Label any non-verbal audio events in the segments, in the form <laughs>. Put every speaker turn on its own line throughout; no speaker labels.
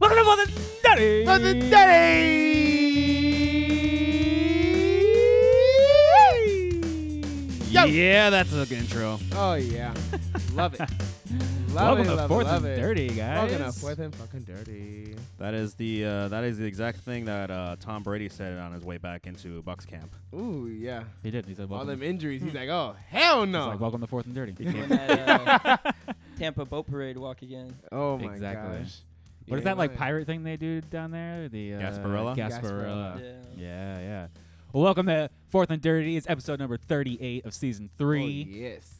talking about the daddy.
For the daddy. Yo.
Yeah, that's a good intro.
Oh yeah,
<laughs>
love it. Love
Welcome
it,
to
love
Fourth
it, love
and
it.
Dirty, guys.
Welcome to fourth and fucking dirty.
That is the uh, that is the exact thing that uh, Tom Brady said on his way back into Bucks camp.
Ooh yeah.
He did. He said,
All
welcome.
them injuries. He's like, oh hell
he's
no.
like, welcome to fourth and dirty.
He
What
came-
<laughs>
doing that uh, Tampa Boat Parade walk again.
oh my
Exactly.
gosh. You
is
ain't
that like
lying.
pirate thing they do down there? The uh,
Gasparilla?
Gasparilla.
Gasparilla.
Yeah.
Yeah, yeah. Well, welcome to Fourth and Dirty. It's episode number 38 of season
Oh,
three.
yes.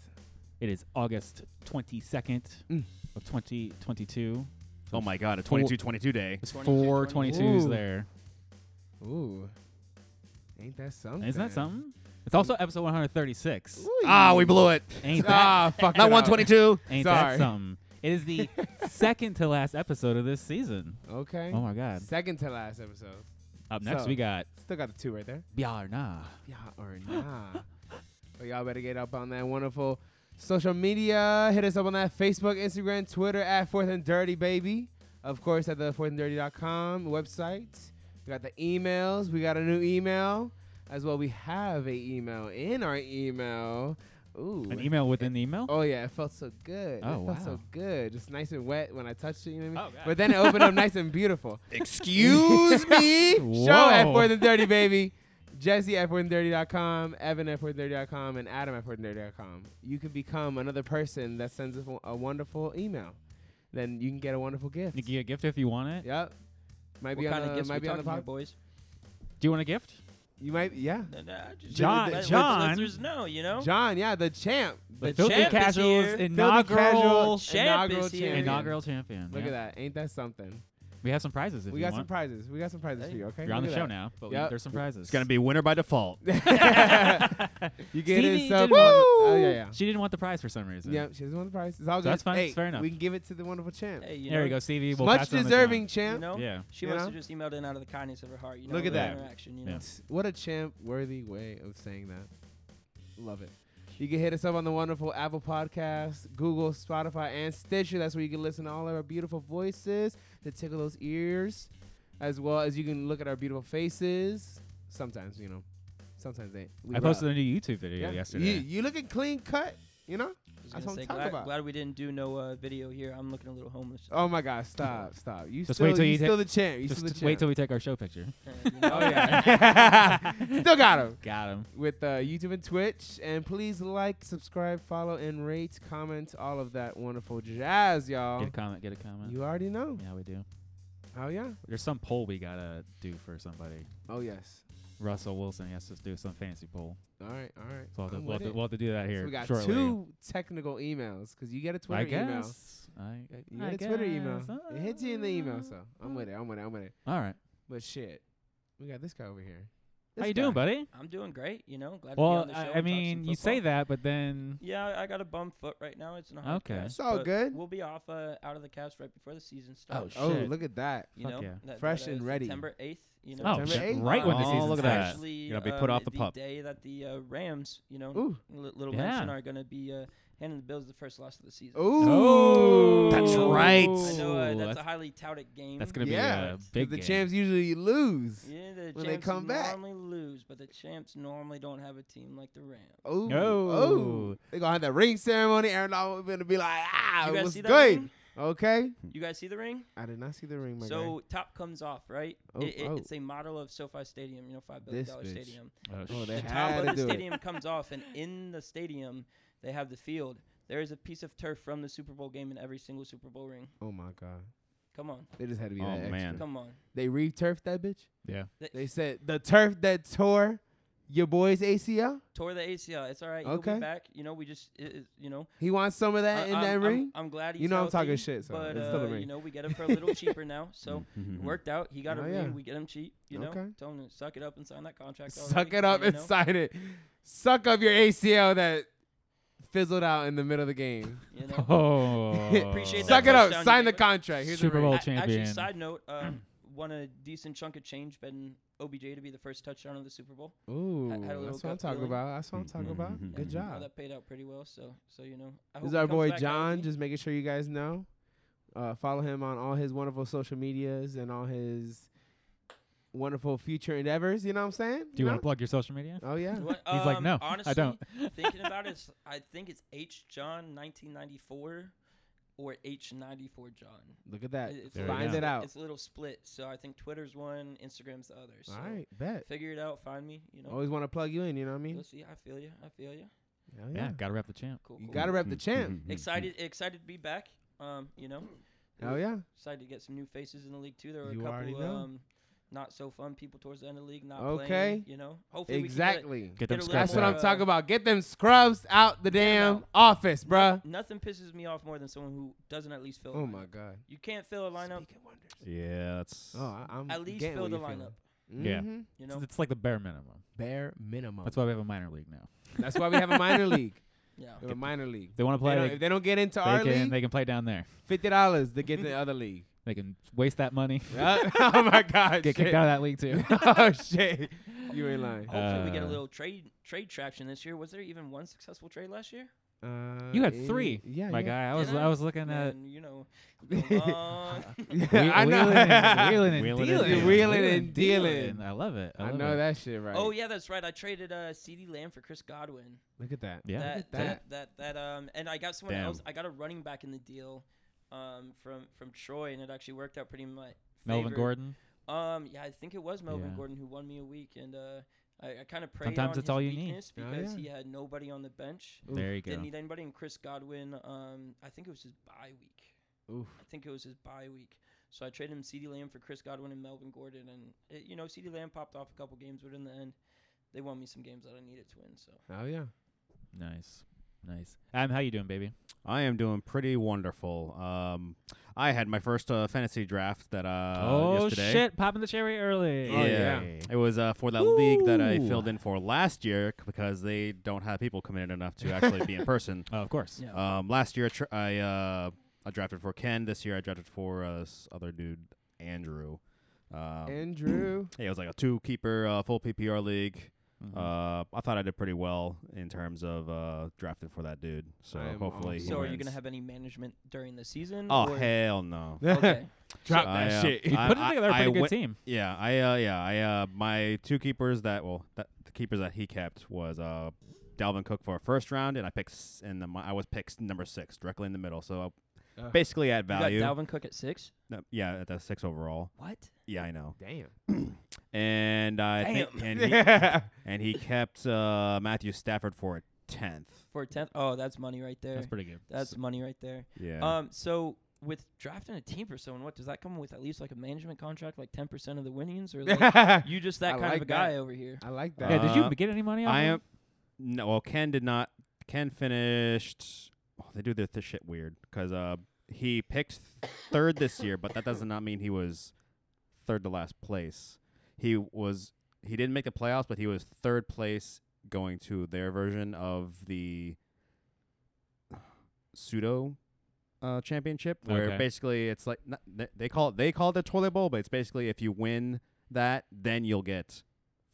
It is August 22nd
Mm.
of 2022.
oh my god, a
Full-
22-22 day.
There's
22,
four 22s
Ooh.
there.
Ooh. Ain't that something?
Isn't that something? It's also episode 136.
Ooh,
Ah, we blew it.
Ain't that,
Ah, fuck.
Not
it up.
122.
ain't
sorry.
that something? It is
<laughs>
the second to last episode of this season.
Okay.
Oh my God.
Second to last episode.
Up next,
So-
we got
Still got the two right there.
Bjarna.
Yeah or nah. but y'all better get up on that wonderful social media. Hit us up on that Facebook, Instagram, Twitter at Fourth and Dirty Baby. Of course, at the fourthanddirty.com website. We got the emails. We got a new email as well. We have a email in our email. Ooh.
An email within the email?
Oh yeah, it felt so good.
Oh,
it felt
wow.
so good. Just nice and wet when I touched it, you know what I mean?
Oh, God.
But then it opened up nice and beautiful.
Excuse me.
Show
<laughs>
at
Whoa.
four than dirty, baby. Jesse at com, Evan at com, and Adam at com. You can become another person that sends a, a wonderful email. Then you can get a wonderful gift.
You can get a gift if you want it.
Yep. Might
What
be
kind
on
of
the
gifts
might
we
be on the
talking here,
pod.
boys?
Do you want a gift?
You might yeah.
Nah, nah, just
John-
let- let
John-
listeners know, you know.
John, yeah, the champ.
The
Filthy
champ is
Casuals
here.
Filthy casual
inaugural
Champ is
inaugural
here.
champion.
inaugural champion.
Look
yeah.
at that. Ain't that something?
We have some prizes if
we
you
got
want.
some prizes. We got some prizes
Hey,
for you, okay?
You're on the
Look
show
at
now, but we-
Yep.
there's some prizes.
It's <laughs>
<laughs>
<laughs>
gonna be winner by default.
that. <laughs> you get
Stevie
it sub
did one.
Oh yeah, yeah.
She didn't want the prize for some reason.
Yep, she doesn't want the prize. It's all
So
good.
that's fine.
Hey,
It's fair enough.
We can give it to the wonderful champ.
Hey, you
There
know,
you go, Stevie. We'll
Much
pass it on to
deserving
You
champ.
know,
Yeah.
she
You
must
know?
have just emailed in out of the kindness of her heart. You know,
Look at
the
that.
interaction. You
Yeah.
know,
What a champ worthy way of saying that. Love it. You can hit us up on the wonderful Apple Podcasts, Google, Spotify, and Stitcher. That's where you can listen to all of our beautiful voices to tickle those ears, as well as you can look at our beautiful faces. Sometimes, you know, sometimes they. we
John. I posted
rock.
a new YouTube video yesterday.
You, you looking clean cut, you know?
I
That's
was gonna
what I'm
say,
talking
glad,
about.
glad we didn't do no uh, video here. I'm looking a little homeless.
Oh my God! Stop, stop. You
Just
still,
wait till
you
you ta-
still the champ. You
Just
still the champ.
wait till we take our show picture.
Uh, you know?
<laughs> oh yeah. still got him.
<laughs> Got him.
with uh, YouTube and Twitch. And please like, subscribe, follow, and rate, comment, all of that wonderful jazz, y'all.
Get a comment. Get a comment.
You already know.
yeah, we do.
Oh yeah.
There's some poll we gotta do for somebody.
Oh yes.
Russell Wilson he has to do some fancy poll.
All right. All right.
So we'll have, to,
I'm
we'll,
with
have to,
Oh, it.
we'll have to do that
So
here
we got
shortly.
two technical emails because you get a Twitter
I guess.
email.
I, I,
You
I
get a Twitter email.
guess. Uh,
It hits you in the email, so I'm with it. I'm with it. I'm with it.
All right.
But shit, we got this guy over here.
How
This
you
guy.
doing, buddy?
<laughs> I'm doing great. You know, glad to
Well,
be on the show.
I,
and
I
talk some
mean, you say
football.
that, but then
Yeah, I- I got a bum foot right now. It's not
Okay.
Cast,
It's
all
but
good.
We'll be off uh, out of the cast right before the season starts.
Oh,
Shit.
look at that.
you
fuck
know,
yeah.
that-
Fresh
that, uh,
and ready.
September eighth. You know,
oh,
September
shit,
8th.
right when the
Oh,
season
look at that.
starts.
Actually,
You're gonna be
um,
put off the pup.
day that the uh, Rams, you know,
Ooh.
li- little
Yeah.
mention are going to be uh, handing the Bills the first loss of the season.
Ooh.
That's right.
I know uh,
Ooh,
that's,
that's-
a highly touted game.
That's gonna
yeah.
be a big
the
game.
champs usually lose.
yeah, the
when
champs
they come back.
normally lose, but the champs normally don't have a team like the Rams.
Oh,
Oh.
oh. They're going to have that ring ceremony. Aaron Donald going to be like, ah,
You
it
guys
was
see
good.
that ring?
Okay.
You guys see the ring?
I did not see the ring, Oh my
so top comes off, right?
Oh,
it, it-
oh.
It's a model of SoFi Stadium, you know, five billion
This
dollar
bitch.
stadium.
Oh,
Oh,
shit.
they
the
had
top of
to
the
do it.
stadium comes off, and in the stadium they have the field. There is a piece of turf from the Super Bowl game in every single Super Bowl ring.
guy. Oh, my God.
Come on,
They just had to be
Oh,
that
man.
extra.
come on.
They re-turfed that bitch?
Yeah.
They said, the turf that tore your boy's ACL?
tore the ACL. It's all right. He'll
Okay.
be back. You know, we just it, it- you know
He wants some of that
I-
in
I'm, oh,
that
I'm-
ring?
I'm, glad he's
You know I'm talking
healthy,
shit, so
but
it's still a
uh,
ring.
you know we get him for a little cheaper now,
<laughs>
so it worked out. He got a
Oh,
ring.
yeah.
We get him cheap. You know,
Okay.
tell him to suck it up and sign that contract.
Suck
already,
it up
you
and
know?
sign it. Suck up your ACL that fizzled out in the middle of the game.
You know?
<laughs> Oh.
Appreciate that
Suck it up.
touchdown you
Sign the
gave us.
contract. Here's
Super
the ring.
Bowl
A- Actually,
champion.
side note, um, won a decent chunk of change, betting OBJ to be the first touchdown of the Super Bowl.
Ooooh,
had a little
that's what I'm
gut
talking
feeling.
about. That's what I'm talking about.
Mhm.
Good
Mhm.
You know,
job.
that paid out pretty well. So, so you know,
This
I hope
is
he
our
comes
boy
back
John.
healthy.
Just making sure you guys know Uh, follow him on all his wonderful social medias and all his wonderful future endeavors. You know what I'm saying?
Do you want
know?
to plug your social media?
Oh yeah. <laughs>
What-
He's like,
um,
no,
honestly,
I don't.
<laughs> thinking about it, it's- I think it's H John 1994 or H 94 John.
Look at that.
It- It's
There you
like-
Find
it's
it
a-
out.
It's a little split. So I think Twitter's one, Instagram's the other. So
All right, bet.
figure it out. Find me. You know.
Always want to plug you in. Oh, You know what I mean?
You'll see. I feel you. I feel you.
Hell
Yeah,
yeah. Mm-hmm.
gotta rep the champ.
Cool.
You
cool.
gotta rep the champ.
excited. Excited to be back. Um, you know.
Hell yeah.
Excited to get some new faces in the league too. There were
You
a
already
couple
know.
um, not so fun people towards the end of the league not
Okay.
playing. You know. Hopefully we can get-
Exactly.
Get
Get
them
a little
scraps
That's what
more,
out.
I'm
uh,
talking about. Get them scrubs out the damn
out.
office, bruh.
Nothing pisses me off more than someone who doesn't at least fill. a
Oh
lineup.
my god.
You can't fill a lineup.
Speaking wonders.
Yeah, that's.
Oh, I, I'm
At least
getting
fill
what
the
you're
lineup.
feeling.
Yeah.
Mhm.
You
It's-
know.
It's like the bare minimum.
Bare minimum.
That's why we have a minor league now.
That's why we have a <laughs> minor league.
Yeah.
We have a minor league.
If they want to
They
play,
don't-
they,
if they don't get into
they
our
can
league,
they can play down there.
fifty dollars to get in the other league.
They can waste that money,
Yeah. <laughs> oh my god.
get
shit.
kicked out of that league too.
<laughs>
<laughs>
oh shit. You ain't lying.
Hopefully we get a
Uh,
little trade trade traction this year. Was there even one successful trade last year?
Uh,
you had
it-
three.
Yeah.
My <laughs>
yeah.
guy, I was
Did I?
I was looking at
Man, you know,
<laughs>
long-
Yeah, I
Whe-
know.
Wheeling and, wheeling and
Wheeling and
dealing.
dealing.
Wheeling and dealing.
I love it. I,
I
love
know
it.
that shit right.
Oh yeah, that's right. I traded uh, C.D. Lamb for Chris Godwin.
Look at that.
Yeah.
that,
Look at
that that that um, and I got someone
Damn.
else. I got a running back in the deal, um, from from Troy, and it actually worked out pretty much.
Melvin Gordon.
Um, yeah, I think it was Melvin
Yeah.
Gordon who won me a week, and uh, I, I kind of prayed
Sometimes
on
it's
his
all you need.
weakness
Oh,
because
yeah.
he had nobody on the bench.
Oof.
There you go.
Didn't need anybody, and Chris Godwin. Um, I think it was his bye week.
Oof.
I think it was his bye week. So I traded him CD Lamb for Chris Godwin and Melvin Gordon, and it, you know CD Lamb popped off a couple games, but in the end, they won me some games that I needed to win. So
Oh yeah.
Nice, nice. Adam, how you doing, baby?
I am doing pretty wonderful. Um, I had my first uh, fantasy draft that uh
oh
yesterday.
shit, popping the cherry early.
Yeah. It was uh, for that league that I filled in for last year c- because they don't have people committed enough to actually be in person.
Oh, of course.
yeah,
Um, last year I tr- I uh, I drafted for Ken. This year I drafted for uh, this other dude Andrew. Um,
Andrew.
yeah, it was like a two keeper uh, full PPR league.
Mm-hmm.
Mhm. <laughs>
Uh, I thought I did pretty well in terms of uh, drafting for that dude. So
I am
hopefully, he
so are you
wins.
gonna have any management during the season?
Oh
or-
hell <laughs> no!
<laughs> okay.
Drop
I,
that
uh,
shit.
You
I-
put it
I-
together a
I
pretty good
went-
team.
Yeah, I uh, yeah, I uh, my two keepers that well, that the keepers that he kept was uh, Dalvin Cook for a first round, and I picked s- and the, mi- I was picked s- number six directly in the middle, so uh,
Ugh.
basically at
You
value.
got Dalvin Cook at six.
No, yeah, at the six overall.
What?
Yeah, I know.
Damn.
And I think
<laughs>
Damn.
and he,
Yeah.
and he kept uh, Matthew Stafford for a tenth.
For a tenth? Oh, that's money right there.
That's
That's,
pretty good.
money right there.
Yeah.
Um, so with drafting a team for someone, what does that come with? At least like a management contract, like ten percent of the winnings,
<laughs>
or like you just
I
that kind
like
of
that.
a guy over here.
I like
Uh,
that.
yeah, did
Uh,
you get any money? Off
I
him?
am. No, well, Ken did not. Ken finished. Oh, they do their th- shit weird because uh, he picked third this year, but that does not mean he was third to last place. He was. He didn't make the playoffs, but he was third place going to their version of the pseudo uh, championship, where
Okay.
basically it's like not, they- they call it they call it the toilet bowl, but it's basically if you win that, then you'll get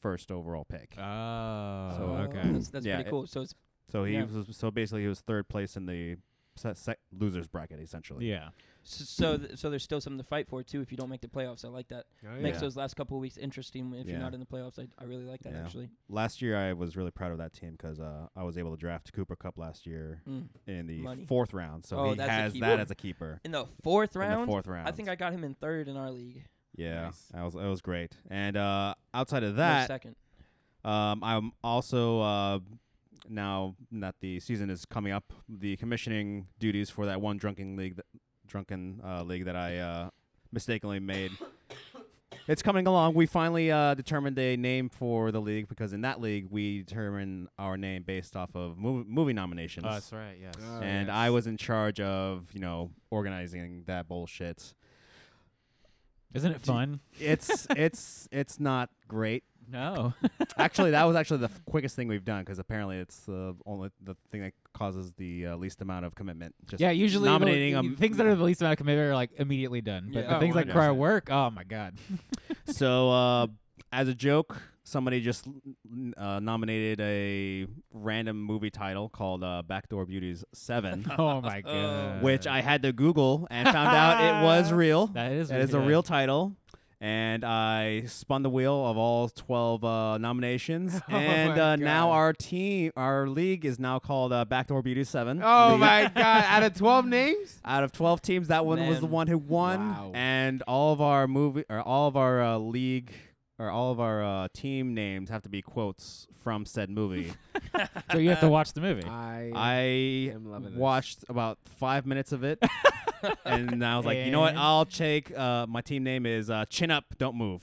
first overall pick.
Oh,
So,
okay.
That's, that's
Yeah,
pretty
it-
cool. So it's
So he
Yeah.
was so basically he was third place in the se- sec- losers bracket essentially.
yeah.
S- So, th- so there's still something to fight for too if you don't make the playoffs. I like that.
Oh,
Makes
Yeah.
<laughs> those last couple of weeks interesting if you're
Yeah.
not in the playoffs. I, I really like that
Yeah.
actually.
Last year I was really proud of that team because uh, I was able to draft Cooper Cup last year
Mm.
in the
Money.
fourth round, so
Oh,
he
that's a
has
keeper.
that as a keeper
In the fourth
in the
round,
fourth round.
I think I got him in third in our league.
yeah,
Nice.
that was that was great. And uh, outside of
No,
that,
second.
Um, I'm also uh, now that the season is coming up, the commissioning duties for that one drunken league, that, drunken uh, league that I uh, mistakenly made. it's coming along. We finally uh, determined a name for the league because in that league we determine our name based off of mov- movie nominations.
right. Yes.
Oh,
and I was in charge of you know organizing that bullshit.
Isn't it fun?
It's it's it's not great.
No.
actually, that was actually the f- quickest thing we've done because apparently it's the only the thing that causes the uh, least amount of commitment. Just
yeah. Usually it'll-
nominating
y-
them.
things that are the least amount of commitment are like immediately done. But
Yeah.
the
Oh,
things like cry
100%.
work. Oh my god.
so uh, as a joke, somebody just n- uh, nominated a random movie title called uh, Backdoor Beauties
<laughs>
7,
Oh my god.
which I had to Google and found out
<laughs>
it was real.
that is
That is a real title. And I spun the wheel of all 12 uh, nominations.
<laughs> Oh
and
my
uh, now
God.
our team, our league is now called uh, Backdoor Beauty 7.
Oh
League.
my god! Out of twelve
<laughs>
names,
Out of 12 teams, that one was the
Man.
one who won.
Wow.
And all of our movie, or all of our uh, league, or all of our uh, team names have to be quotes from
<laughs>
said movie.
So you have to watch the movie.
I,
I
am loving this.
watched about five minutes of
<laughs>
it. and I was like, you know what?
And-
I'll take. Uh, my team name is uh, Chin Up, Don't Move.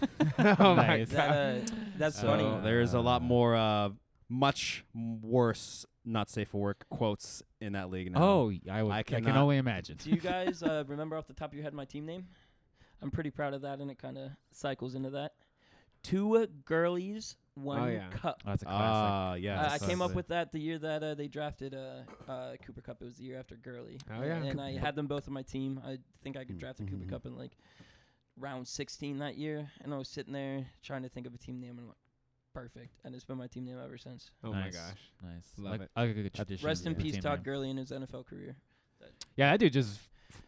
oh
<laughs>
my
Nice.
god!
That, uh, that's
So
funny.
Uh,
there's a lot more, uh, much m- worse, not safe for work quotes in that league now.
Oh, I, would,
I
I, can
cannot-
only imagine.
Do you
<laughs>
guys uh, remember off the top of your head my team name? I'm pretty proud of that, and it kind of cycles into that. Two girlies, one
yeah.
cup.
Oh, that's a classic.
ah,
Uh,
yeah.
I
that's
came up
it.
with that the year that uh, they drafted uh, uh, Cooper Cup. It was the year after Gurley.
Oh,
and-
yeah. Mm-hmm.
And I
Cooper
had them both on my team. I think I could draft a Cooper
Mhm.
Cup in like round 16 that year. And I was sitting there trying to think of a team name, and I'm like, perfect. And it's been my team name ever since.
Oh my
Nice.
gosh!
nice.
Love
like,
it.
like a good tradition.
Rest in
with the
peace,
team
Todd
name.
Gurley, in his NFL career.
Yeah, that dude just.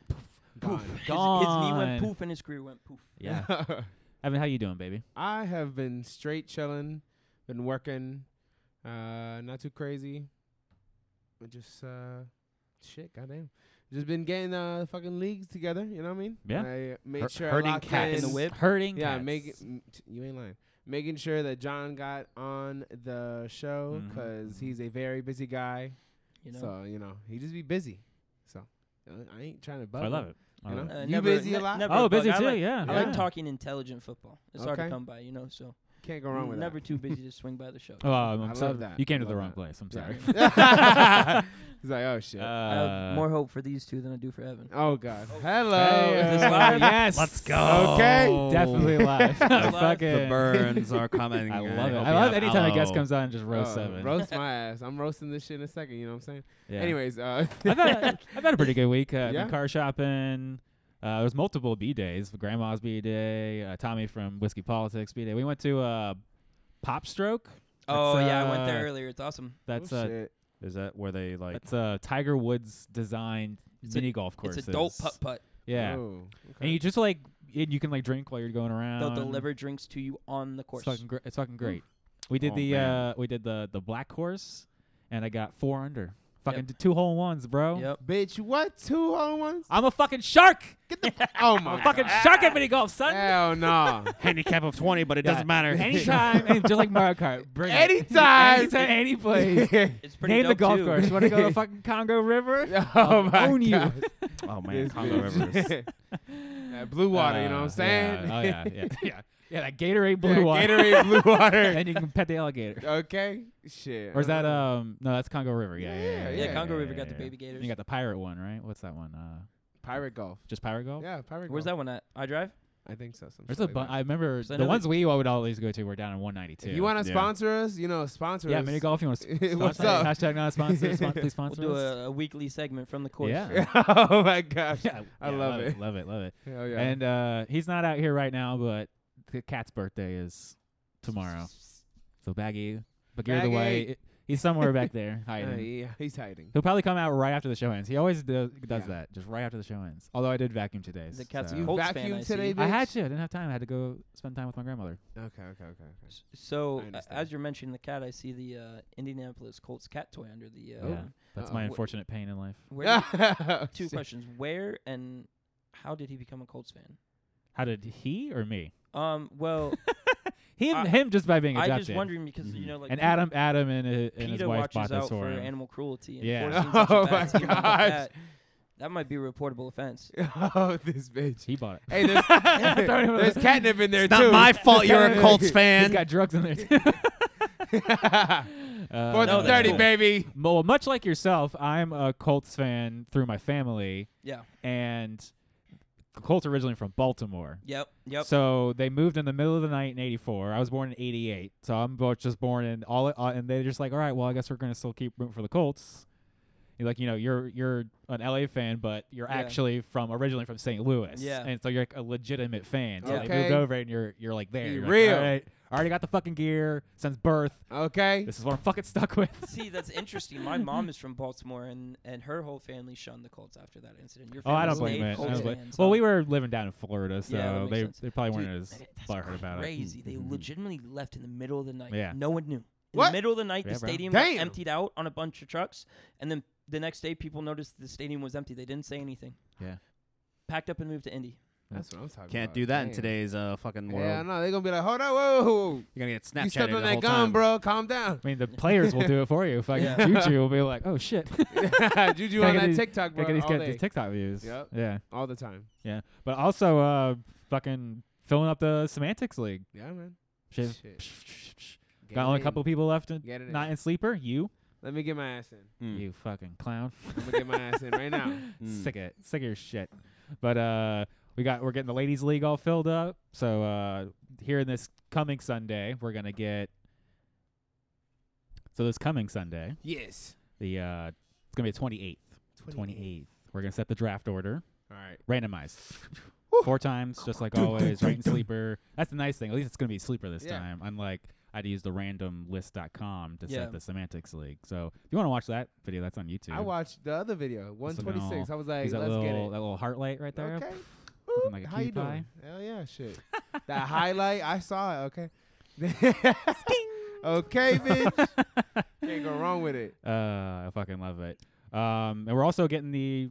Poof.
Gone.
His, his knee
Gone.
went poof, and his career went poof.
Yeah. <laughs>
<laughs>
Evan, how you doing, baby?
I have been straight chilling, been working, uh, not too crazy. I just uh, shit, goddamn. Just been getting uh fucking leagues together. You know what I mean?
Yeah.
I made
Her-
sure
herding
I locked
cats.
in
In the
whip.
Hurting.
Yeah,
cats.
making m- t- you ain't lying. Making sure that John got on the show
Mhm.
'cause he's a very busy guy.
You know,
So you know he just be busy. So uh, I ain't trying to. Bug
I
him.
love it. I
You
love
know?
it.
You busy a
ne-
lot?
Uh, never
Oh,
bug.
busy
I
too.
like-
yeah.
I
yeah.
like talking intelligent football. It's hard to
Okay.
come by, you know. So
Can't go wrong with
never
that.
too busy to swing by the show.
Oh, I'm
I
so-
love that.
You came to
I
the
love
wrong
that.
place. I'm <laughs> sorry.
Yeah. <laughs> He's like,
<laughs>
oh shit.
I have
Uh,
more hope for these two than I do for
<laughs>
Evan.
oh god.
Oh.
Hello.
Hey,
is this
uh, <laughs>
live?
Yes. Oh,
Let's go.
Okay.
Definitely live.
live.
the <laughs>
Fucking.
burns are coming.
I
and
love it.
hope
I
you
love
have
anytime a guest
aloe.
comes on and just roast
uh,
seven.
Roast my ass. I'm roasting this shit in a second. You know what I'm saying?
Yeah.
Anyways, uh,
I've
<laughs>
had, I've had a pretty good week. Uh, I've
Yeah.
been car shopping. Uh, there was multiple B days. Grandma's B day. Uh, Tommy from Whiskey Politics B day. We went to uh, Pop Stroke.
Oh
That's,
yeah, I went there
uh,
earlier. It's awesome.
That's
<laughs> oh,
uh,
shit.
Is that where they like?
that's uh, Tiger Woods designed
It's a-
mini golf course.
It's adult putt putt.
Yeah,
Oh,
and
okay.
you just like it, you can like drink while you're going around.
They'll deliver drinks to you on the
It's
course.
fucking, gr- it's fucking great. We did
Oh,
the
man.
uh, we did the the black course, and I got four under. Fucking did two hole in ones, bro.
Yep.
Bitch, what? Two home ones?
I'm a fucking shark.
Oh
I'm
my
a fucking shark
Ah.
at mini golf,
God.
son.
Hell no.
handicap of 20, but it
Yeah.
doesn't
<laughs>
matter.
<laughs>
Anytime, and just like Mario Kart, bring it. <laughs>
Anytime.
anytime, any place.
It's <laughs> pretty
Name the
dope
golf
too.
course. You want to go to the fucking Congo River?
<laughs> oh my
own you.
god.
oh man,
This
Congo
<laughs>
bitch.
Rivers.
<laughs> That blue water, you know what I'm
Uh,
saying? <laughs>
Yeah. Oh yeah, yeah, yeah, yeah. That Gatorade blue
Yeah,
<laughs> water.
Gatorade blue water.
and you can pet the alligator.
okay. Shit.
Or is that
uh?
um? No, that's Congo River. Yeah, yeah, yeah.
Yeah,
<laughs> Yeah, Congo River
yeah,
got the
yeah.
baby
And
gators.
You got the pirate one, right? What's that one? Uh,
pirate golf?
just pirate golf.
Yeah, pirate
Where's
golf.
that one at? I drive.
that? I think so. some
There's
shit
a
like
bunch.
that.
I remember
So I
the
know
ones we would always go to were down in 192.
If you want to
Yeah.
sponsor us, you know, sponsor
yeah,
us.
mini golf. You want to?
<laughs> What's up?
Hashtag not
<laughs>
sponsored. Spon- please
We'll
sponsor
do
us.
a, a weekly segment from the course. <laughs>
Yeah.
oh my gosh.
yeah,
I love
love
it.
Love it. Love it.
Hell yeah.
And uh, he's not out here right now, but the cat's birthday is tomorrow. So Baggy, Baggy the way,
Baggy.
he's somewhere back
<laughs>
there
Uh,
hiding.
yeah, he's hiding.
He'll probably come out right after the show ends. He always do, does
Yeah.
that, just right after the show ends. Although I did vacuum today.
The cat's
so-
a
You
Colts fan,
vacuum
I see.
today, bitch?
I had to. I didn't have time. I had to go spend time with my grandmother.
Okay, okay, okay. okay.
S-
I
So uh,
understand.
as you're mentioning the cat, I see the uh, Indianapolis Colts cat toy under the.
Oh.
Uh,
Yeah. That's my
Uh-oh.
unfortunate pain in life.
<laughs>
Where
Yeah.
two questions: Where and how did he become a Colts fan?
How did he or me?
Um. Well,
Him,
I-
him just by <laughs> being
I
adopted.
just wondering because you
Mhm.
know like
Mm-hmm. and
pe-
Adam, Adam, and, his, and his
PETA
wife
watches
bought this
out
for
for
him.
animal cruelty. And
Yeah. <laughs>
forcing such a
Oh my
bad team on the
gosh.
cat. That might be a reportable offense.
<laughs> oh, this bitch.
He bought it.
Hey, there's, there's catnip in there
It's
too.
not my fault
<laughs>
you're a Colts
He's
fan.
got drugs in there. Too. Uh,
Fourth
No,
and
that's
thirty,
cool.
baby.
Mo- Well, much like yourself, I'm a Colts fan through my family,
Yeah.
and the Colts are originally from Baltimore.
Yep. Yep.
So they moved in the middle of the night in '84. I was born in '88, so I'm both just born in all. Uh, and they're just like, all right, well, I guess we're gonna still keep rooting for the Colts. You're like, you know, you're you're an LA fan, but you're
Yeah.
actually from originally from St. Louis.
Yeah.
And so you're like a legitimate fan. So they
Okay.
moved over, and you're you're like there.
Be
You're like,
real.
all right, I already got the fucking gear since birth.
Okay.
This is what I'm fucking stuck
<laughs>
with.
See, that's
<laughs>
interesting. My mom is from Baltimore, and, and her whole family shunned the Colts after that incident. Your
Oh, I don't
family's
blame
big
it. I
Colts
don't blame-
fans,
Well,
huh?
we were living down in Florida, so
Yeah, that makes
they
sense.
they probably
Dude,
weren't as
that- that's
butthurt about it.
crazy. They
Mm-hmm.
legitimately left in the middle of the night.
Yeah.
No one knew. In
What?
the middle of the night,
Yeah,
the
bro.
stadium got
Damn.
emptied out on a bunch of trucks, and then the next day, people noticed the stadium was empty. They didn't say anything.
Yeah.
Packed up and moved to Indy.
That's what I'm talking
Can't
about.
do that in
Damn.
today's uh, fucking world.
Yeah, no, they're gonna be like, hold on, whoa, whoa, whoa.
You're gonna get Snapchat.
you stepped on
the
that
whole
gum,
time.
bro.
<laughs>
Calm down. <laughs>
I mean, the players will do it for you. Fucking
Yeah. <laughs>
Juju will be like, "Oh shit,
Juju
Gotta
on
get
that
these-
TikTok,
look at
bro,
these,
all
get these
day,
TikTok views."
Yep.
Yeah,
all the time.
yeah. But also, uh, fucking filling up the semantics league.
Yeah, man.
Shit.
Shit. Get
Got
it
only
in.
a couple people left. In,
Get it
not
in.
in sleeper. You,
Let me get my ass in.
Mm.
you fucking
<laughs>
clown.
I'm gonna get my ass in
<laughs>
right now.
Mm.
Sick of it. Sick of your shit. But uh, we got we're getting the ladies league all filled up. So uh, here in this coming Sunday, we're gonna get. So this coming Sunday,
Yes.
the uh, it's gonna be the twenty eighth. Twenty eighth. We're gonna set the draft order.
All right.
randomized. Four times, just like always, right in sleeper. That's the nice thing. At least it's going to be sleeper this
Yeah.
time. Unlike I had to use the randomlist.com to
Yeah.
set the semantics league. So if you want to watch that video, that's on YouTube.
I watched the other video,
Listen,
126. I
Use
was like, let's
oh, that little
get it.
that little heart light right there.
Okay.
Looking like a
How you
cutie pie.
doing? Hell
<laughs>
yeah, shit. that highlight, I saw it. Okay. <laughs>
<laughs>
okay, bitch. Can't go wrong with it.
Uh, I fucking love it. Um, and we're also getting the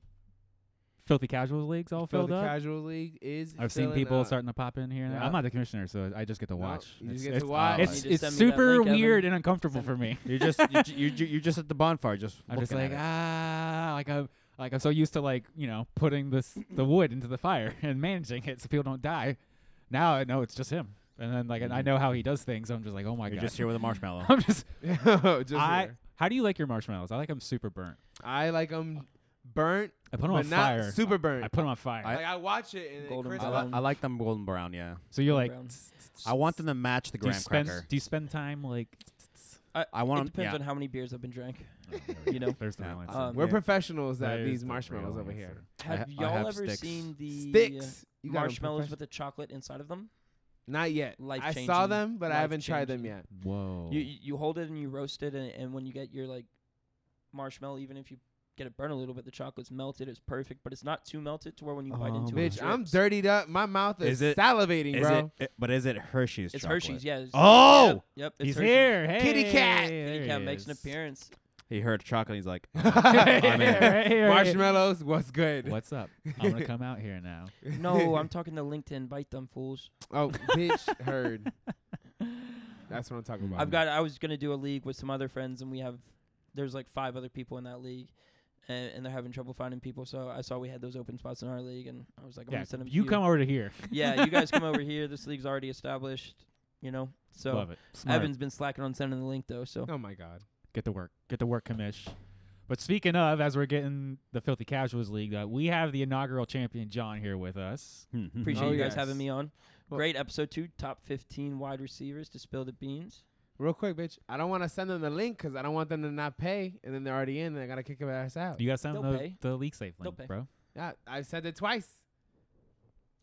filthy casuals leagues all
Fill
filled
the
up.
casual league is.
I've seen
filling
people
up.
starting to pop in here. and there.
Yeah.
I'm not the commissioner, so I just get to
No,
watch.
you
It's-
just get to
it's,
watch.
It's,
You just
it's
send me that
super
link, Evan.
weird and uncomfortable
Send
for me.
You're just you, ju- you, ju- you're just at the bonfire, just
I'm just
looking
like
at it.
ah, like I'm like I'm so used to like you know putting this the wood into the fire <laughs> and managing it so people don't die. Now I know it's just him, and then like and I
Mhm.
know how he does things. I'm just like oh my
you're
god,
just here with a marshmallow.
<laughs> I'm just,
<laughs> Just
I.
here.
How do you like your marshmallows? I like them super burnt.
I like them burnt,
I put them
but
on
not
fire.
super burnt.
I put them on fire.
like I watch it and
Golden
Golden
I,
Brown.
li- I like them golden brown. Yeah,
so you're like,
Brown.
I want them to match the
do you
graham
spend
cracker.
do you spend time like?
I
It
want them.
depends
Yeah.
on how many beers I've been drank.
Oh, there we
You
go.
know.
there's the
Yeah.
real answer.
Um,
We're
Yeah.
professionals at
There's
these
the
marshmallows
real
over here.
answer.
I
Have
ha- I
y'all
have
ever
sticks.
seen the uh,
Sticks. You got 'em
marshmallows
profession-
with the chocolate inside of them?
Not yet. I
Life-changing.
saw them, but I haven't tried them
Life-changing.
yet.
Whoa.
You You you hold it and you roast it, and, and when you get your like marshmallow, even if you get it burnt a little bit, the chocolate's melted. It's perfect, but it's not too melted to where when you bite
Oh,
into it,
Bitch,
it,
I'm
drips.
dirtied up. My mouth is,
Is it-
salivating,
Is
bro.
it, it- But is it Hershey's?
It's
chocolate?
Hershey's, yeah. it's-
Oh!
yep, yep it's
He's
Hershey's.
here. Hey,
Kitty cat.
Kitty
there
cat
he
makes an
is.
<laughs> appearance.
He heard chocolate. He's <laughs> like,
<laughs>
"Oh,
Hey,
I'm <laughs> in.
hey, hey.
Marshmallows, what's
<laughs>
good?
What's
<laughs>
up? I'm gonna come out here now.
No, I'm talking to LinkedIn. Bite them fools.
Oh, bitch,
<laughs>
heard. That's what I'm talking about.
I've got. I was gonna do a league with some other friends, and we have. There's like five other people in that league, and, and they're having trouble finding people. So I saw we had those open spots in our league, and I was like, I'm
Yeah,
gonna send them.
you
to
come over to here. <laughs>
yeah, you guys come over here. This league's already established. You know, so
Love it. Smart.
Evan's been slacking on sending the link though. So
Oh my god.
get to work. Get to work, commish. But speaking of, as we're getting the Filthy Casuals League, uh, we have the inaugural champion John here with us.
appreciate
Oh,
you guys
yes.
having me on.
Well-
Great episode two, top 15 wide receivers to spill the beans.
Real quick, bitch. I don't want to send them the link because I don't want them to not pay, and then they're already in, and I gotta kick their ass out.
You got send
They'll
the,
pay.
the league safe
They'll
link,
pay.
bro.
Yeah, I've said it twice.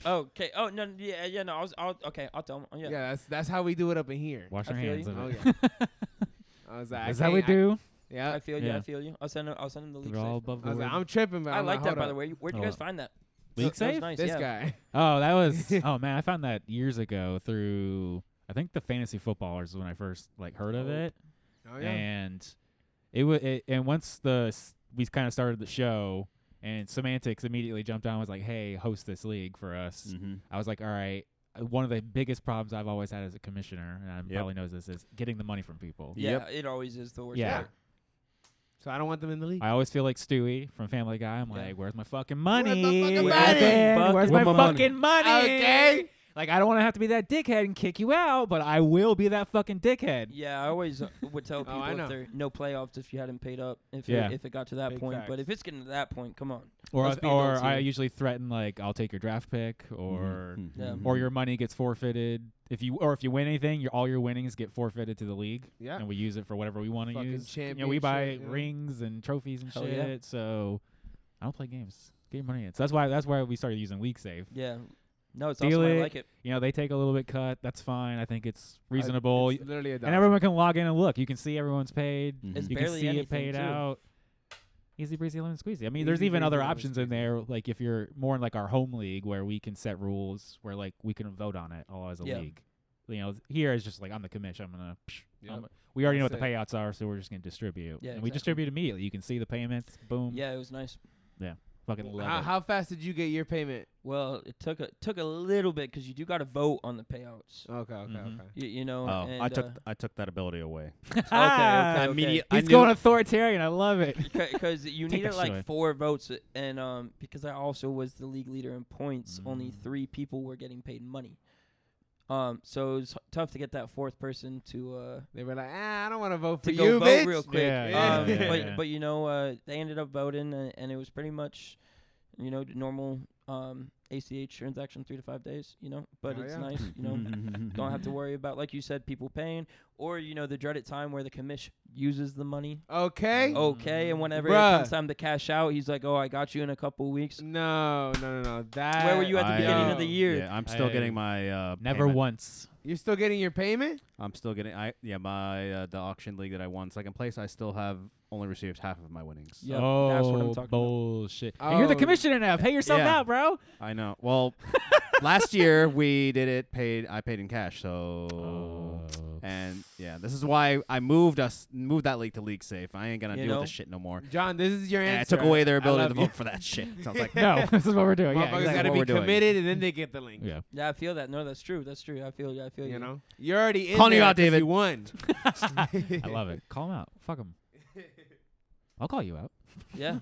Okay. Oh no. Yeah. Yeah. No. I was. I'll, okay. I'll tell him. Oh,
Yeah.
yeah.
that's that's how we do it up in here.
Wash
I
your
feel
hands
you.
of
Oh
<laughs> it.
<laughs>
yeah. I was like, I
Is that what we
can't- I-
do?
yeah.
I feel you.
Yeah.
I feel you. I'll send him. I'll send him the leak
We're all
safe.
above
I
the
was like,
word.
I'm tripping, but
I
I'm
like that.
hold
By
up.
the way, where'd you
Hold
guys
up.
find that?
Leak
That was
safe?
nice.
This
yeah.
guy. <laughs>
Oh, that
<laughs>
was. oh man, I found that years ago through. I think the fantasy footballers is when I first like heard of
Oh.
it.
Oh yeah.
and it was it, and once the s- we kind of started the show and semantics immediately jumped on and was like hey host this league for us
Mm.
Mhm.
i was like all right Uh, one of the biggest problems i've always had as a commissioner and i
Yep.
probably knows this is getting the money from people
Yeah.
Yep.
It always is the worst.
Yeah.
part.
so I don't want them in the league.
i always feel like stewie from family guy i'm
Yeah.
like where's my fucking
Where's my
money
fucking money?
Evan? where's my
Where's my
fucking money
Okay.
like i don't want to have to be that dickhead and kick you out but i will be that fucking dickhead
Yeah. I always uh, would
<laughs>
tell
Oh,
people
I know.
if there no playoffs if you hadn't paid up if
Yeah.
it, if it got to that
Big
point. But
facts.
if it's getting to that point, come on.
or,
Let's be
or
adults
i
here.
usually threaten like i'll take your draft pick
Mm-hmm.
or
Mhm.
Yeah.
or your money gets forfeited if you or if you win anything your all your winnings get forfeited to the league
Yeah.
and we use it for whatever we want to
Fucking
use you know we buy
championship, yeah.
rings and trophies and
Hell
shit
yeah.
so i don't play games get your money in so that's why that's why we started using league safe
Yeah. No, it's
Deal
awesome. I
it.
like it.
You know, they take a little bit cut. That's fine. I think it's
Uh,
reasonable.
it's literally a dollar.
and everyone can log in and look. You can see everyone's paid.
It's
Mm-hmm.
you can
barely
see
anything
it paid
too.
out. Easy breezy lemon squeezy. I mean, there's
Easy
even
breezy
other
lemon
options in there. Like if you're more in like our home league where we can set rules where like we can vote on it all as a
Yeah.
league. You know, here it's just like I'm the commission. I'm gonna. Psh,
Yep.
I'm- we already know
That's
what the payouts are, so we're just gonna distribute.
Yeah,
and we
exactly.
distribute immediately. You can see the payments. Boom.
Yeah, Ah, it was nice.
Fucking love <laughs>
how,
it.
how fast did you get your payment?
Well, it took a took a little bit because you do got to vote on the payouts.
Okay, okay,
Mm-hmm.
Mhm.
okay.
You, you know,
Oh,
and,
I took
uh,
I took that ability away. Oh,
okay, okay.
Immediate- I
He's
knew-
going
<laughs>
authoritarian. I love it.
because you
Take
needed
that
like
shit.
four votes, uh, and um, because I also was the league leader in points, only
Mm.
three people were getting paid money. Um, so it was h- tough to get that fourth person to uh
They were like, ah, I don't want to vote for
to
you,
go vote
bitch.
real quick.
Yeah,
yeah,
um,
yeah,
but
yeah.
but you know, uh, they ended up voting, and, and it was pretty much, you know, the normal um ACH transaction three to five days. You know, but
Oh,
it's
yeah.
nice. You know,
<laughs>
don't have
<laughs>
to worry about like you said, people paying, or you know, the dreaded time where the commission uses the money.
Okay.
Oh.
Okay, and whenever it
Bruh.
comes time to cash out, he's like, "Oh, I got you in a couple weeks."
No, no, no, no. That.
Where were you at the
I,
beginning
uh,
of the
No.
year?
Yeah, I'm still
I
getting my uh,
Never
payment.
once.
You're still getting your payment?
I'm still getting I yeah my uh, the auction league that I won second place. I still have only received half of my winnings.
Yep,
oh,
that's what I'm talking about.
bullshit. And you're the
Oh.
commissioner now. Pay yourself
Yeah.
out, bro.
I know. Well, last year we did it paid. I paid in cash. So Oh.
Oh.
and yeah, this is why I moved us moved that league to league safe. I ain't gonna
You
deal
know?
with this shit no more.
John, this is your
And I
answer.
took away their
I
ability
love
to
you.
vote for that <laughs> shit. So I was like,
no, <laughs> this is what we're doing. Yeah,
Motherfuckers
exactly
gotta
what
be
we're doing.
committed and then they get the
<laughs>
link.
Yeah.
Yeah, I feel that. No, that's true. That's true. I feel you. I feel you.
You know? You're already in
Calling you
there
out,
'cause
David.
You won.
I love it. Call him out. Fuck him. I'll call you out. <laughs>
Yeah.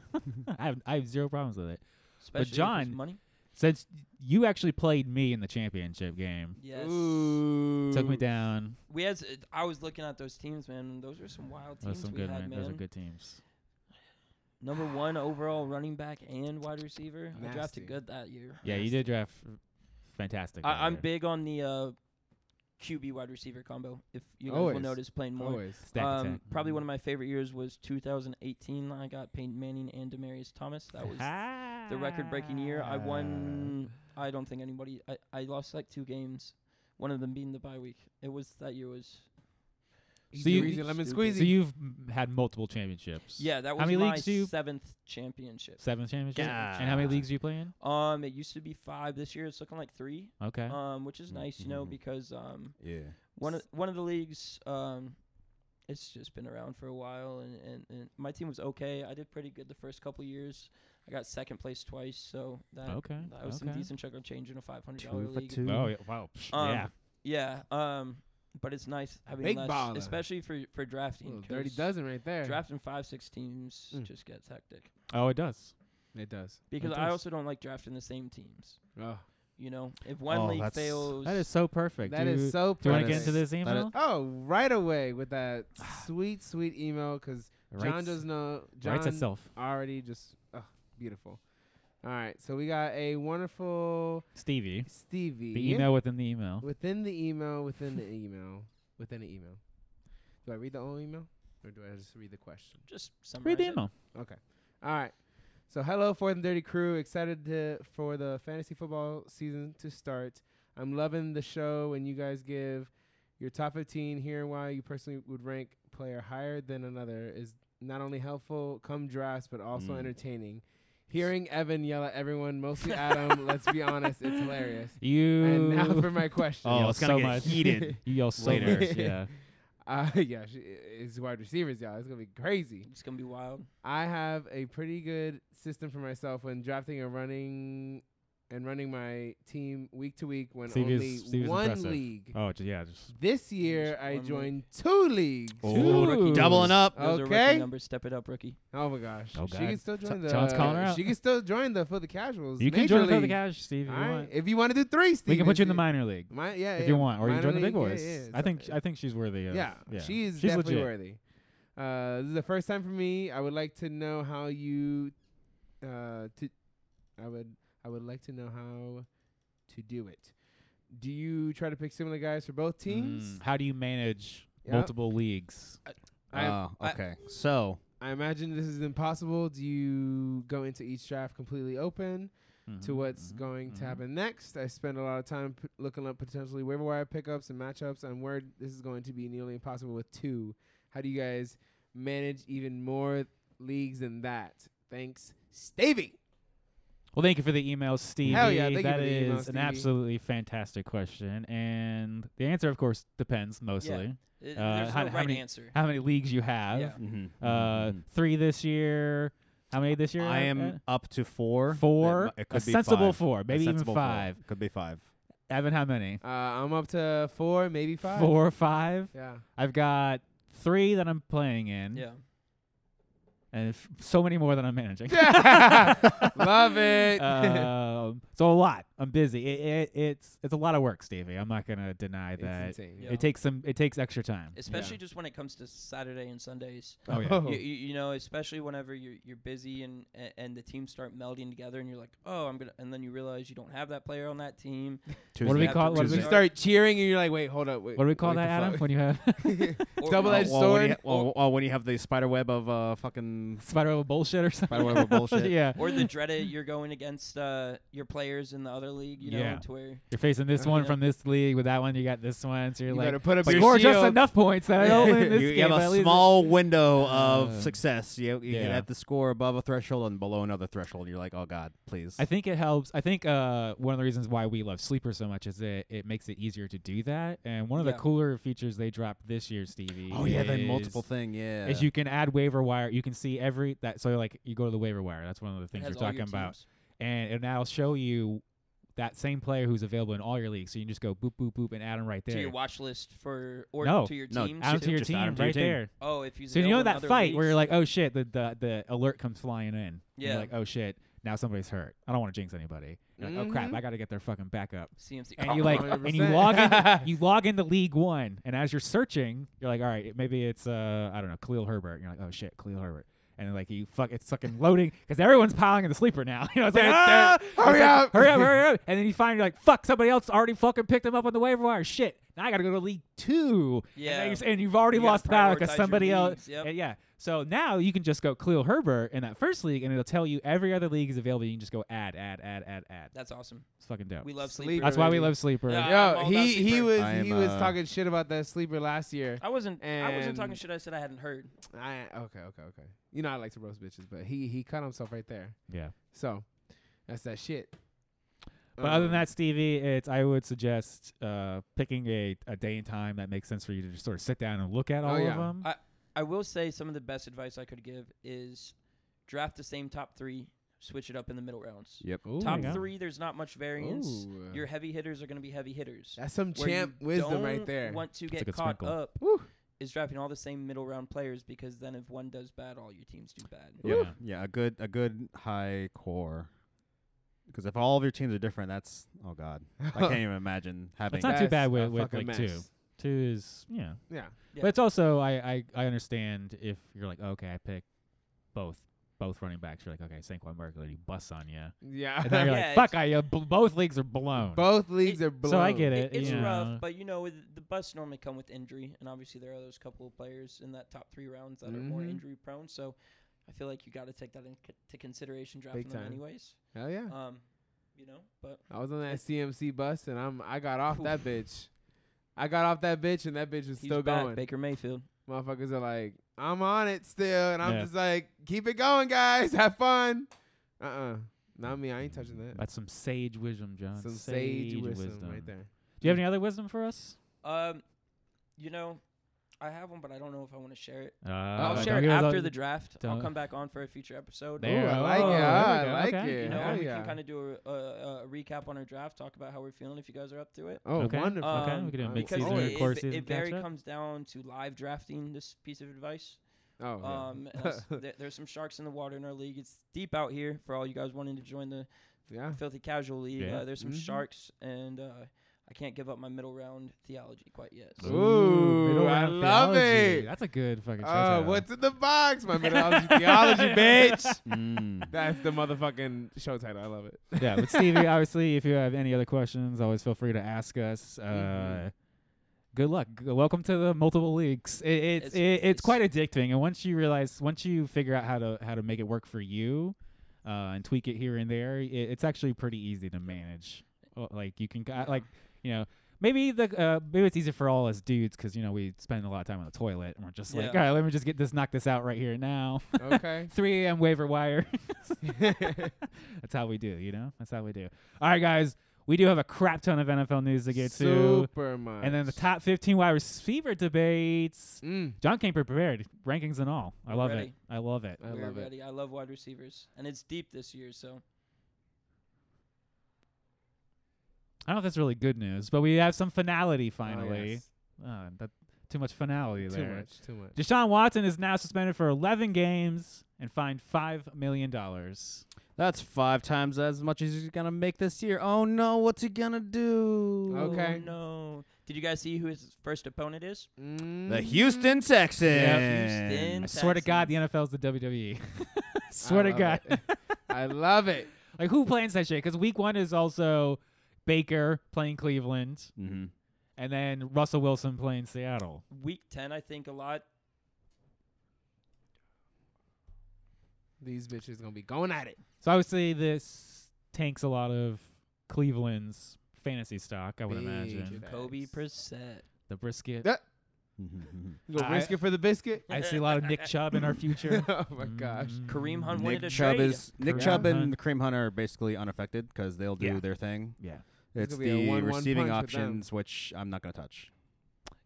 I have I have zero problems with it.
Especially if it's
John-
money.
Since you actually played me in the championship game,
Yes.
Ooh.
took me down.
We had. s- I was looking at those teams, man. Those are some wild
Those
teams
some
we
good.
had,
man.
man.
Those are good teams.
Number one overall running back and wide receiver. I
Nasty.
drafted good that year.
Yeah, you did draft f- fantastic. that
I, I'm
year.
big on the uh, QB wide receiver combo. If you guys
Always.
will notice, playing more.
Always.
Stack
Um,
attack.
probably one of my favorite years was 2018. I got Peyton Manning and Demarius Thomas. That was the record-breaking year. I won. I don't think anybody. I, I lost like two games, one of them being the bye week. It was that year was.
So you-
Breezy lemon
So
Ah. So
squeezy.
you've m- had multiple championships.
Yeah, that
How
was
many
my
leagues do you-
seventh championship.
Seven championships.
God.
And how many leagues do you play in?
Um, it used to be five. This year it's looking like three.
Okay.
Um, which is nice, you know,
Mhm.
because um,
yeah,
one of one of the leagues um, it's just been around for a while, and, and, and my team was okay. I did pretty good the first couple years. I got second place twice, so that
okay.
that was some
okay.
decent chunk of change in a five hundred
Two
dollar
for
league.
two.
Oh yeah. Wow. psh,
Um,
yeah.
Yeah. Um, but it's nice having
Big
less,
baller.
especially for for drafting.
Little Dirty
'cause
dozen right there.
Drafting five six teams
Hmm.
Mm.
just gets hectic
Oh, it does.
It does.
because
It
I
does.
also don't like drafting the same teams.
Oh,
You know, if one
Oh,
league
that's- that
fails,
That is so perfect.
that
do
is
you,
so
Do you want to
That
get
is-
into this
that is-
email?
Oh, right away with that sweet, sweet email because John
Ah. Writes-
does know.
writes
John
itself.
already just ugh, beautiful. All right, so we got a wonderful
Stevie.
Stevie.
The email within the email.
Within the email, within the email, within the email. Do I read the whole email or do I just read the question?
just summarize
Read the
it.
email.
Okay. All right. So, hello, Fourth and Dirty crew. Excited to, for the fantasy football season to start. I'm loving the show, and you guys give your top 15 here and why you personally would rank player higher than another is not only helpful come drafts, but also
Mm.
entertaining. Hearing Evan yell at everyone,
<laughs>
mostly Adam, let's be honest, it's hilarious.
You.
And now
<laughs>
for my question.
Oh,
yell
it's gonna
so
get
much.
<laughs>
heated.
you yell so
Later.
much. Yeah.
Uh, <laughs> yeah, she, it's wide receivers, y'all. It's gonna be crazy.
It's gonna be wild.
I have a pretty good system for myself when drafting and running and running my team week to week when
Steve is-
only
Steve is
one
impressive.
league.
Oh, j- yeah. Just.
This year
Just
I
one
joined two leagues.
Ooh,
Ooh.
doubling up.
Those are
Okay.
rookie numbers. Step it up, rookie.
Oh my gosh.
Oh
she
God.
can still join
Jo-
the
John's calling her out.
She can still join the for the casuals.
You can join
major
for the
league.
cash, Steve. If
All
you
right.
want.
If you want to do three, Steve.
We can put you in the
if-
minor league.
My, yeah,
if
yeah.
you want, or you
minor
join the big
league, yeah,
boys.
yeah, it's
I think
up-
I think she's worthy of.
Yeah,
yeah.
she is
she's
definitely
legit.
worthy. Uh, this is the first time for me. I would like to know how you, uh, to, I would, I would like to know how to do it. Do you try to pick similar guys for both teams?
Mm, how do you manage
Yep.
multiple leagues?
I-
Uh,
Oh,
I-
okay. so
I imagine this is impossible. Do you go into each draft completely open? to what's going
mhm.
to happen next. I spend a lot of time p- looking up potentially waiver wire pickups and matchups and where this is going to be nearly impossible with two. How do you guys manage even more leagues than that? Thanks, Stevie.
Well, thank you for the email, Stevie.
Hell yeah, thank you
That
for the email,
is an
Stevie.
absolutely fantastic question, and the answer, of course, depends mostly
It-
Uh,
there's
how-
no
how
right
many-
answer.
how many leagues you have.
Yeah.
Mm-hmm.
Uh, three this year. How many this year?
I am
Ed?
up to four.
four.
It, mi- it
a
could be
sensible
five.
four,
A
maybe even
sensible four.
five.
Could be five.
Evan, how many?
Uh, I'm up to four, maybe five.
Four or five.
Yeah.
I've got three that I'm playing in,
Yeah.
and f- so many more that I'm managing. <laughs>
Love it. <laughs>
um, so a lot. I'm busy. It, it, it's it's a lot of work, Stevie. I'm not gonna deny
it's
that.
insane.
Yeah.
It takes some. It takes extra time.
Especially just when it comes to Saturday and Sundays.
Oh yeah.
Oh.
You, you, you know, especially whenever you're you're busy and a- and the teams start melding together, and you're like, oh, I'm gonna, and then you realize you don't have that player on
<laughs>
that team,
Tuesday.
What do we
Tuesday.
call? What do
you
we,
Tuesday.
start cheering and you're like, wait, hold up. Wait,
what do we call
wait
that,
the
Adam?
fuck.
When you have <laughs>
Or-
Well,
Double-edged
or-
well, when
sword.
you ha- well, well, when you have the spider web of uh, fucking
spider web bullshit or something.
spider web of <laughs>
<laughs>
bullshit.
yeah.
Or the dreaded you're going against uh, your players in the other league, you know,
Yeah.
to where
You're facing this
Uh,
one
yeah.
from this league with that one. You got this one. So you're
You
like,
better put up
But
your
score just
shield.
enough points that I don't win
<laughs>
this
you, you
game. but at
have a
least
small window of
Uh,
success. You, you
yeah.
have to score above a threshold and below another threshold. You're like, oh god, please.
I think it helps. I think uh, one of the reasons why we love Sleeper so much is that it makes it easier to do that. And one of the
Yeah.
cooler features they dropped this year, Stevie.
oh yeah, the multiple
is-
thing. Yeah.
Is you can add waiver wire. You can see every that. So like you go to the waiver wire. That's one of the
it
things
has
you're
all your
talking about.
teams.
And it'll now show you that same player who's available in all your leagues. So you can just go boop boop boop and add him right there.
to your watch list for or
No.
to your
No,
teams.
add him
too.
to your
Just add
team
'em to your
right
team.
there.
oh, if you
So you know that fight where you're like, oh shit, the, the the alert comes flying in. Yeah.
Yeah.
You're like, oh shit, now somebody's hurt. I don't want to jinx anybody. You're like, oh crap,
Mm-hmm.
Mhm.
I got to get their fucking back up.
CMC <laughs>
And you like, and you
100%.
log in, you log into League One, and as you're searching, you're like, all right, maybe it's uh, I don't know, Khalil Herbert. And you're like, oh shit, Khalil Herbert. And then, like you fuck, it's fucking loading because everyone's piling in the sleeper now. <laughs> you know, it's like, ah! It's
Hurry
like,
up.
hurry up,
<laughs>
hurry up. And then you find you're like, fuck, somebody else already fucking picked him up on the waiver wire. Shit, now I gotta go to League Two.
yeah.
And, you, and you've already
You gotta
lost the battle
prioritize
because
your
somebody else.
leagues, yep.
and yeah. So now you can just go Cleo Herbert in that first league, and it'll tell you every other league is available. You can just go add, add, add, add, add.
That's awesome.
It's fucking dope.
We love
Sleep.
sleep.
That's why we
Baby.
love Sleeper.
Yeah. I'm
Yo,
all about
he he
sleeper.
was
I am,
he was
uh,
talking shit about that sleeper last year.
I wasn't. I wasn't talking
And-
shit. I said I hadn't heard.
I okay, okay, okay. You know I like to roast bitches, but he he cut himself right there.
Yeah.
So that's that shit.
But other
Um,
than that, Stevie, it's I would suggest uh, picking a, a day and time that makes sense for you to just sort of sit down and look at
Oh,
all
yeah.
of them.
I will say some of the best advice I could give is draft the same top three, switch it up in the middle rounds.
Yep.
Um, Ooh.
top
yeah.
three, there's not much variance.
Ooh.
Your heavy hitters are going to be heavy hitters.
that's some
Where you
champ wisdom right
don't
<laughs>
there.
Want to
a
get
good
caught
sprinkle.
up
Woo.
is drafting all the same middle round players because then if one does bad, all your teams do bad.
Yeah.
Woo.
Yeah. A good a good high core. Because if all of your teams are different, that's oh god, I
<laughs>
can't even imagine having.
It's not too
That's
bad
a
with, with
fucking
like two.
mess.
Two is yeah.
Yeah.
Yeah.
But it's also I, I I understand if you're like okay, I pick both both running backs. You're like okay, Saquon Barkley busts on you.
Yeah.
And then you're
<laughs> Yeah,
like, fuck, I, uh, bl- both leagues are blown.
<laughs> Both leagues
It-
are blown.
So I get
It-
it.
it's
you know.
rough, but you know with- the busts normally come with injury, and obviously there are those couple of players in that top three rounds that are more
Mhm.
injury prone. So I feel like you got to take that into consideration drafting them
time.
anyways.
Hell yeah.
Um, you know, but
I was on that CMC bus and I'm I got off
Oof. <laughs>
that bitch. I got off that bitch and that bitch was
he's
still
back,
going.
Baker Mayfield.
Motherfuckers are like, I'm on it still, and I'm
Yeah.
just like, keep it going, guys. <laughs> Have fun. Uh uh Not me. I ain't touching that.
That's some sage wisdom, John.
Some sage wisdom, right there.
Do you have any other wisdom for us?
Um, you know, I have one, but I don't know if I want to share it.
Uh,
I'll
don't
share it
give us
after
all-
the draft. I'll
don't-
come back on for a future episode.
There.
Ooh, I like
Oh,
it.
there we
I
go.
like
Okay.
it.
You know,
Hell
we
yeah.
can kind of do a, a, a recap on our draft, talk about how we're feeling if you guys are up to it.
oh,
Okay.
wonderful.
Okay,
we can do a
Oh,
mixed
Um, Because
Season
it,
and
it-
core
it,
season
very
catch-up?
comes down to live drafting. This piece of advice.
Oh, yeah. <laughs>
Um, and that's- there, there's some sharks in the water in our league. It's deep out here for all you guys wanting to join the
Ah. yeah.
filthy casual league.
Yeah.
Uh, there's some
Mhm.
sharks, and uh, I can't give up my middle round theology quite yet. So.
Ooh, Ooh, I
middle-round
love
theology.
it.
That's a good fucking show.
Uh,
title.
what's in the box? My methodology theology, bitch.
<laughs> Mm.
That's the motherfucking show title. I love it.
<laughs> yeah, but Stevie, obviously, if you have any other questions, always feel free to ask us. Uh,
Mm-hmm.
Mhm.
Good luck. G- Welcome to the multiple leagues. It, it's
It's-
it, it's
it's-
quite addicting, and once you realize, once you figure out how to how to make it work for you, uh, uh, and tweak it here and there. It, it's actually pretty easy to manage. Uh, Like you can, ki- like you know, maybe the uh, maybe it's easier for all us dudes because you know we spend a lot of time on the toilet and we're just like, all
Yeah.
right, let me just get this, knock this out right here now.
Okay.
3 a.m. waiver
<laughs>
wire. That's how we do, you know. That's how we do. All right, guys, we do have a crap ton of NFL news <laughs> to get to,
Super much.
and then the top 15 wide receiver debates.
Mm.
John came prepared, rankings and all. I
We're
love it.
ready.
I love it.
I
We're
love it.
ready. I love wide receivers, and it's deep this year. So
I don't know if that's really good news, but we have some finality
Oh,
finally.
yes.
Uh, that, too much finality
Too
there.
much. Too much.
Deshaun Watson is now suspended for 11 games and fined five million dollars.
That's five times as much as he's gonna make this year. Oh no, what's he gonna do?
Oh, Okay.
no, did you guys see who his first opponent is?
Mm.
The Houston Texans.
Houston.
I swear to God, the NFL is the <laughs> WWE. swear to
love
God,
<laughs> it. I love it.
like who plans that shit? Because Week One is also Baker playing Cleveland,
Mm-hmm.
and then Russell Wilson playing Seattle.
Week ten, I think a lot.
These bitches gonna be going at it.
So I would say this tanks a lot of Cleveland's fantasy stock. I would
Big
imagine
effect.
Kobe
Facts.
Brissett.
the
<laughs>
brisket.
mm-hmm,
You gonna
I-
risk it for the biscuit?
I see a lot of Nick Chubb in our future.
<laughs>
Mm.
oh my gosh.
Kareem Hunt wanted
Nick
to
Chubb
trade.
is Nick
Kareem
Chubb and
Hunt.
Kareem Hunter are basically unaffected because they'll do
Yeah.
their thing.
Yeah.
It's
It's
gonna be a
the
one-one
receiving
punch with them.
options which I'm not gonna touch.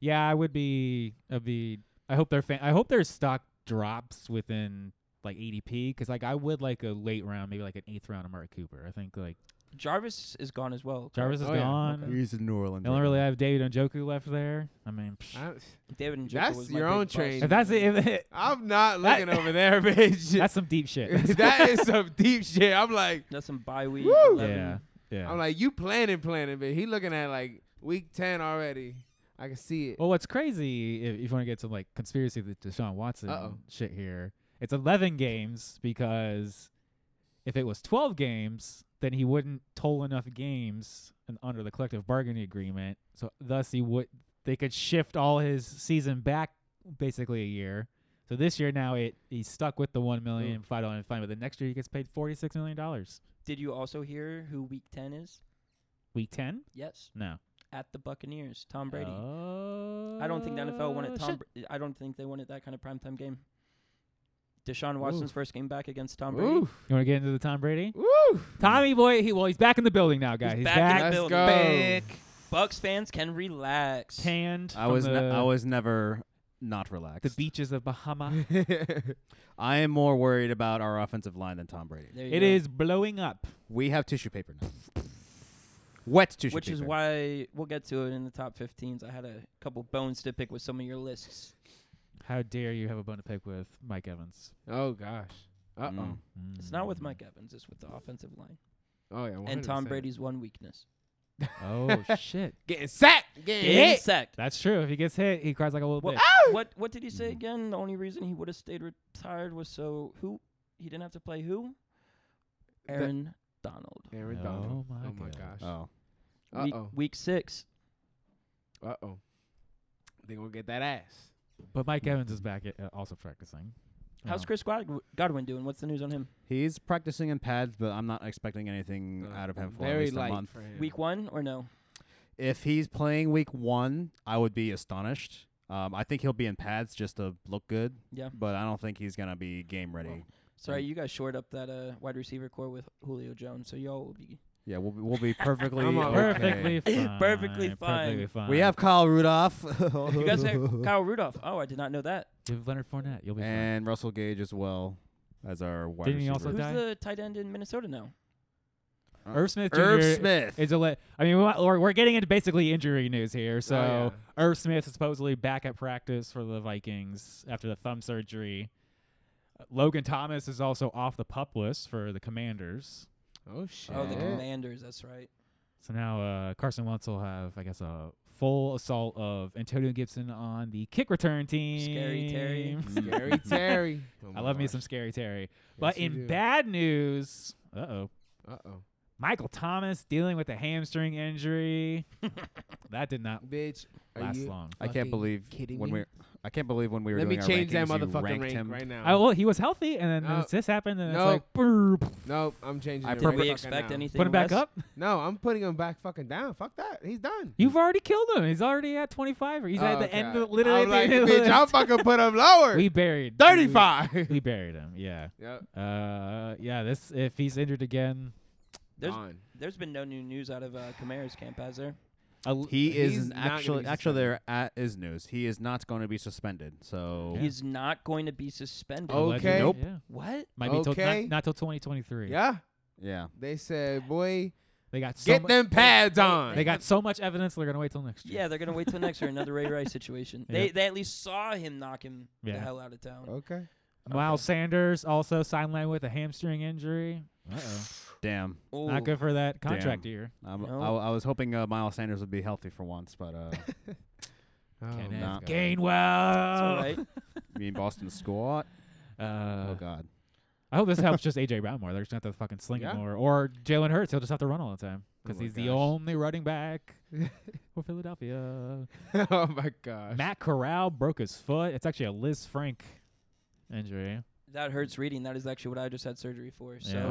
Yeah, I would be. I'd be. I hope their fan. I hope their stock drops within like ADP because like I would like a late round, maybe like an eighth round of Mark Cooper. I think like
Jarvis is gone as well.
Jarvis is
Oh, yeah,
gone.
okay.
He's in New Orleans.
They only really have David Njoku left there. I mean, psh.
I,
David and
That's
was my
your
big
own
bust.
train.
if that's it,
<laughs>
if,
I'm not
That-
looking over there, <laughs> bitch.
that's some deep shit.
<laughs> that is some deep shit. I'm like,
That's some bye week.
<laughs>
Woo!
11.
yeah, yeah.
I'm like, you planning, planning, but he looking at like week ten already. I can see it.
Well, what's crazy if, if you want to get some like conspiracy with Deshaun Watson
Uh-oh.
shit here, it's 11 games because if it was 12 games, then he wouldn't toll enough games and under the collective bargaining agreement. So thus he would they could shift all his season back basically a year. So this year now it he's stuck with the one million five dollar fine, but the next year he gets paid forty six million dollars.
Did you also hear who week ten is?
Week ten?
Yes,
No.
at the Buccaneers, Tom Brady.
Oh,
I don't think the NFL wanted Tom.
shit.
Br- I don't think they wanted that kind of primetime game. Deshaun Watson's
Oof.
first game back against Tom Brady.
Woo,
You want to get into the Tom Brady?
woo.
Tommy boy, he well, he's back in the building now, guys.
He's
He's,
back in the
back,
Let's
building.
go.
Bucks fans can
<laughs>
relax.
tanned.
I
from
was
the,
ne- I was never not relaxed.
the beaches of Bahama.
I am more worried about our offensive line than Tom Brady.
There you
it
go.
is blowing up.
We have tissue paper now. Wet tissue
which
paper.
is why we'll get to it in the top 15s. I had a couple bones to pick with some of your lists.
How dare you have a bone to pick with Mike Evans?
<laughs> Oh gosh. Uh oh.
Mm.
It's not with Mike Evans; it's with the offensive line
Oh yeah.
and Tom
100%.
Brady's one weakness:
Oh shit,
getting sacked. Getting
getting
hit.
sacked.
that's true. If he gets hit, he cries like a little
Well,
bitch.
What What did he say
Mhm.
again? The only reason he would have stayed retired was so who he didn't have to play who
The-
Aaron Donald.
Aaron
Oh,
Donald.
my
oh my
God.
gosh.
Oh.
Uh
Week,
oh.
week six.
Uh oh. They gonna get that ass.
But Mike Evans is back at, uh, also practicing.
How's
Oh.
Chris Godwin Godwin doing? What's the news on him?
He's practicing in pads, but I'm not expecting anything
Uh,
Mm, out of him for at
very
least a
light
month.
for him.
Week one or no?
If he's playing week one, I would be astonished. Um, I think he'll be in pads just to look good,
Yeah.
but I don't think he's gonna be game ready.
Sorry, you guys shored up that uh, wide receiver core with Julio Jones, so y'all
<laughs>
will be.
yeah, we'll be, we'll be perfectly
I'm all
<laughs>
okay.
Perfectly fine.
Perfectly
Perfectly fine.
We have Kyle Rudolph.
<laughs>
You
<laughs>
guys have Kyle Rudolph. Oh, I did not know that.
You have Leonard Fournette. You'll be fine.
and Russell Gage as well as our wide
Didn't he
receiver. Uh,
also
Who's
die?
the tight end in Minnesota now?
Irv Smith Jr.
Irv Smith.
is a. Le- I mean, we want- we're we're getting into basically injury news here. So. Irv Smith is supposedly back at practice for the Vikings after the thumb surgery. Uh, Logan Thomas is also off the pup list for the Commanders.
oh shit.
Oh, the
Yeah.
Commanders. That's right.
So now uh, Carson Wentz will have, I guess, a full assault of Antonio Gibson on the kick return team.
Scary Terry.
<laughs>
Scary Terry.
I love me some Scary Terry. But in bad news, uh oh,
Uh oh.
Michael Thomas dealing with a hamstring injury. that did not
Bitch, are
last
you
long.
I can't
fucking
believe
kidding
when
me?
we I can't believe when we were
Let me
doing
change
our
that
rankings, you
motherfucking
ranked
rank
him.
right now.
Oh, well, he was healthy, and then
No.
this- this happened, and
No.
it's like, boop,
No, I'm changing.
I
it
Did
Perfect.
we
fucking
expect
now.
anything?
put him back
less?
up.
No, I'm putting him back fucking down. Fuck that. He's done.
You've already killed him. He's already at 25. Or he's at
Oh,
the end,
God.
of, literally
I'm
at the
like,
end of the
bitch,
<laughs>
I'll
list.
fucking put him
<laughs>
lower.
We buried. we-
35.
We buried him. Yeah.
yep.
Uh. Yeah. This. If he's injured again,
There's
Gone.
there's been no new news out of uh, Kamara's camp, has there?
a,
He
He's
is
not gonna
actually
be
actually there at is news. He is not going to be suspended. So
He's not going to be suspended.
Okay.
allegedly-
Nope.
yeah.
What?
Might be till,
Okay.
not, not till 2023.
Yeah.
yeah,
They said, boy,
They got so
get
mu-
them pads on.
They got so much evidence. They're gonna wait till next year.
Yeah, they're gonna wait till next year. Another Ray Rice situation.
Yeah.
They they at least saw him knock him
Yeah.
the hell out of town.
Okay.
Miles Sanders also sidelined with a hamstring injury. Uh oh.
damn.
Oh,
Not good for that contract
Damn.
year.
I'm,
No.
I, I was hoping uh, Miles Sanders would be healthy for once, but uh,
Oh,
Kenneth
no.
It's all
Gainwell.
right.
I mean Boston squat.
Uh,
oh God.
I hope this helps just AJ Brown more. They're just gonna have to fucking sling
Yeah.
him more, or Jalen Hurts. He'll just have to run all the time because
Oh my
he's the
gosh.
only running back <laughs> for Philadelphia.
<laughs> oh my gosh.
Matt Corral broke his foot. It's actually a Liz Frank injury.
That hurts reading. That is actually what I just had surgery for. So
Yeah.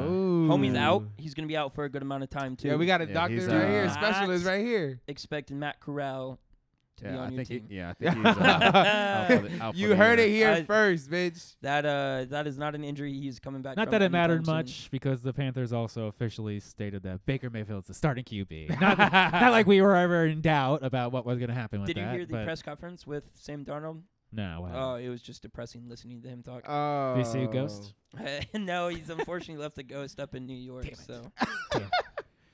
homie's out. He's gonna be out for a good amount of time too.
Yeah, we got a
Yeah,
doctor
he's,
right here, a
uh,
specialist right here.
expecting Matt Corral to be
Yeah,
on
I
your
think he,
team.
yeah, I think he's uh, out
<laughs>
for the, out for
You
the uh,
heard
year.
it here
I-
first, bitch.
That uh, that is not an injury he's coming back.
Not
from
that it
anytime
mattered
soon.
much because the Panthers also officially stated that Baker Mayfield's the starting QB. not, not like we were ever in doubt about what was going to happen with
Did
that.
you hear the
but
press conference with Sam Darnold?
No. what
Oh,
happened?
it was just depressing listening to him talk. <laughs>
Oh.
Did you see a ghost?
no, he's unfortunately left a ghost up in New York.
Damn it.
So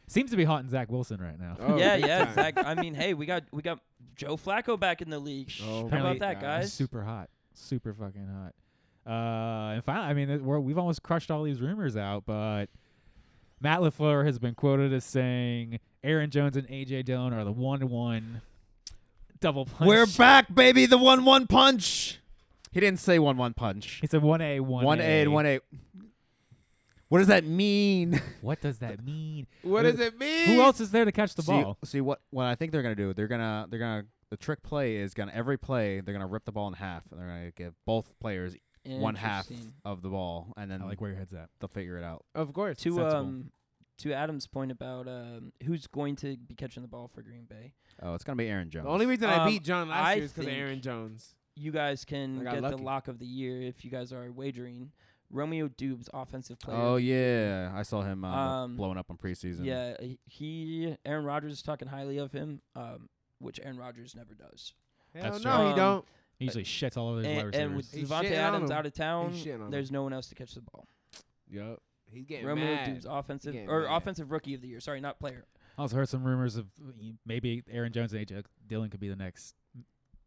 Seems to be haunting Zach Wilson right now.
Oh,
yeah,
big
yeah,
time.
Zach. I mean, hey, we got we got Joe Flacco back in the league.
Oh
my
How about that,
gosh.
guys?
Super hot. Super fucking hot. Uh, and finally, I mean, it, we're, we've almost crushed all these rumors out, but Matt LaFleur has been quoted as saying Aaron Jones and A.J. Dillon are the one one double punch.
<laughs> We're
<laughs>
back, baby. The one-one punch. He didn't say one-one punch.
He said 1A, 1A.
One A and one A. What does that mean?
What does that
<laughs>
mean?
What does it mean?
Who else is there to catch the
see, uh,
ball?
see what what I think they're gonna do. They're gonna they're gonna the trick play is gonna every play they're gonna rip the ball in half and they're gonna give both players one half
Interesting.
of the ball and then
where your head's at.
they'll figure it out.
Of course.
To
Sensible.
um, to Adam's point about um, who's going to be catching the ball for Green Bay,
Oh, it's gonna be Aaron Jones.
The only reason I
Um,
beat John last
I
year is because of
think-
Aaron Jones.
you guys
I
can
got
get the
lucky.
lock of the year if you guys are wagering. Romeo Dubes, offensive player.
oh yeah, I saw him uh,
Um,
blowing up on preseason.
Yeah, he- he Aaron Rodgers is talking highly of him, um, which Aaron Rodgers never does.
Hell
That's
no,
true.
he
Um,
don't.
He usually shits all over his wide
And, and with
receivers.
He's
Devontae
shitting on
Adams
him.
out of town,
He's shitting on
there's no one else to catch the ball.
Yep. He's getting
Romeo
mad.
Dubes, offensive
getting
or
mad.
offensive rookie of the year. Sorry, not player.
also heard some rumors of y- maybe Aaron Jones and A.J. Dillon could be the next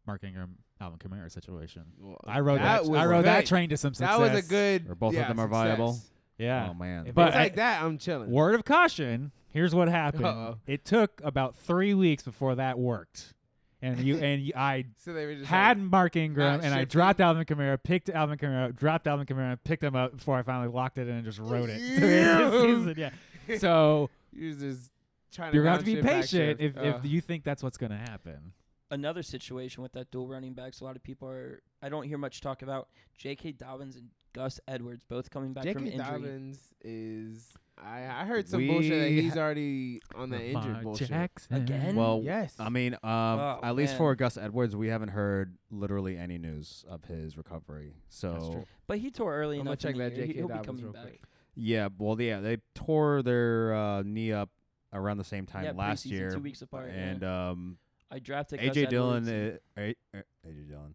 Mark Ingram, Alvin Kamara situation.
Well,
I rode
that
that.
was
I rode that
good.
train to some success.
That was a good.
Or both of
yeah,
them are
success.
viable.
Yeah.
Oh man.
If
But
But
it's
I-
like that, I'm chilling.
Word of caution. Here's what happened.
Uh-oh.
It took about three weeks before that worked, and you and you, I
So they were <laughs> just
had
like,
Mark Ingram,
not
and I
shipping.
dropped Alvin Kamara, picked Alvin Kamara, dropped Alvin Kamara, and picked him up before I finally locked it in and just wrote it. <laughs> to end the season.
<laughs>
Yeah. So
you're just trying
you're gonna have to
round
be
shit back
patient if,
shift. Uh,
if you think that's what's gonna happen.
Another situation with that dual running backs. A lot of people are. I don't hear much talk about J.K. Dobbins and Gus Edwards both coming back from
J.K.
injury.
Dobbins is. I, I heard some
We
bullshit that he's
ha-
already on the injured
Lamar
bullshit.
Jackson.
Again?
Well,
Yes.
I mean, um,
Oh,
at least for
man.
Gus Edwards, we haven't heard literally any news of his recovery.
That's
So
true.
But he tore early
I'm gonna
enough.
check
in the
that
year.
J.K.
He- He'll be
Dobbins
coming
real
back.
quick.
yeah, well, yeah, they tore their uh, knee up around the same time
yeah,
last
preseason,
year,
two weeks apart. yeah.
and um,
I drafted Gus
AJ Dillon,
Edwards and
uh, A- uh, AJ Dillon,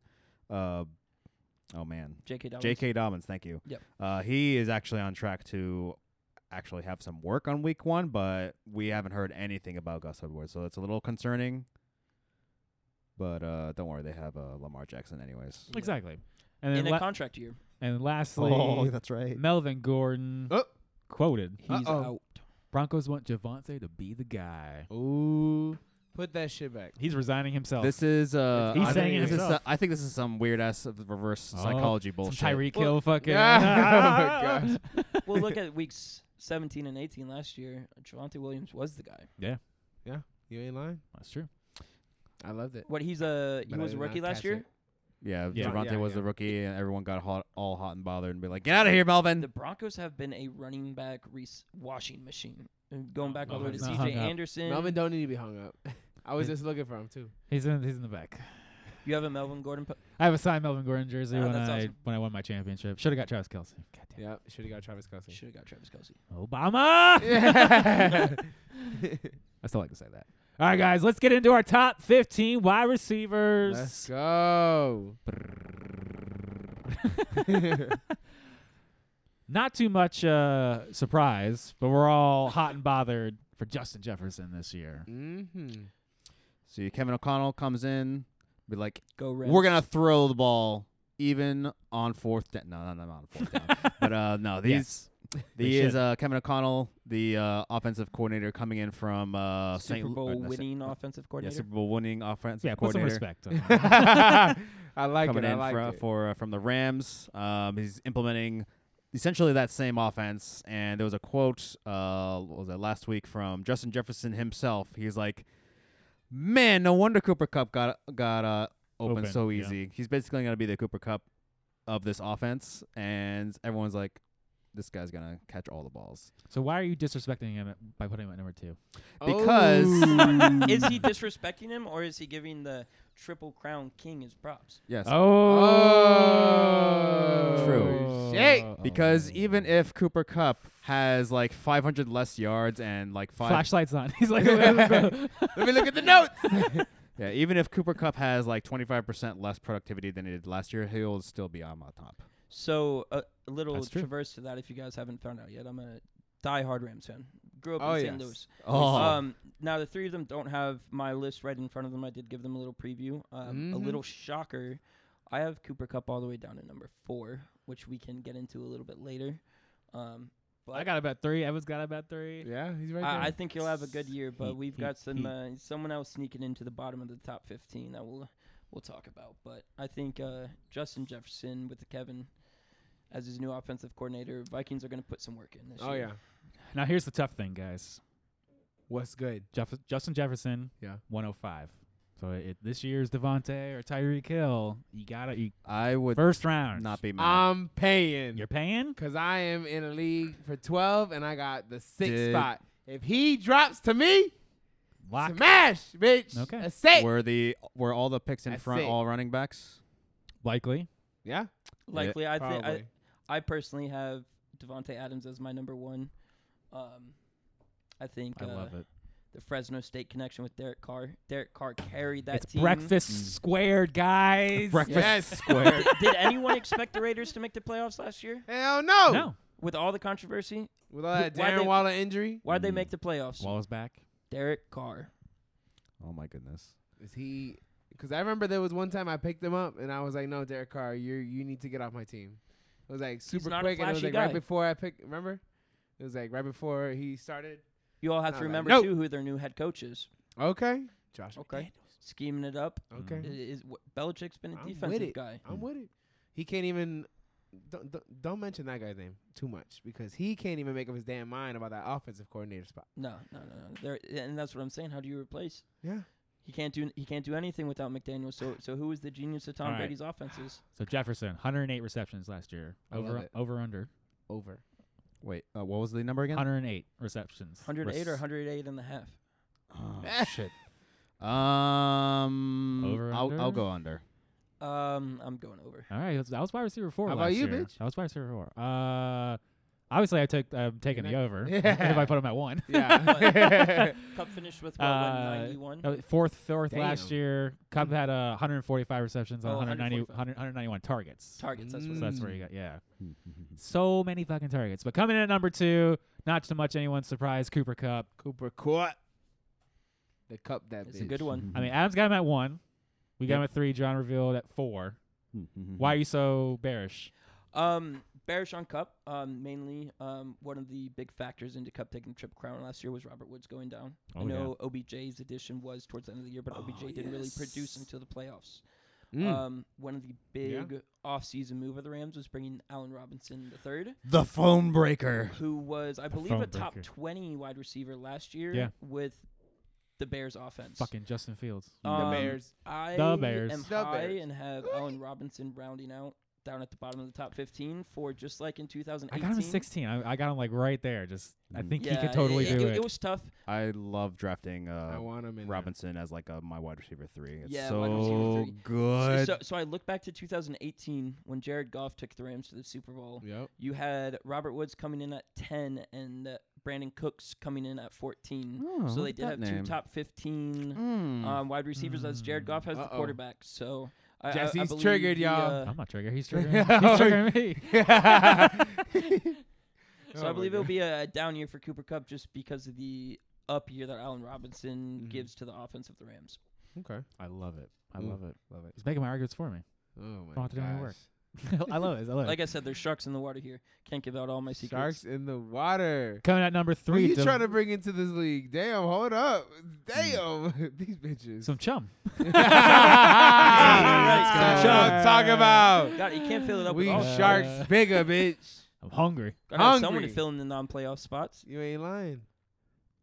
uh, oh man,
J.K. Dobbins.
J.K. Dobbins, thank you.
Yep.
Uh, he is actually on track to actually have some work on week one, but we haven't heard anything about Gus Edwards, so it's a little concerning. But uh, don't worry, they have uh, Lamar Jackson anyways.
Exactly. And then
in a
la-
contract year.
and lastly,
Oh, that's right.
Melvin Gordon
Oh.
quoted
He's
Uh-oh.
out.
Broncos want Javante to be the guy.
Ooh, put that shit back.
He's resigning himself.
This is uh,
He's
I
saying it
think this is,
himself.
uh, I think this is some weird ass of reverse
Oh,
psychology
Some
bullshit.
Tyreek <laughs>
Well-
Hill fucking.
Yeah. Oh, my gosh.
well, look at weeks 17 and 18 last year, Javante Williams was the guy.
You ain't lying.
That's true.
I loved it.
What he's a he
But I
was a
did not
rookie last
catch
year.
it.
Yeah,
Yeah.
Javante
Yeah,
was
yeah.
the rookie, and everyone got hot, all hot and bothered, and be like, "Get out of here, Melvin!"
The Broncos have been a running back re- washing machine, And going
No,
back all the way to
Melvin's not
C.J.
hung up.
Anderson.
Melvin don't need to be hung up. <laughs> I was
Hey.
just looking for him too.
He's in. He's in the back.
You have a Melvin Gordon. Po-
I have a signed Melvin Gordon jersey
Ah,
Oh,
when
that's
I
awesome.
when I won my championship. Should have got Travis Kelsey. God damn.
Yeah, should have got Travis Kelsey.
Should have got Travis Kelsey.
Obama. <laughs> I still like to say that. All right, guys, let's get into our top 15 wide receivers.
<laughs> Let's go.
Not too much uh, surprise, but we're all hot and bothered for Justin Jefferson this year.
mm-hmm. <laughs>
See, Kevin O'Connell comes in, be like,
Go Reds.
"We're gonna throw the ball even on fourth down." No, no, no, not on fourth down.
<laughs>
But uh, no, these
Yes. They
He is
should.
uh, Kevin O'Connell, the uh, offensive coordinator coming in from uh,
Super
Saint
Bowl
uh, no, Saint-
winning offensive
Yeah,
coordinator.
Super Bowl winning offensive
Yeah, put some
coordinator
respect on
<laughs>
him.
I like
coming
it. I
in
like
for,
it.
for, uh, from the Rams. Um, he's implementing essentially that same offense. And there was a quote, uh, what was that last week from Justin Jefferson himself? He's like, "Man, no wonder Cooper Cup got got uh, open,
Open,
so
yeah.
easy. He's basically gonna be the Cooper Cup of this offense." And everyone's like, "This guy's gonna catch all the balls."
so why are you disrespecting him at- by putting him at number two?
because-
Oh.
<laughs> is he disrespecting him or is he giving the triple crown king his props?
Yes.
Oh,
True.
Shit. Oh.
Because even if Cooper Cup has like 500 less yards and like five,
flashlights on, <laughs> he's
<laughs>
like,
let me look at the notes.
yeah, even if Cooper Cup has like 25% less productivity than he did last year, he'll still be on my top.
So a, a little
That's true.
traverse to that if you guys haven't found out yet. I'm a diehard Rams fan. Grew up
Oh,
in
yes.
St. Louis.
Oh,
Um, now the three of them don't have my list right in front of them. I did give them a little preview. Um, A
Mm-hmm.
Mhm.
little shocker. I have Cooper Cup all the way down to number four, which we can get into a little bit later. Um, but
<laughs> I got about three. Evan's got about three.
<laughs> yeah, he's right there.
I, I think he'll have a good year, but
He-
we've
he-
got some
he-
uh, someone else sneaking into the bottom of the top 15 that we'll we'll talk about. But I think uh, Justin Jefferson with the Kevin as his new offensive coordinator, Vikings are going to put some work in this
oh
year.
yeah.
Now here's the tough thing, guys.
What's good?
Jeff- Justin Jefferson,
Yeah.
105. So it, this year's Devontae or Tyreek Hill. You gotta you
I would
first round.
not
Um,
be mad.
I'm paying.
You're paying.
Cause I am in a league for 12 and I got the sixth
Did-
spot. If he drops to me,
Lock.
smash, bitch.
Okay.
A set.
were the were all the picks in
I
front
see.
all running backs?
Likely.
Yeah.
Likely, I think
Probably.
I, I personally have Devonte Adams as my number one. Um, I think
I
uh,
love it.
the Fresno State connection with Derek Carr. Derek Carr carried that
It's
team.
breakfast
Mm.
squared, guys.
Breakfast
Yes.
square.
Did anyone expect the Raiders to make the playoffs last year
<laughs> Hell no.
No.
with all the controversy?
With all that
Why'd
Darren
they-
Waller injury,
Why'd they
Mm.
make the playoffs?
Wallace back.
Derek Carr.
oh my goodness.
is he? Because I remember there was one time I picked him up and I was like, "No, Derek Carr, you you need to get off my team." It was like super
not a
quick and it was
flashy
like right
guy.
before I picked. Remember? It was like right before he started.
You all have
I was
to
like,
remember
"Nope."
too who their new head coach is.
Okay. Josh.
Okay. Scheming it up.
McDaniels. Okay.
I-
Mm.
Is, wh- Belichick's been a
Mm-hmm. I'm with
defensive
it.
guy.
I'm with it. He can't even. Don't, don't don't mention that guy's name too much because he can't even make up his damn mind about that offensive coordinator spot.
No, no, no, no. There, and that's what I'm saying. How do you replace?
Yeah.
He can't do he can't do anything without McDaniel. So so who is the genius of Tom
All right.
Brady's offenses?
So Jefferson, 108 receptions last year.
I love
over
it.
over under.
Over.
Wait, uh, what was the number again?
108 receptions.
108 or
Res-
108 and a half.
Oh,
<laughs>
shit. Um,
Over,
I'll, I'll
under?
go under.
Um, I'm going
<laughs>
over.
All right, that's- that was wide receiver four.
How about
last
you,
year.
bitch?
That was wide receiver four. Uh, obviously I took I'm taking the
Yeah. <laughs>
over. if I put him at one.
<laughs>
Yeah.
Cup finished with what, one,
Uh,
91.
Uh, fourth, fourth last
Damn.
year. Cup had uh, 145 receptions on
Oh,
190,
145.
100 191 targets.
targets. That's
so
Mm.
what. it is.
that's where you got, yeah. So many fucking targets. But coming in at number two, not too much anyone's surprise, Cooper Cup.
Cooper caught the cup that
It's
bitch.
a good one.
I mean, Adams got him at one. We got him at three. John revealed at
Mm-hmm.
four.
<laughs>
Why are you so bearish?
Um, bearish on Cup. Um, mainly. Um, one of the big factors into Cup taking the trip crown last year was Robert Woods going down. I
Oh, yeah.
know OBJ's addition was towards the end of the year, but
Oh,
OBJ didn't really produce
yes.
until the playoffs.
Hmm.
Mm.
Um, one of the big off-season move of the Rams was bringing Allen Robinson the third,
The phone breaker.
who was, I believe,
Er. phone
a top
breaker.
twenty wide receiver last year
Yeah.
with the Bears offense.
Fucking Justin Fields.
Um,
Bears.
I
The Bears.
am
The
high
Bears.
and have Allen Robinson rounding out down at the bottom of the top 15 for just like in 2018.
I got him at 16. I, I got him like right there. Just I
Mm.
think
Yeah,
he could totally
it,
do
it.
it.
was tough.
I love drafting
I
uh,
want him in there.
Robinson as like a, my wide receiver three. It's
Yeah,
so
wide receiver three. So,
good.
so, so I look back to 2018 when Jared Goff took the Rams to the Super Bowl. <laughs>
Yep.
You had Robert Woods coming in at 10 and uh, Brandon Cooks coming in at 14.
Oh,
so they
look
did
at
have
that name.
two top 15
Mm.
um, wide receivers as Jared Goff has the
Uh-oh.
quarterback. So I, I- I
Jesse's
believe
triggered,
the,
y'all.
uh,
I'm not triggering. He's
<laughs>
triggering. he's triggering me.
So
Oh,
I believe it'll be a down year for Cooper Cup just because of the up year that Allen Robinson
Mhm.
gives to the offense of the Rams.
Okay.
I love it. I
Mm.
love it.
Love it.
He's making my arguments for me. <laughs>
Oh my
Don't have to do any
gosh.
work. I love it. I love it.
Like I said, there's sharks in the water here. Can't give out all my secrets.
Sharks in the water.
Coming at number
Who
three,
you
the-
trying to bring into this league? Damn, hold up. Damn, <laughs> these bitches.
some <laughs> chum.
let's go.
That's what I'm talking about.
God, you can't fill it up
We
with all
Uh,
sharks.
sharks bigger, bitch.
I'm hungry.
Gotta have someone to
hungry.
fill in the non-playoff spots.
You ain't lying.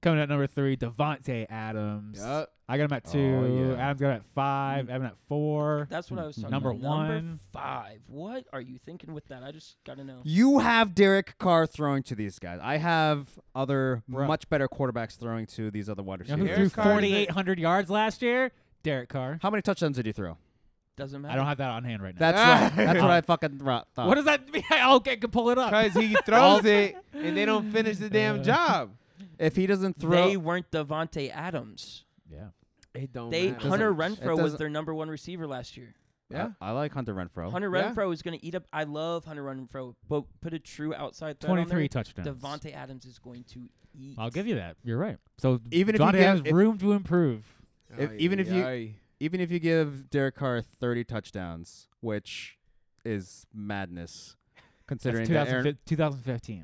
Coming at number three, Devonte Adams.
Yup.
I got him at
Oh,
two.
yeah.
Adams got him at five. Evan at four.
That's what I was talking
Number
about.
one.
Number five. What are you thinking with that? I just gotta know.
You have Derek Carr throwing to these guys. I have other
Bruh.
much better quarterbacks throwing to these other wide
You know who
receivers.
Derek
threw
Carr is a-
4,800 yards last year? Derek Carr.
How many touchdowns did you throw?
Doesn't matter.
I don't have that on hand right now.
That's what, that's
<laughs>
what I fucking ro-
uh,
thought.
what does that <laughs> mean? okay, can pull it up.
Because he throws it and they don't finish the damn job.
if he doesn't throw?
They weren't Devonte Adams.
Yeah.
It don't
They
matter.
Hunter
Doesn't- it
Renfro was
doesn't- Oh,
their number one receiver last year.
Yeah.
I, I like Hunter Renfro.
Hunter
Yeah.
Renfro is gonna eat up. I love Hunter Renfro, but put a true outside threat on there.
23 touchdowns.
Devonte Adams is going to eat.
I'll give you that. You're right. So
Even if you
Devontae
give-
Adams
if-
room to improve.
If- even if you- Even if you give Derek Carr 30 touchdowns, which is madness,
That's
considering that Aaron,
2015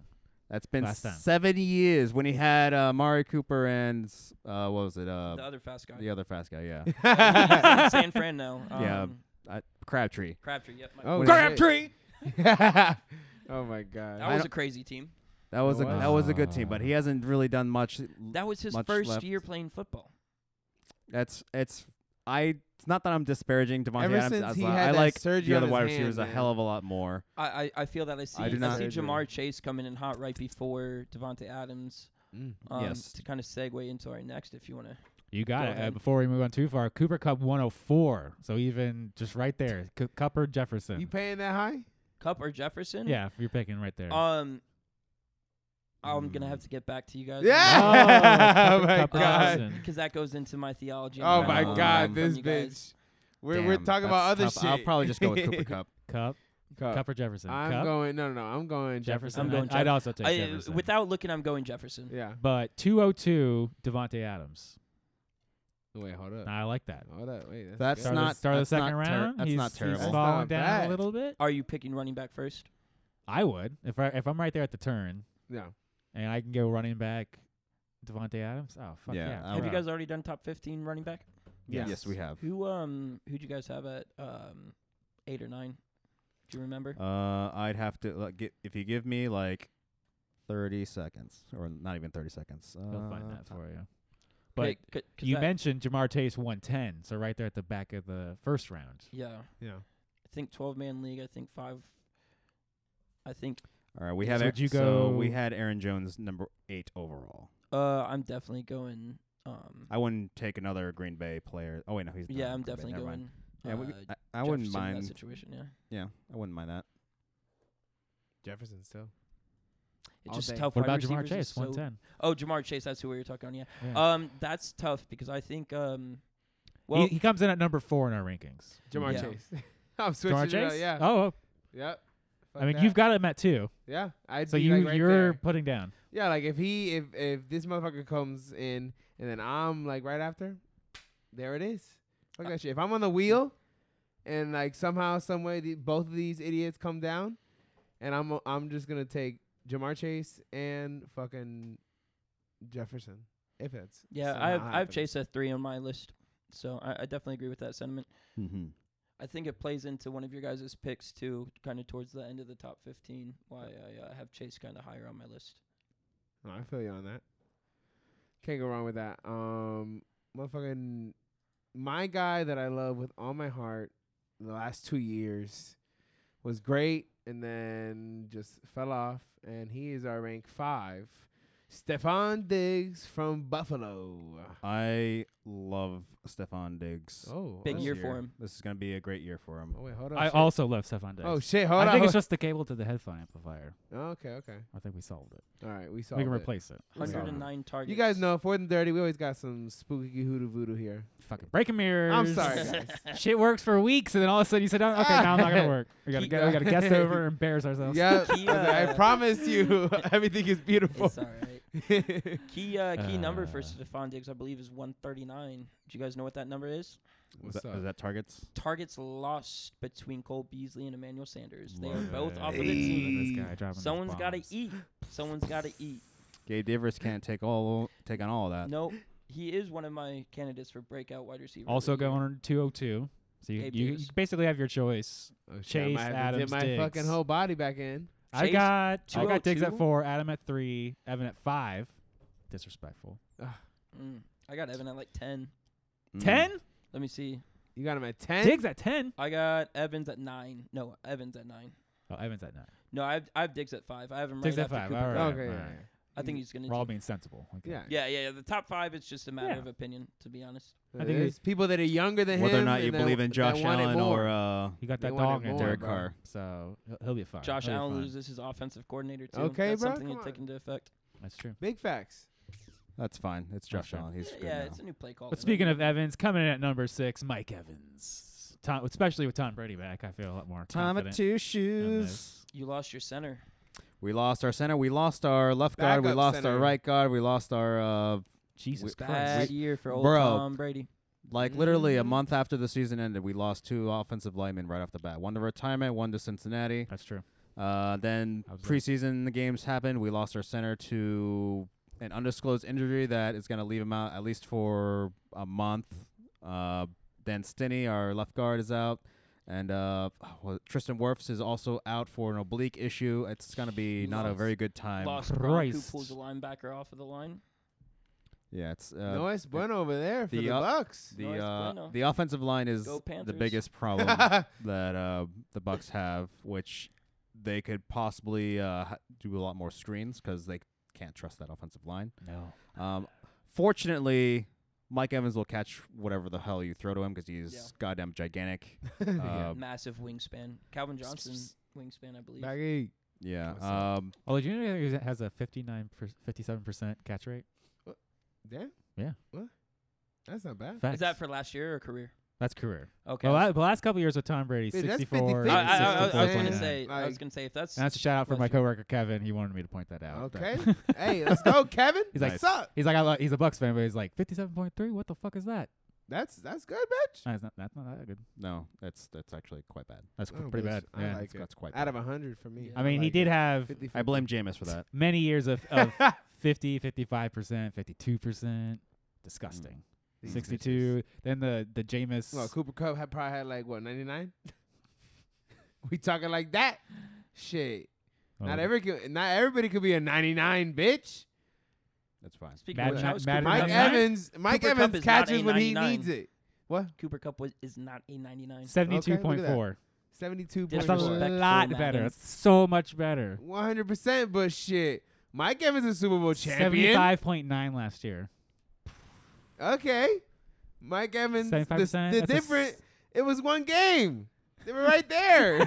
2015.
that's been
last time.
seven years when he had uh, Mari Cooper and uh, what was it? Uh,
the other fast guy.
the other fast guy, yeah,
He's in <laughs> San
<laughs>
Fran now. Um,
Yeah. Crabtree.
Crabtree. Yep. my-
Oh,
What is
crap
it?
<laughs> oh my
that
god.
I
was
don't-
a crazy team.
That was a
Oh, Wow.
that was a good team, but he hasn't really done much.
That was his
Much
first
left.
year playing football.
That's it's I. It's not that I'm disparaging Devontae
Ever
Adams.
since
as
he
I-
had
I
that
like
surgery
the
on
other
his
wide
hand,
receivers a
man.
hell of a lot more.
I, I, I feel that I see I,
do not-
see Jamar Chase coming in hot right before Devonte Adams.
Mm.
Um,
Yes.
To kind of segue into our next, if you want to.
You got
Go
it. Uh,
ahead.
before we move on too far, Cooper Cup 104. So even just right there, C- Cup or Jefferson.
You paying that high?
Cup or Jefferson?
yeah, if you're picking right there.
Um. I'm gonna have to get back to you guys.
Mm. Yeah.
Oh,
<laughs> oh
<laughs>
my
Tucker
god.
Carlson.
Because that goes into my theology. and
Oh
kinda
my
Um,
where I'm
god.
from,
This
you
bitch.
guys.
We're we're
Damn,
talking about
that's
other
tough.
shit.
I'll probably just go
<laughs>
with Cooper Cup.
Cup,
Cup.
Cup or Jefferson.
I'm
Cup,
going. No, no, no. I'm going
Jefferson.
uh, I'm going
I'd, I'd also take
I-
Jefferson.
without looking, I'm going Jefferson.
Yeah.
but 202 Devonte Adams.
Wait. Hold up.
I like that.
Hold up. Wait.
That's
start
not
the, start of the
that's not
second
ter-
round.
that's
he's,
not
He's
terrible.
not
falling down a
bad.
little bit.
Are you picking running back first?
I would if I if I'm right there at the turn
yeah.
and I can go running back Devonte Adams. Oh fuck yeah!
Yeah, I
Have you
Alright.
guys already done top 15 running back?
Yes.
Yes.
we have.
Who um who'd you guys have at um eight or nine? Do you remember?
Uh, I'd have to like gi- if you give me like thirty seconds, or not even thirty seconds. Uh,
He'll find that for you. But
Okay, c- 'cause
you
that-
mentioned Jamar Chase 110, so right there at the back of the first round.
yeah, I
Yeah.
think 12 man league. I think five. I think
All right, we
So
have.
would
Aaron-
you
so we
go-
had Aaron Jones number eight overall.
uh I'm definitely going um
I wouldn't take another Green Bay player. Oh wait, no, he's. not
yeah
on
I'm
Green Bay,
definitely
never mind.
going.
Yeah, we,
uh,
I, I wouldn't
Jefferson in that
mind.
situation. Yeah,
Yeah, I wouldn't mind that.
Jefferson still.
it's
All
just
day.
tough.
What
wide
about Jamar
receivers are
Chase?
so-
110.
Oh, Jamar Chase. That's who we were talking on. Yeah.
Yeah.
Um, that's tough because I think um, well
he, he comes in at number four in our rankings.
Jamar
Yeah.
Chase. <laughs> I'm switching.
Jamar
it up,
Chase?
uh, Yeah.
Oh,
Yep.
I
Fuck
mean,
that.
you've got him at two,
Yeah. I'd
so
be
you
like right
you're
there.
putting down.
Yeah, like if he if if this motherfucker comes in and then I'm like right after, there it is. Fuck that shit. If I'm on the wheel, and like somehow some way the, both of these idiots come down, and I'm I'm just gonna take Jamar Chase and fucking Jefferson. If it's
yeah I have I have Chase at three on my list, so I, I definitely agree with that sentiment.
Mm-hmm.
I think it plays into one of your guys' picks too, kind of towards the end of the top 15. Why I uh, have Chase kind of higher on my list.
No, I feel you on that. Can't go wrong with that. Um, motherfucking my guy that I love with all my heart the last two years was great and then just fell off, and he is our rank five, Stefan Diggs from Buffalo.
I love Stefan Diggs.
Oh,
Big
oh.
this
year for him.
This is gonna be a great year for him.
Oh wait, hold on.
I
shit.
also love Stefan Diggs.
oh shit, hold
I
on.
think it's
hold-
just the cable to the headphone amplifier.
okay, okay.
I think we solved it.
All right, we saw.
we can replace it.
We solved it.
109 targets.
You guys know, fourth and thirty, we always got some spooky hoodoo voodoo here.
Fucking breaking mirrors.
I'm sorry, guys.
Shit works for weeks, and then all of a sudden you said, "Oh, "Okay, now I'm not
<laughs>
gonna work." We gotta
He-
get, we gotta guest over and embarrass ourselves. <laughs>
yeah,
He,
I
uh,
promise you, <laughs> everything is beautiful.
<laughs>
<laughs>
It's all right. Key uh, key number for
Uh.
Stephon Diggs, I believe, is 139. Do you guys know what that number is?
Is
What's
that,
up?
is that targets?
Targets lost between Cole Beasley and Emmanuel Sanders. They are
Love
both
it.
off of the
Look at
team.
this guy dropping those
Someone's got to
bombs.
eat. Someone's got to eat.
Gabe Davis can't take all take on all
Uh.
that.
No, he is one of my candidates for breakout wide receiver. of the
Also
year.
going 202. So you,
Gabe
you,
Davis.
you basically have your choice.
Oh, shit,
Chase
I might have to dip
Adams
my
Diggs.
fucking whole body back in.
I
Chase,
got I got Diggs at
202?
four, Adam at three, Evan at five. Disrespectful.
Mm, I got Evan at like 10.
Mm.
Ten?
Let me see.
You got him at ten.
Diggs at ten.
I got Evans at 9. No, Evans at 9.
Oh, Evan's at nine.
No, I have, I have Diggs at 5. I have him
Diggs
right
at
after
five,
Cooper
all
Cup.
right.
okay.
alright.
I think he's going
We're all
to.
being sensible. Okay.
Yeah.
Yeah, yeah, yeah. The top five, it's just a matter
Yeah.
of opinion, to be
I
honest.
I
think
think it's people that are younger than
Whether
him.
or not
and
you
that
believe
w-
in
that
Josh
want it
Allen
more.
or uh,
He got
They
that
wanted
dog in
more,
Derek
bro.
Carr, so he'll, he'll be fine.
Josh
He'll be
Allen
fine.
loses his offensive coordinator too.
Okay,
That's
bro,
something to
come
take
on.
into effect.
That's true.
Big facts.
that's fine. It's Josh
Okay.
Allen. He's
yeah,
good
yeah,
now.
it's a new play call.
But speaking of Evans, coming in at number six, Mike Evans. Tom, especially with Tom Brady back, I feel a lot more
Time at
confident.
two
in
shoes.
this.
you lost your center.
We lost our center. We lost our left guard. We
Backup
lost
center.
our right guard. We lost our uh,
Jesus
We-
Bad
Christ.
year for old
Bro.
Tom Brady.
like literally a
Mm.
month after the season ended. We lost two offensive linemen right off the bat. One to retirement. One to Cincinnati.
That's true.
Uh, then
I was right.
preseason games happened. We lost our center to an undisclosed injury that is going to leave him out at least for a month. Uh, then Stinney, our left guard, is out, and uh, well, Tristan Wirfs is also out for an oblique issue. It's going to be not a
Lost.
very good time.
Lost Gronk, who
Christ.
pulls the linebacker off of the line.
Yeah, it's uh,
No, it's bueno over there for
the
the,
up-
Bucks.
the
Nice
uh,
bueno.
the offensive line is
Go
the
Panthers.
biggest
<laughs>
<laughs>
problem. <laughs> that uh, the Bucks have, which they could possibly uh, ha- do a lot more screens because they can't trust that offensive line.
No.
Um, fortunately, Mike Evans will catch whatever the hell you throw to him because he's
Yeah.
goddamn gigantic.
Yeah.
Oh.
uh,
Massive wingspan. Calvin Johnson wingspan, I believe.
Baggy.
yeah.
What's up?
Um,
Although, do you know he has a 59 57% catch rate?
Damn.
Yeah.
What? That's
<laughs>
not bad.
Is
Facts.
that for last year or career?
That's career.
Okay.
The
I,
la- the last couple years with Tom Brady,
Dude, that's
64.
I,
50,
I, I- I was
64.9.
gonna
54.
say. I was
Like-
gonna say if that's
And that's a shout out for my
Bless
coworker Kevin. He wanted me to point that out.
Okay.
That-
hey, let's go, Kevin.
He's like-
What's up?
<laughs> He's like, I lo- he's a Bucks fan, but he's like, 57.3. What the fuck is that?
That's that's good, bitch.
Nah, it's not, that's not that good.
no, that's that's actually quite bad.
That's
Oh,
pretty
but
bad.
it's- I
yeah.
like
That's,
it.
that's quite.
Out
Bad.
of hundred for me.
Yeah.
I mean, he
like
did
it.
have
50,
I blame Jameis for that.
many years of,
<laughs>
of 50, 55%, 52%. Disgusting.
These
62. Then the, the Jameis.
Mm. Well, Cooper Cup had probably had like what ninety nine. <laughs> we talking like that? Shit.
oh,
Not every could- not everybody could be a ninety nine, bitch.
That's fine.
speaking
Madden-
of which, I was
Madden-
Cooper
Mike
Cup-
99?
Evans. Mike
Cooper Kupp
Evans
is not a
catches when he
99.
needs it. What?
Cooper Cup was is not a 99.
72.4.
Seventy
That's
two point
a
Disrespect.
four.
Disrespectful,
lot
Madden.
better. That's so much better.
One hundred percent. But shit, Mike Evans is Super Bowl Oh, champion.
75.9 last year.
Okay, Mike Evans. The,
75%.
the
That's a s-
different. It was one game. They were
<laughs>
right there. they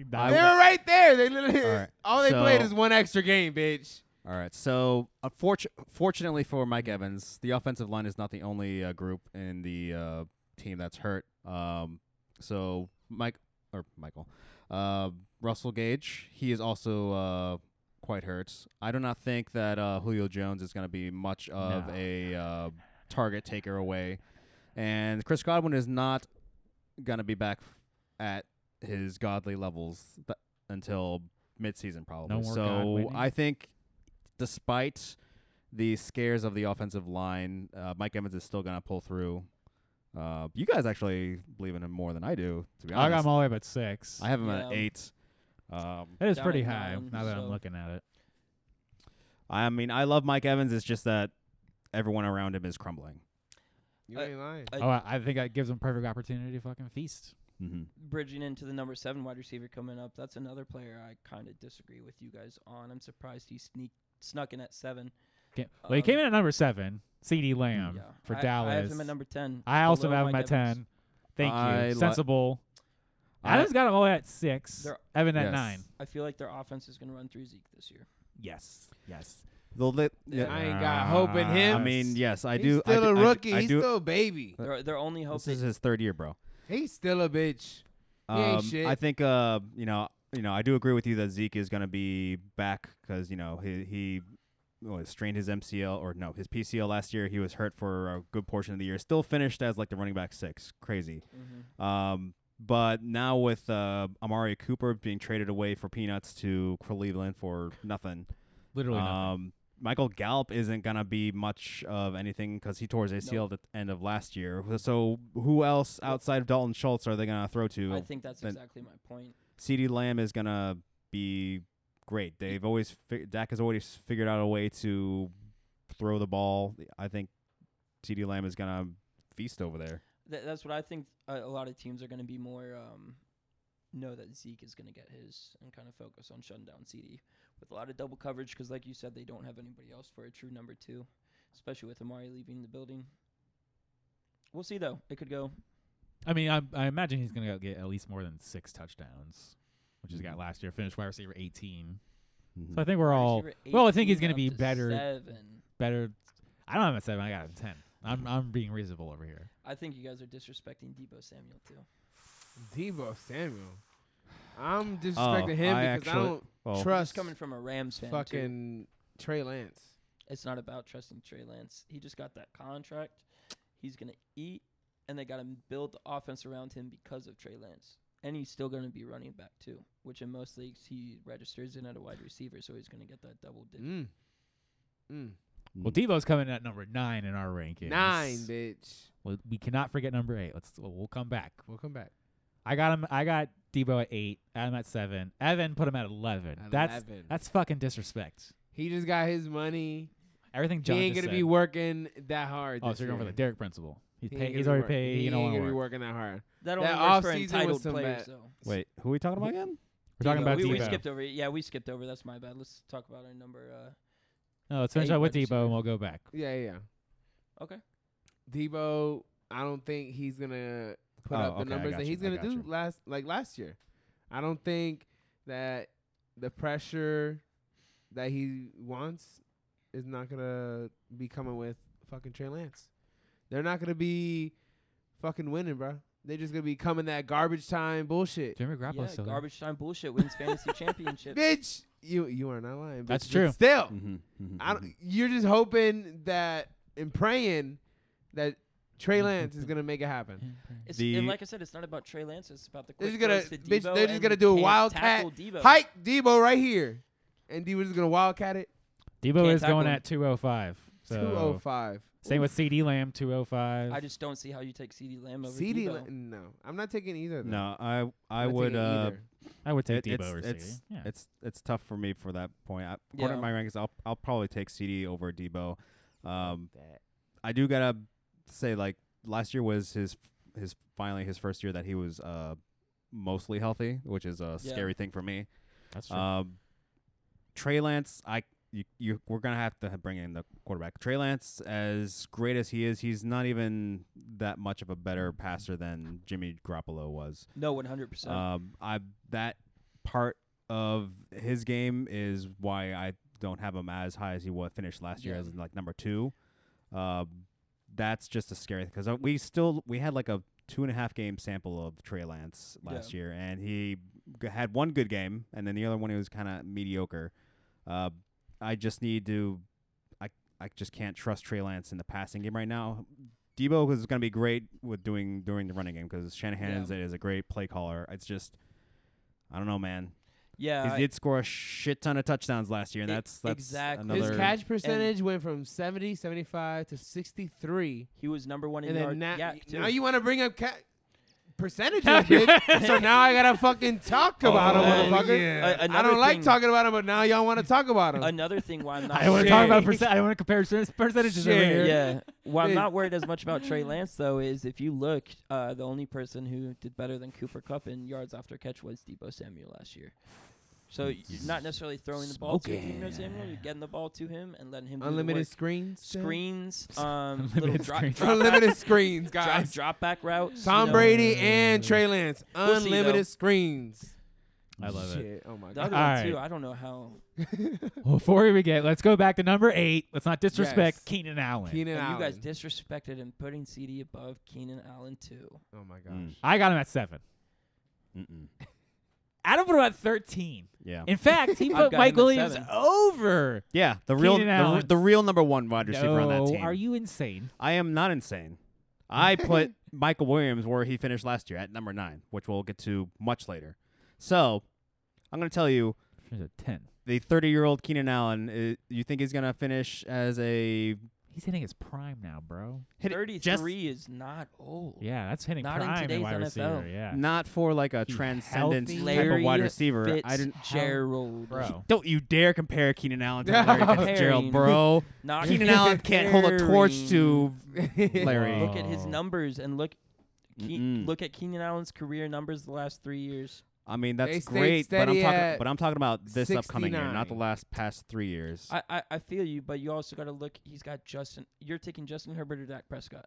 He
were
I
died.
w-
right there. They literally all,
All right,
they
so-
played is one extra game, bitch.
All right. So, unfortu- fortunately for Mike Evans, the offensive line is not the only uh, group in the uh, team that's hurt. Um, so Mike or Michael, uh, Russell Gage, he is also uh, quite hurt. I do not think that uh, Julio Jones is going to be much of
No,
a uh, target taker away, and Chris Godwin is not going to be back f- at his godly levels th- until midseason probably.
more
so
God winning?
I think, despite the scares of the offensive line, uh, Mike Evans is still going to pull through Uh, you guys actually believe in him more than I do. To be
I got
honest,
him all the way up at six.
I have him at
Yeah.
eight. Um,
that is
down
pretty
at
high
nine,
now that I'm
so-
looking at it.
I mean, I love Mike Evans. It's just that everyone around him is crumbling.
You
I-
ain't lying.
I-
oh, I, I think that gives him perfect opportunity to fucking feast.
Mm-hmm.
bridging into the number seven wide receiver coming up, that's another player I kind of disagree with you guys on. I'm surprised he sneak snuck in at seven.
Can't- well, he
Um,
came in at number seven. C.D. Lamb
Yeah.
for
I,
Dallas.
I have him at number ten.
I also
below
have him
Mike
at
Evans.
ten. Thank
I li-
you. Sensible.
I-
Adam's got him all the way at six.
They're-
Evan at
Yes.
nine.
I feel like their offense is going to run through Zeke this year.
Yes. Yes.
The li-
Yeah.
I ain't got hope in him.
I mean, yes, I
He's
do. I
still
do-
a
I do-
rookie.
I
He's
do-
still a baby.
They're, they're only hope
This is
they,
his third year, bro.
He's still a bitch. He ain't shit.
Um, I think uh, you know, you know, I do agree with you that Zeke is going to be back because you know he he well, strained his MCL or no his PCL last year. He was hurt for a good portion of the year. Still finished as like the running back six. Crazy.
Mhm.
Um, but now with uh, Amari Cooper being traded away for peanuts to Cleveland for nothing,
Literally nothing.
um, Michael Gallup isn't gonna be much of anything because he tore his ACL at the end of last year. So who else outside of Dalton Schultz are they gonna throw to?
I think that's
then-
exactly my point.
CD Lamb is gonna be great. They've always fi- Dak has always figured out a way to throw the ball. I think CD Lamb is gonna feast over there.
Th- that's what I think. uh, A, a lot of teams are going to be more um, know that Zeke is going to get his and kind of focus on shutting down CD with a lot of double coverage because, like you said, they don't have anybody else for a true number two, especially with Amari leaving the building. We'll see though. It could go.
I mean, I, I imagine he's going to get at least more than six touchdowns, which he's got
Mhm.
last year. Finished wide receiver 18.
Mhm.
So I think we're
wide
all
receiver
well, I think he's
18
gonna
up
be
to
better-
Seven.
better. I don't have him at seven. I got him at ten. I'm I'm being reasonable over here.
I think you guys are disrespecting Debo Samuel too.
Debo Samuel. I'm
Oh,
disrespecting him
I
because I
actually-
don't
Well,
He's
trust
coming from a Rams fan. Too.
fucking Trey Lance.
It's not about trusting Trey Lance. He just got that contract. He's gonna eat, and they got to build the offense around him because of Trey Lance. And he's still gonna be running back too, which in most leagues he registers in at a wide receiver, so he's gonna get that double digit.
Mm. Mm.
Well, Debo's coming in at number nine in our rankings.
Nine, bitch.
Well, we cannot forget number eight. Let's. We'll, we'll come back.
We'll come back.
I got him. I got Debo at eight. Adam at seven. Evan put him at eleven. That's
11.
that's fucking disrespect.
he just got his money.
Everything John
he ain't
just
gonna
said.
be working that hard.
oh,
this
so you're going for the
year.
Derek principle. He's
He
pay,
ain't
he's
gonna
already
be work-
paid.
He
You
ain't
know
gonna
what?
be
We're
working that hard.
That only
That
works for
offseason was
entitled
some
players
bad-
though.
wait, who are we talking about again?
talking
Debo,
about
we, we
Debo.
skipped over. it. Yeah, we skipped over. That's my bad. Let's talk about our number. Uh,
No, let's finish
Eight
up with
wide
Debo,
receiver.
and we'll go back.
Yeah, yeah.
okay.
Debo, I don't think he's gonna put
Oh,
up the
okay, I
numbers
got
that
you,
he's
I
gonna
got
do
you.
last like last year. I don't think that the pressure that he wants is not gonna be coming with fucking Trey Lance. They're not gonna be fucking winning, bro. They're just gonna be coming that garbage time bullshit,
Jimmy Garoppolo
Yeah,
still there.
garbage time bullshit wins
<laughs>
fantasy <laughs> championships.
bitch. You you are not lying. Bitch.
That's
But
true.
Still,
Mm-hmm.
I don't, you're just hoping that and praying that Trey Lance is gonna make it happen.
<laughs>
It's,
The-
and like I said, it's not about Trey Lance. It's about the
They're
quick
just gonna-
throws to
bitch,
Debo
they're just
and
gonna
you
do a
can't
wildcat
tackle Debo.
Hike Debo right here, and Debo's just gonna wildcat it.
Debo is
tackle
going
him.
at 205. So
Two oh five.
Same with CD Lamb, 205.
I just don't see how you take CD Lamb over
CD.
Debo.
La- no, I'm not taking either. of them.
No, I I
I'm not
would
taking
uh,
e-, either.
I would take
it-
Debo
it's,
over CD.
it's,
Yeah.
it's it's tough for me for that point. I, According
Yeah.
to my rankings, I'll I'll probably take CD over Debo. Um, I do gotta say, like last year was his his finally his first year that he was uh mostly healthy, which is a
Yeah.
scary thing for me.
That's true.
Um, Trey Lance, I you, you we're gonna have to bring in the quarterback. Trey Lance, as great as he is, he's not even that much of a better passer than Jimmy Garoppolo was.
No, one hundred
Uh,
percent.
Um, I that part of his game is why I don't have him as high as he was finished last year
Yeah.
as like number two. Um, that's just a scary thing because we still we had like a two and a half game sample of Trey Lance
Yeah.
last year, and he g- had one good game, and then the other one he was kind of mediocre. Uh, I just need to, I I just can't trust Trey Lance in the passing game right now. Debo is going to be great with doing during the running game because Shanahan
Yeah.
is, is a great play caller. It's just, I don't know, man.
Yeah,
he
I-
did score a shit ton of touchdowns last year, and
Uh, E-
that's that's
exactly.
another.
His catch percentage went from 70, 75 to 63.
he was number one in
And then
yard.
now,
yak, too.
now you want to bring up ca- percentages, bitch. so now I gotta fucking talk about
Oh,
him, motherfucker.
A-
I
another
don't like
thing-
talking about him, but now y'all want to talk about him.
Another thing
<laughs>
why I'm not.
I don't want
Shit.
to talk
<laughs>
about percent. I don't want to compare percent- percentages over
Shit.
here.
Yeah. Well, I'm
Dude.
not worried as much about
<laughs>
Trey Lance though. Is if you look, uh, the only person who did better than Cooper Cup in yards after catch was Debo Samuel last year. So you're not necessarily throwing the ball to Debo Samuel. You're getting the ball to him and letting him do the
Unlimited
work.
screens. Sam? <laughs>
<laughs> screens, um, little
Unlimited
drop,
screens.
drop
Unlimited
back, <laughs>
screens,
drop,
guys.
drop back routes. you
Tom
know.
Brady and Trey Lance.
We'll see, though.
Unlimited screens.
I love it.
Shit. Oh my
The
god.
other one
Alright.
too. I don't know how.
Well, before we get, let's go back to number eight. Let's not disrespect
Yes.
Keenan Allen.
Keenan
And you
Allen.
guys disrespected him putting CD above Keenan Allen too.
oh my gosh.
Mm,
I got him at seven.
mm-mm.
Adam put him at thirteen.
yeah,
In fact, he
I've
put
got
Mike
him at
Williams
seven.
over.
yeah. The real,
Keenan
the, re-
Allen.
the real number one wide receiver on that
No,
team.
are you insane?
I am not insane. I put Michael Williams where he finished last year at number nine, which we'll get to much later. So I'm going to tell you
He's a ten.
the 30 year old Keenan Allen, i you think he's going to finish as a
He's hitting his prime now, bro.
hit
Thirty-three
just
is not old.
Yeah, that's hitting
Not in
prime
today's
wide
NFL.
receiver. Yeah,
not for like a
He's
transcendence
healthy.
type of wide
Larry
receiver. I didn't.
Fitzgerald,
bro.
Don't you dare compare Keenan
<laughs>
Allen to
No.
Larry Fitzgerald,
Comparing.
bro.
Not
Keenan Allen can't hold a torch to
<laughs>
<laughs>
Larry.
Whoa.
Look at his
Oh.
numbers and look. Ke-
Mm-mm.
look at Keenan Allen's career numbers the last three years.
I mean
They
that's
stayed
great, but I'm
steady
talking,
at
but I'm talking about this upcoming year, not the
69.
last past three years.
I, I, I feel you, but you also got to look. He's got Justin. You're taking Justin Herbert or Dak Prescott.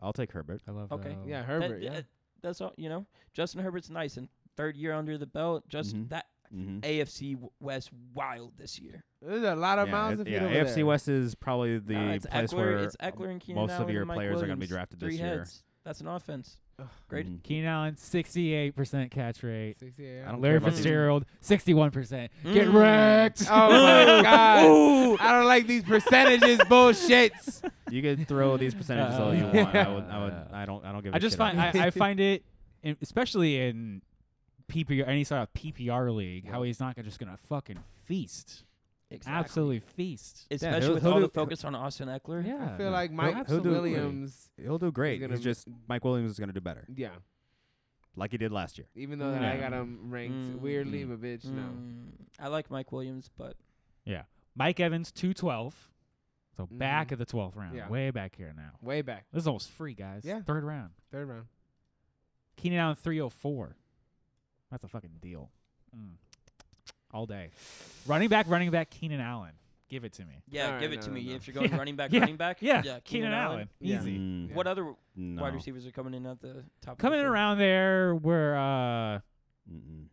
I'll take Herbert.
I love.
Okay.
the-
Yeah,
That-
Herbert. yeah.
that- that's all. You know, Justin Herbert's nice and third year under the belt. Just
Mhm.
that
Mm-hmm.
AFC w- West wild this year.
There's a lot of miles
it-
of feet
yeah,
over
AFC
there.
West is probably the
Nah, Uh, it's
place
Eckler,
where
it's Eckler and Keenan
most of
Allen
your
and Mike
players are going to be
Williams.
drafted
Three
this year.
heads. That's an offense.
Ugh.
Great.
Mhm.
Keenan Allen, sixty-eight percent catch rate.
68.
I don't care
Larry
about these-
Fitzgerald, sixty-one percent. Get
<laughs>
Mm.
wrecked.
<laughs> Oh my god. I don't like
<laughs>
these percentages <laughs> bullshits.
You could
<laughs>
throw these percentages all
<laughs>
you
Uh,
want. I, would, I, would,
yeah.
I don't. I don't give. a
I just
shit about
find
that.
I, I find it, in, especially in PPR, any sort of PPR league, how he's not gonna- just gonna fucking feast,
Exactly.
absolutely feast.
Especially
he'll-
with
he'll
all
do-
the focus on Austin Eckler.
Yeah,
I feel like Mike
he'll do it really.
Williams.
he'll do great.
gonna
It's
be-
just Mike Williams is going to do better,
Yeah.
like he did last year.
Even though that I
Yeah.
got him ranked
Mm.
weirdly, but bitch, no.
Mm, I like Mike Williams, but
Mike Evans, two twelve, so back
Mhm.
of the twelfth round,
Yeah.
way back here now.
Way back,
This is almost free, guys.
Yeah.
third round.
third round.
Keenan Allen, three oh four. That's a fucking deal. Mm. All day, running back, running back, Keenan Allen. Give it to me.
yeah,
Alright,
give it
no,
to
no,
me
no.
<laughs>
if you're going
Yeah,
running back,
yeah,
running back.
Yeah,
Keenan,
Allen,
Yeah.
easy.
Mm,
What other
no.
wide receivers are coming in at the top? of the
Coming in
third?
around there, we're uh,
Mm-mm.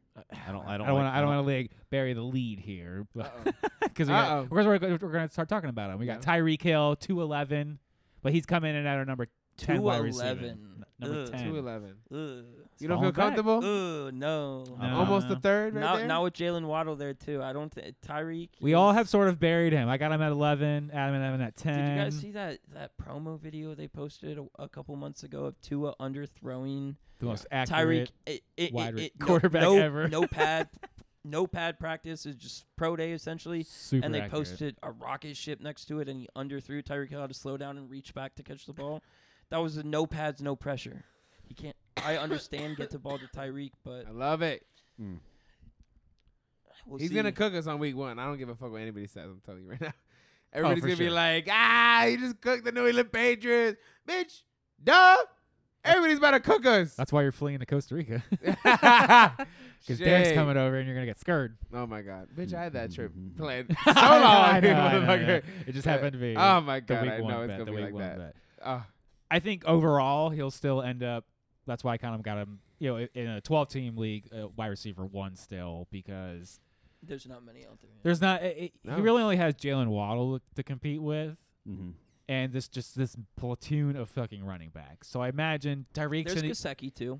I don't. I
I
don't.
don't want
like-
to. I don't want to like bury the lead here, <laughs>
Uh,
but because
Uh-oh.
we're, we're going to start talking about him. We got Tyreek Hill two eleven, but he's coming in at our number ten wide receiver.
211.
N- number
Ugh.
Two
ten. Oh.
eleven.
Ugh.
You don't feel
falling back.
comfortable?
Ugh, no.
No.
Almost the
Uh,
third, right
Now,
there.
now with Jalen Waddle there too. I don't think Tyreek.
We all
is-
have sort of buried him. I got him at eleven. Adam and Evan at
Did you
ten.
guys see that that promo video they posted a, a couple months ago of Tua underthrowing
the most
Tyreek?
accurate?
It, it,
wide
it,
re-
it- no-
quarterback
no,
ever. <laughs>
no pad, no pad practice is just pro day essentially.
Super
and they
accurate.
posted a rocket ship next to it, and he underthrew Tyreek Hill had to slow down and reach back to catch the ball. That was a no pads, no pressure. He can't. I understand get the ball to Tyreek,
<laughs>
but
I love it.
Mm.
we'll
He's
see.
gonna cook us on week one. I don't give a fuck what anybody says. I'm telling you right <laughs> now. Everybody's
Oh, for
gonna be
sure.
like, ah, he just cooked the New England Patriots, bitch. Duh. Everybody's about to cook us.
That's why you're fleeing to Costa Rica <laughs> because Derek's
Shit.
coming over and you're gonna get
<laughs>
scared.
Oh my god, bitch! I had that trip
Mhm.
planned
<laughs>
so long,
I know, I know, I know.
motherfucker.
It just happened to be.
Oh my
the
god,
week
I
one
know it's
bet,
gonna
the
be
week
like
one
that.
bet. <laughs>
Oh,
I think overall he'll still end up. That's why I kind of got him, you know, i- in a 12 team league, uh, wide receiver one still because
There's not many out there.
there's not. i i-
No.
He really only has Jalen Waddle to compete with,
Mhm.
and this just this platoon of fucking running backs. So I imagine Tyreek.
There's
should-
Gasecki too.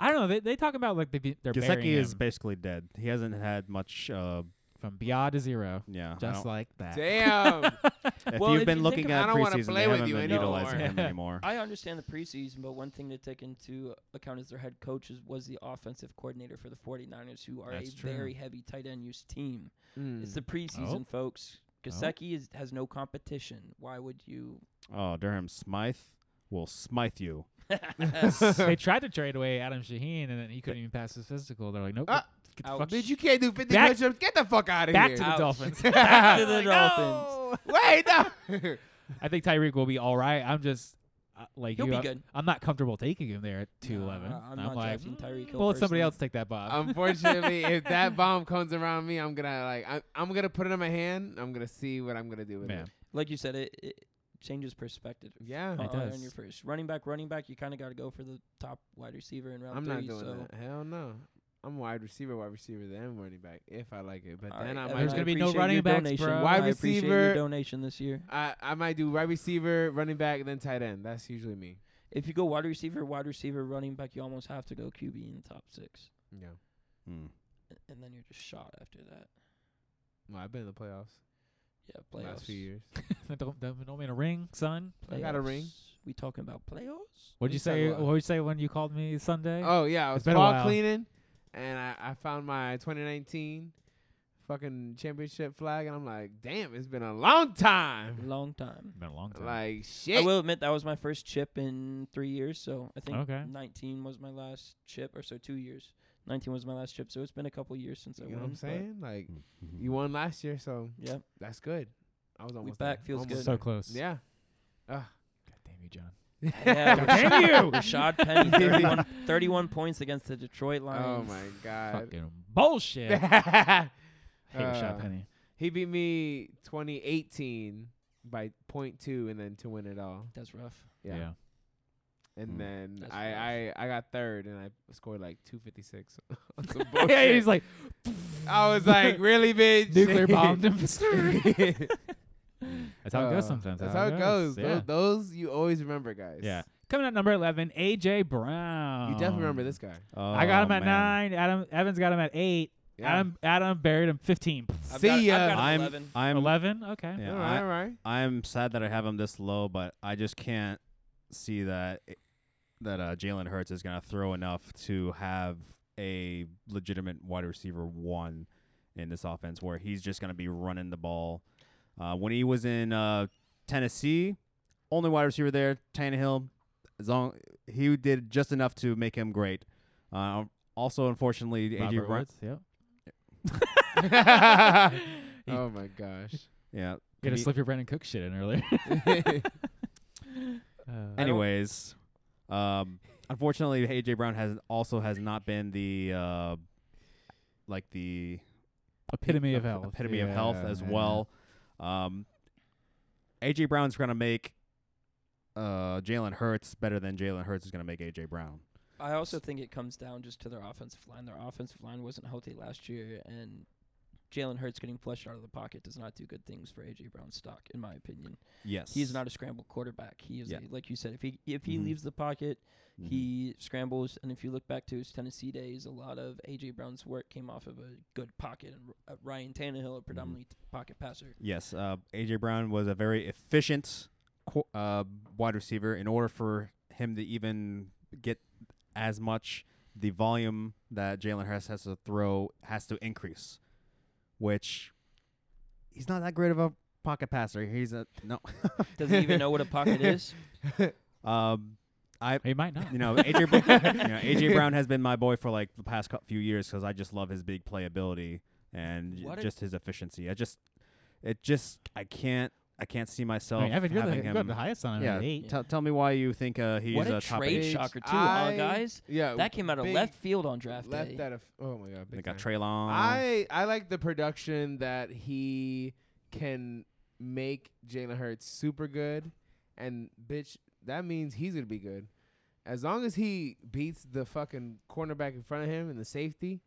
I don't know. They they talk about like they be, they're
Gesicki
burying
is
him.
basically dead. He hasn't had much uh,
from Beyond to Zero,
Yeah. I
just
don't-
like that.
Uh-huh.
<laughs>
Damn.
if
Well,
you've
if
been
you think
looking
about-
I
at
don't wanna
preseason,
play
they
with
haven't
you
been
anymore.
utilizing <laughs> him anymore.
I understand the preseason, but one thing to take into account as their head coach is, was the offensive coordinator for the 49ers, who are
That's
a
true. Oh.
very heavy tight end use team. It's
Hmm.
Mm.
the preseason, folks. Gasecki is, has no competition. Why would
<laughs>
you?
Oh, Durham Smythe will smythe you.
<laughs>
they tried to trade away Adam Shaheen, and then he couldn't even pass his physical. They're like, nope.
Ah.
get the fuck-
Ouch.
Bitch, you can't do 50
Back-
push-ups. Get the fuck out of
back
here.
to the
Ouch.
Dolphins. <laughs>
<laughs> Back to the
Like,
Dolphins.
no.
<laughs> Wait,
<laughs>
no.
I think Tyreek will be all right. I'm just uh, like
He'll
you.
be
I'm,
good.
I'm not comfortable taking him there at 211.
Nah, I'm
I'm
not
like,
drafting Tyreek
"Mm,
Hill
we'll let somebody
personally."
else take that, Bob. <laughs>
Unfortunately, if that bomb comes around me, I'm gonna like I, I'm gonna put it in my hand. I'm gonna see what I'm gonna do with
<laughs>
Man.
it.
Like you said, it, it changes perspective.
Yeah,
on,
It does.
on your first running back, running back, you kind of got to go for the top wide receiver in round
I'm
Oh,
not
three.
doing
so
that. Hell no. I'm wide receiver, wide receiver, then running back if I like it. But
All
then
right,
I
Evan,
might
There's
I
gonna be no
appreciate
running
your
backs,
donation.
bro.
Wide
I appreciate your
receiver-
donation this year.
I, I might do wide receiver, running back, then tight end. That's usually me.
If you go wide receiver, wide receiver, running back, you almost have to go QB in the top six,
Yeah.
Hmm.
A- and then you're just shot after that.
Well, I've been in the playoffs,
Yeah,
the last
playoffs.
few
<laughs>
years.
<laughs> don't, don't, don't mean a ring, son.
playoffs.
I got a ring.
We talking about playoffs?
What'd
We
you say?
talk about-
What'd you say when you called me Sunday?
Oh yeah, I
It's
was
been a
ball
while.
cleaning, and I, I found my 2019 fucking championship flag, and I'm like, damn, it's been a long time.
Long time.
Been a long time.
Like
I
shit.
will admit that was my first chip in three years, so I think
Okay.
19 was my last chip, or so two years. 19 was my last chip, so it's been a couple years since I
You know
won.
what I'm
but
saying? Like
Mm.
you won last year, so <laughs>
Yeah,
that's good. I was almost
back,
there.
feels
Almost
good.
so
there.
close.
Yeah.
God damn you, John.
<laughs>
yeah.
God
Rashad-
damn you!
Rashad Penny, 31, 31 points against the Detroit
Oh
Lions.
my god.
Fucking bullshit.
<laughs>
Hate
<laughs>
Rashad
Uh,
Penny.
he beat me 2018 by point two, and then to win it all.
That's rough.
Yeah.
yeah.
And
Mm.
then
That's
I, I I got third, and I scored like 256. <laughs> on some
<laughs> yeah,
bullshit.
he's like
I
<laughs>
was like, really, bitch?
nuclear
<laughs>
bombed him. that's how it
Uh,
goes sometimes.
That's how it goes.
Yeah.
Tho- Those, you always remember, guys.
yeah. Coming at number eleven, AJ Brown.
You definitely remember this guy.
I got
Oh,
him at
man.
nine. Adam Evans got him at eight.
Yeah.
Adam Adam buried him fifteen.
I've
See
got- I've
ya.
got him
I'm
11.
I'm
Eleven. Okay.
Yeah,
all right,
I,
all right.
I'm sad that I have him this low, but I just can't see that that uh, Jalen Hurts is gonna throw enough to have a legitimate wide receiver one in this offense, where he's just gonna be running the ball. Uh, when he was in uh, Tennessee, only wide receiver there, Tannehill. As long he did just enough to make him great. Uh, also, unfortunately, AJ
Robert
Brown.
Woods, Yep. He-
<laughs> oh my gosh.
Yeah.
Gotta
He-
slip your Brandon Cook shit in earlier. <laughs> Uh,
Anyways, um, unfortunately, AJ Brown has also has not been the uh, like the
epitome
<laughs>
of
ep-
health.
epitome of health
Yeah,
as
yeah.
well. Um, AJ Brown's gonna make uh, Jalen Hurts better than Jalen Hurts is gonna make AJ Brown.
I also think it comes down just to their offensive line. Their offensive line wasn't healthy last year, and Jalen Hurts getting flushed out of the pocket does not do good things for AJ Brown's stock, in my opinion.
Yes,
He is not a scramble quarterback. He is,
Yeah.
a, like you said, if he if he
Mhm.
leaves the pocket,
Mhm.
he scrambles. And if you look back to his Tennessee days, a lot of AJ Brown's work came off of a good pocket. And R- uh, Ryan Tannehill,
Mm-hmm.
a predominantly t- pocket
<laughs>
passer.
Yes, uh, AJ Brown was a very efficient qu- uh, wide receiver. In order for him to even get as much, the volume that Jalen Hurts has to throw has to increase, which he's not that great of a pocket passer. He's a no.
Doesn't even know what
<laughs>
a pocket is.
Um, I
He might not.
<laughs> you know AJ Br- you know,
<laughs>
AJ Brown has been my boy for like the past cou- few years because I just love his big playability and j-
What a-
just his efficiency. I just it just I can't. I can't see myself
I mean, Evan, you're the,
having
you're
him.
the highest on him
Yeah,
at eight.
Tell, tell me why you think uh, he's
what
a,
a
top
trade
eight.
eight.
shocker, too, huh,
I-
guys.
yeah.
That came out of
big-
left field on draft
Left
day.
out of. Oh my god.
They
big
got
time.
Trey Long.
I I like the production that he can make Jalen Hurts super good, and bitch, that means he's gonna be good. As long as he beats the fucking cornerback in front of him and the safety,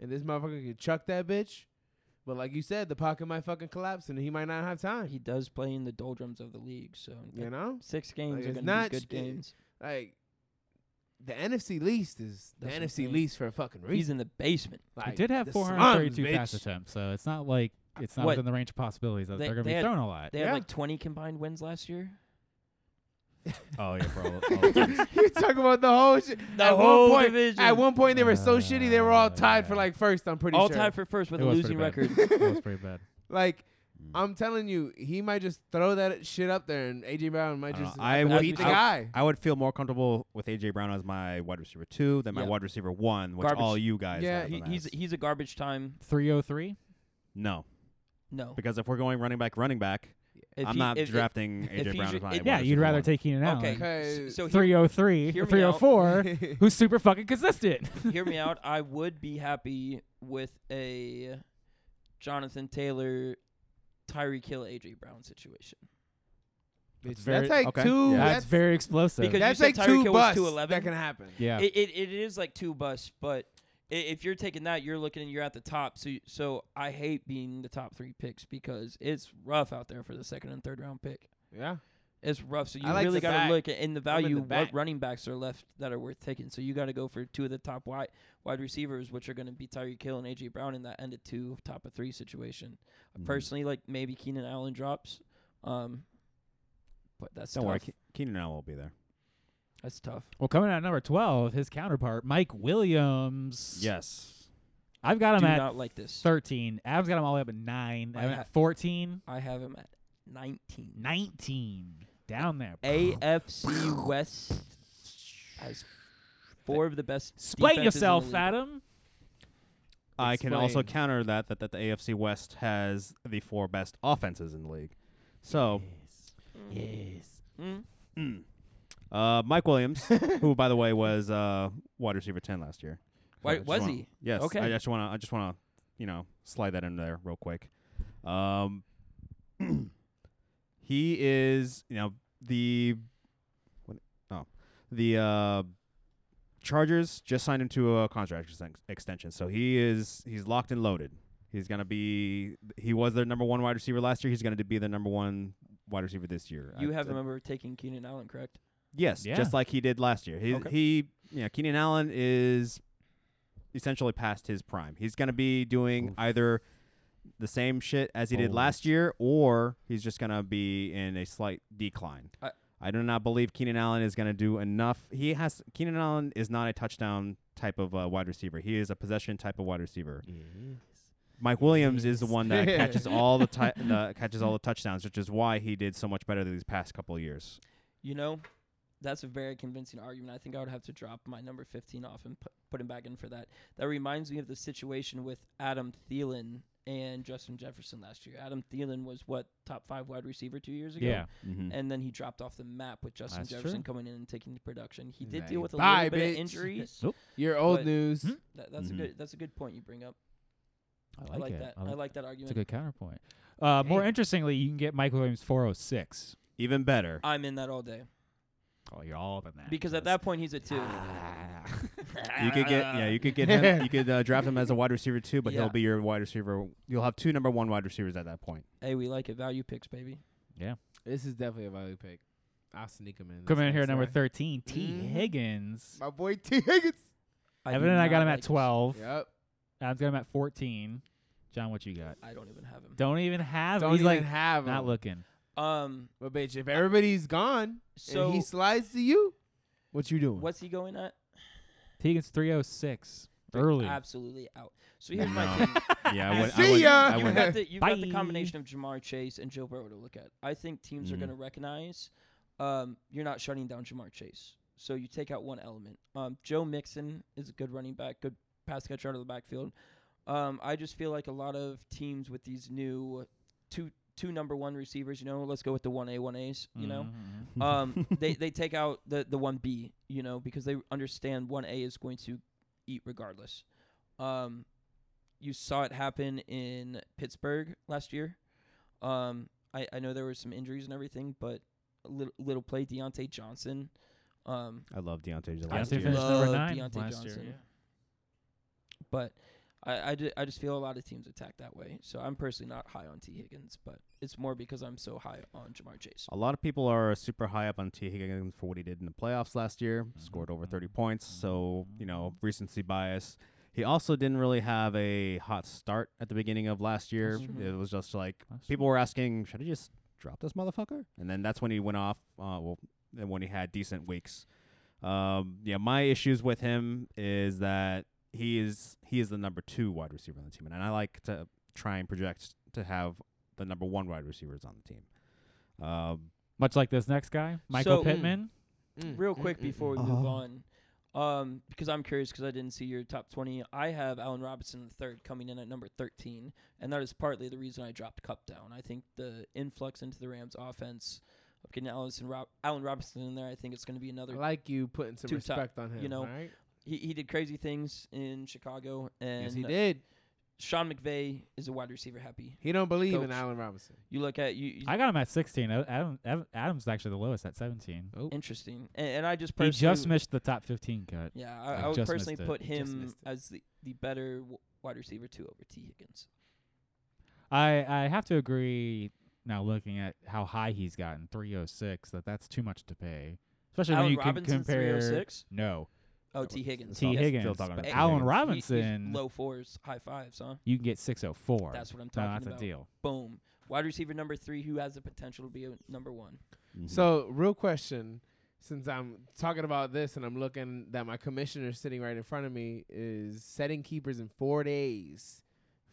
and this motherfucker can chuck that bitch. But like you said, the pocket might fucking collapse and he might not have time.
He does play in the doldrums of the league, so
You know,
six games
Like,
are
it's
going to
not
be good
sh-
games.
like the NFC least is the
That's what I'm
NFC
saying.
least for a fucking
He's
reason.
in the basement.
They
Like,
did have
the
432
Suns,
pass
bitch.
attempts, so it's not like it's not
What?
within the range of possibilities that
They-
they, are going to
they
be
had-
thrown a lot.
They
Yeah.
had like 20 combined wins last year.
Oh yeah, bro.
<laughs>
all- all
<laughs>
the teams.
you talk about the whole shit.
The
at
whole
one point,
division.
At one point, they were so shitty they were all
Uh,
tied for
yeah.
like first. I'm pretty
All
sure.
tied for first with
It
a
was
losing
pretty
<laughs> record.
bad. <laughs> that was pretty bad.
like
Mm.
I'm telling you, he might just throw that shit up there, and AJ Brown might
I don't
just
know. I
beat
would-
the
I-
guy.
I would feel more comfortable with AJ Brown as my wide receiver two than my
Yep.
wide receiver one, which
Garbage.
all you guys.
Yeah,
have
He,
him
he's
as.
he's a garbage time.
303.
no,
No.
because if we're going running back, running back,
If
I'm
he-
not
if- if-
drafting AJ Brown
he's your-
as my.
it-
wide
Yeah, you'd
receiver
rather
one.
take Keenan Allen.
Okay.
Okay.
s- So here-
303,
hear
or
me
<laughs>
out.
304, <laughs> who's super fucking consistent.
hear me out. I would be happy with a Jonathan Taylor, Tyree Kill, AJ Brown situation.
Bitch,
very-
that's like
okay.
two.
Yeah.
That's,
That's,
very explosive.
Because- you
that's like
said Tyreek
two
Hill was
busts
211?
that can happen.
yeah.
It, it it is like two busts, but i- if you're taking that, you're looking and you're at the top. So you- so I hate being the top three picks because it's rough out there for the second and third round pick.
Yeah.
It's rough. So you
I like
really
the
got
back.
to look at in the
in the
value
back.
what running backs are left that are worth taking. So you got to go for two of the top wide wide receivers, which are going to be Tyreek Hill and AJ Brown in that end of two top of three situation.
Mm.
Personally, like maybe Keenan Allen drops, um, but that's
Don't
tough.
worry, Ke- Keenan Allen will be there.
That's tough.
Well, coming out at number 12, his counterpart, Mike Williams.
Yes.
I've got him
Do
at
not like this.
13. Ab's got him all the way up at 9.
I
I'm
ha-
at 14.
I have him at nineteen.
19. Down there.
AFC West has four of the best.
Explain
defenses in the
yourself,
league.
Adam.
I can also
Explain.
counter that, that that the AFC West has the four best offenses in the league. So,
Yes.
Mm.
mm, uh, Mike Williams, who by the way was uh, wide receiver ten last year.
Why,
I just
was
wanna-
he?
Yes.
Okay.
I just want to. I just want to, you know, slide that in there real quick. Um, <clears throat> he is, you know, the, what, oh, the uh, Chargers just signed him to a contract ex- extension, so he is he's locked and loaded. He's gonna be. He was their number one wide receiver last year. He's gonna be their number one wide receiver this year.
You
I-
have
I-
remember taking Keenan Allen, correct?
Yes,
Yeah.
just like he did last year. He
Okay.
he you know, Keenan Allen is essentially past his prime. He's going to be doing
Oof.
either the same shit as he did
Bold.
last year or he's just going to be in a slight decline.
I-
I do not believe Keenan Allen is going to do enough. He has Keenan Allen is not a touchdown type of uh, wide receiver. He is a possession type of wide receiver. Mike Williams is the
Yes.
one that catches all the, ti- the catches all the touchdowns, which is why he did so much better these past couple of years.
You know, that's a very convincing argument. I think I would have to drop my number 15 off and put, put him back in for that. That reminds me of the situation with Adam Thielen and Justin Jefferson last year. Adam Thielen was what top five wide receiver two years ago.
Yeah. Mm.
Mm-hmm.
And then he dropped off the map with Justin
That's
Jefferson
true.
coming in and taking the production. He
He's
did
like,
deal with a
"Bye,
little bit
bitch."
<laughs>
of injuries.
Nope.
Your old
But-
news.
Hmm?
That, that's
Mhm.
a good. That's a good point you bring up.
I
I like, that. I like, that
It's a
argument.
good counterpoint. Uh, more
Damn.
interestingly, you can get Mike Williams 406.
Even better.
I'm in that all day
Oh, you're all up in that.
because at
Just-
that point he's a two.
Ah.
You could get yeah, you could get him. You could uh, draft him as a wide receiver too, but
Yeah.
he'll be your wide receiver. You'll have two number one wide receivers at that point.
Hey, we like it. Value picks, baby.
This is definitely a value pick. I'll sneak him in.
Coming
This
in here at
next
number
guy.
13, T.
Mhm.
Higgins.
My boy T Higgins.
do
Evan and I got
not
him
like
at
this.
12.
Yep.
Adam's got him at 14. John, what you got?
I don't even have him.
Don't even have.
Don't
He's
even
like
have him.
not looking.
Um.
But bitch, if everybody's gone
So
and he slides to you, what you doing?
what's he going at?
Higgins 306
They're
early.
Absolutely out. So here's my
No.
thing.
<laughs> Yeah, I would.
See
I
<laughs>
would,
ya!
I
You've
would-
got the, you've got the
Bye.
combination of Jamar Chase and Joe Burrow to look at. I think teams are
Mhm.
going to recognize um, you're not shutting down Jamar Chase. So you take out one element. Um, Joe Mixon is a good running back, good pass catcher out of the backfield. Um, I just feel like a lot of teams with these new two two number one receivers, you know, let's go with the one A one A's, <laughs> you know,
Mhm.
um,
Mm-hmm. <laughs>
they they take out the the one B, you know, because they understand one A is going to eat regardless. Um, you saw it happen in Pittsburgh last year. Um, I I know there were some injuries and everything, but a little little play Deontay Johnson. Um,
I love Deontay. Johnson
Deontay
Last year.
finished number
love
nine
Deontay
last
Johnson.
year.
but I, I, ju- I just feel a lot of teams attack that way. So I'm personally not high on T. Higgins, but it's more because I'm so high on Jamar Chase.
A lot of people are super high up on T. Higgins for what he did in the playoffs last year, scored over 30 points. So, you know, recency bias. He also didn't really have a hot start at the beginning of last year.
That's
true.
It was just like
That's
people were asking, should I just drop this motherfucker? And then that's when he went off. Uh, well, and when he had decent weeks. Um, yeah, my issues with him is that he is he is the number two wide receiver on the team, and I like to try and project to have the number one wide receivers on the team. Um,
Much like this next guy, Michael
So-
Pittman.
Mm,
Mm,
Real quick before we move
Uh-huh.
on, um, because I'm curious because I didn't see your top 20. I have Allen Robinson the third coming in at number 13, and that is partly the reason I dropped Cup down. I think the influx into the Rams offense of getting Allison Rob- Allen Robinson in there, I think it's going to be another
I like you putting some
Two top,
respect on him.
you know,
all right?
he, he did crazy things in Chicago, and uh,
yes, he did.
Sean McVay is a wide receiver happy.
He don't believe
Coach.
in Allen Robinson.
You look at you, you
I got him at 16. Uh, Adam, Adam Adam's actually the lowest at 17.
Oh,
interesting, and, and I just
He
personally
just missed the top 15 cut.
Yeah,
I
I, I would
just
personally
missed it.
put
He just
him
missed it.
as the, the better w- wide receiver two over T Higgins.
I I have to agree. Now looking at how high he's gotten, 306, that that's too much to pay, especially
Allen
when you
Robinson
can compare.
306.
No,
Oh, T Higgins.
T
Still-
Higgins,
still talking
but
about
Allen
Higgins.
Robinson,
low fours, high fives, huh?
you can get 604.
That's what I'm
no,
talking
that's
about.
a deal.
Boom. Wide receiver number three, who has the potential to be a number one.
<laughs>
So, real question, since I'm talking about this and I'm looking that my commissioner sitting right in front of me is setting keepers in four days.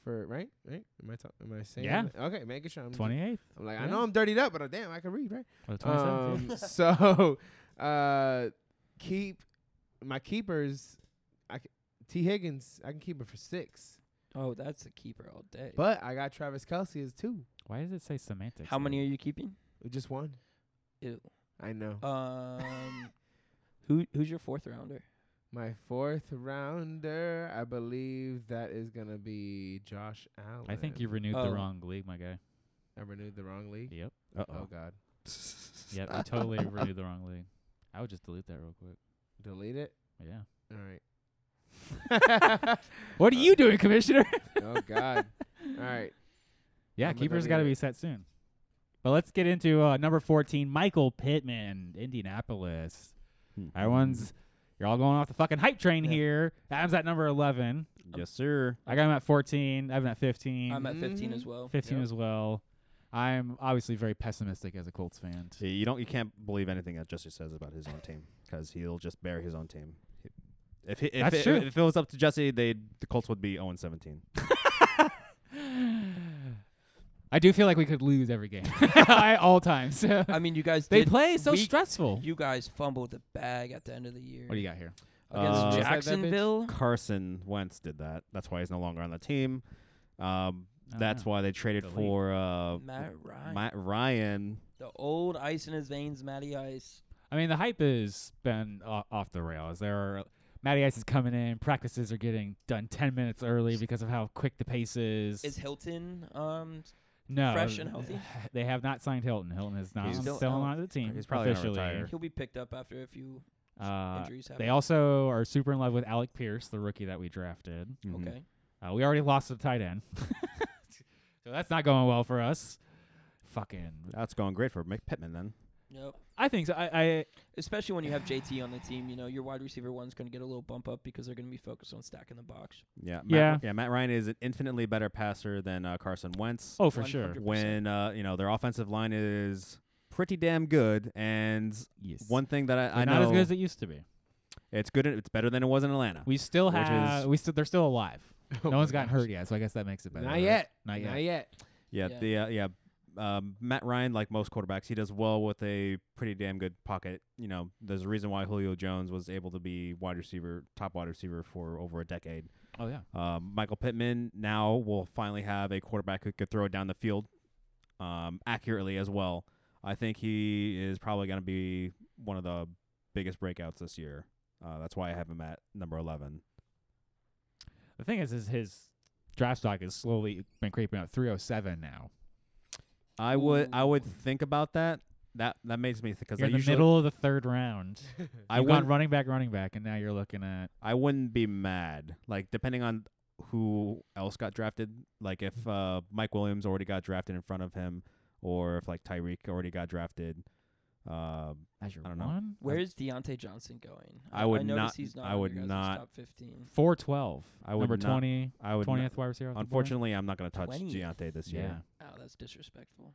For right, right? Am I talk, am I saying?
Yeah.
that? Okay, making sure I'm
28th
I'm like, I
yeah.
know I'm dirtied up, but uh, damn, I can read, right?
or 27th. <laughs>
Um, so, <laughs> uh, keep my keepers. I c- T Higgins, I can keep it for six,
Oh, that's a keeper all day.
but I got Travis Kelsey as two,
Why does it say semantics?
How
here?
many are you keeping?
just one.
Ew. Uh.
I know.
Um, <laughs> who who's your fourth rounder?
My fourth rounder, I believe that is gonna be Josh Allen.
I think you renewed the
Oh.
wrong league, my guy.
I renewed the wrong league.
Yep.
Uh
Oh, God,
Yep. You totally renewed the wrong league. I would just delete that real quick.
delete it.
Yeah.
All right.
<laughs> What are you doing, Commissioner?
oh
<laughs>
God. All right.
yeah,
I'm gonna
keepers
delete
got to
it.
be set soon. But let's get into uh, number 14, Michael Pittman, Indianapolis.
Hmm.
Everyone's, you're all going off the fucking hype train
Yeah.
here. Adam's at number 11.
yes, sir.
I got him at 14. Evan at 15.
I'm at 15
Mhm.
as well.
15
Yep.
as well. I'm obviously very pessimistic as a Colts fan.
Yeah, you don't. You can't believe anything that Jesse says about his own team because he'll just bury his own team. If he, if,
That's
it,
true.
if it was up to Jesse, they the Colts would be 0 17.
<sighs> I do feel like we could lose every
<laughs>
game <laughs> at all times. <laughs>
I mean, you guys
they
did-
play so
we-
stressful.
You guys fumbled the bag at the end of the year
What do you got here?
against
Uh, Who said
that bitch?
Jacksonville.
Carson Wentz did that. That's why he's no longer on the team. Um,
Ah.
that's why they traded
Delete.
for uh,
Matt Ryan,
Matt Ryan.
the old ice in his veins, Matty Ice.
I mean, the hype has been o- off the rails. There are Matty Ice is coming in. Practices are getting done ten minutes early because of how quick the pace is.
Is Hilton um
no,
fresh and healthy?
<sighs> They have not signed Hilton. Hilton is not
He's
still,
still
not
out.
on the team.
He's probably gonna
officially.
retire.
he'll be picked up after a few
Uh,
injuries happen.
they also are super in love with Alec Pierce, the rookie that we drafted.
Mhm.
okay.
Uh, we already lost the tight end, <laughs> so that's not going well for us. Fucking,
That's going great for Mick Pittman then.
Yep.
I think so. I, I
Especially when you have JT on the team, you know your wide receiver one's going to get a little bump up because they're going to be focused on stacking the box.
Yeah. Matt,
Yeah.
Yeah. Matt Ryan is an infinitely better passer than uh, Carson Wentz.
oh for sure.
100%.
When uh, you know their offensive line is pretty damn good, and
Yes,
one thing that I, I
They're
know
not as good as it used to be.
It's good. It's better than it was in Atlanta.
We still
Which
have.
is-
We still. They're still alive.
Oh
no one's
my <laughs>
gotten
gosh.
hurt yet, so I guess that makes it better.
Not
right?
yet.
Not yet.
Not yet.
yeah,
Yeah.
The uh, yeah. Um, Matt Ryan, like most quarterbacks, he does well with a pretty damn good pocket. You know, there's a reason why Julio Jones was able to be wide receiver, top wide receiver for over a decade.
Oh yeah.
Um, Michael Pittman now will finally have a quarterback who could throw it down the field um, accurately as well. I think he is probably going to be one of the biggest breakouts this year. Uh, that's why I have him at number 11.
The thing is, is his draft stock has slowly been creeping up. 307 now.
I would I would
Ooh.
think about that. That that makes me because
You're
I
in the
usually
middle of the third round. <laughs>
<laughs>
I
You've gone
wouldn't
running back, running back, and now you're looking at.
I wouldn't be mad. Like depending on who else got drafted. Like if uh, Mike Williams already got drafted in front of him, or if like Tyreek already got drafted. Uh,
As your
I don't know.
one?
Where is Deontay Johnson going?
I would
noticed
not-
He's not
I
on your
would
guys'
not-
Top fifteen.
412.
I would
number
not-
20,
I would.
20th wide receiver. off the board.
unfortunately, I'm not going to touch
20th.
Giante this
yeah.
year.
Oh, that's disrespectful.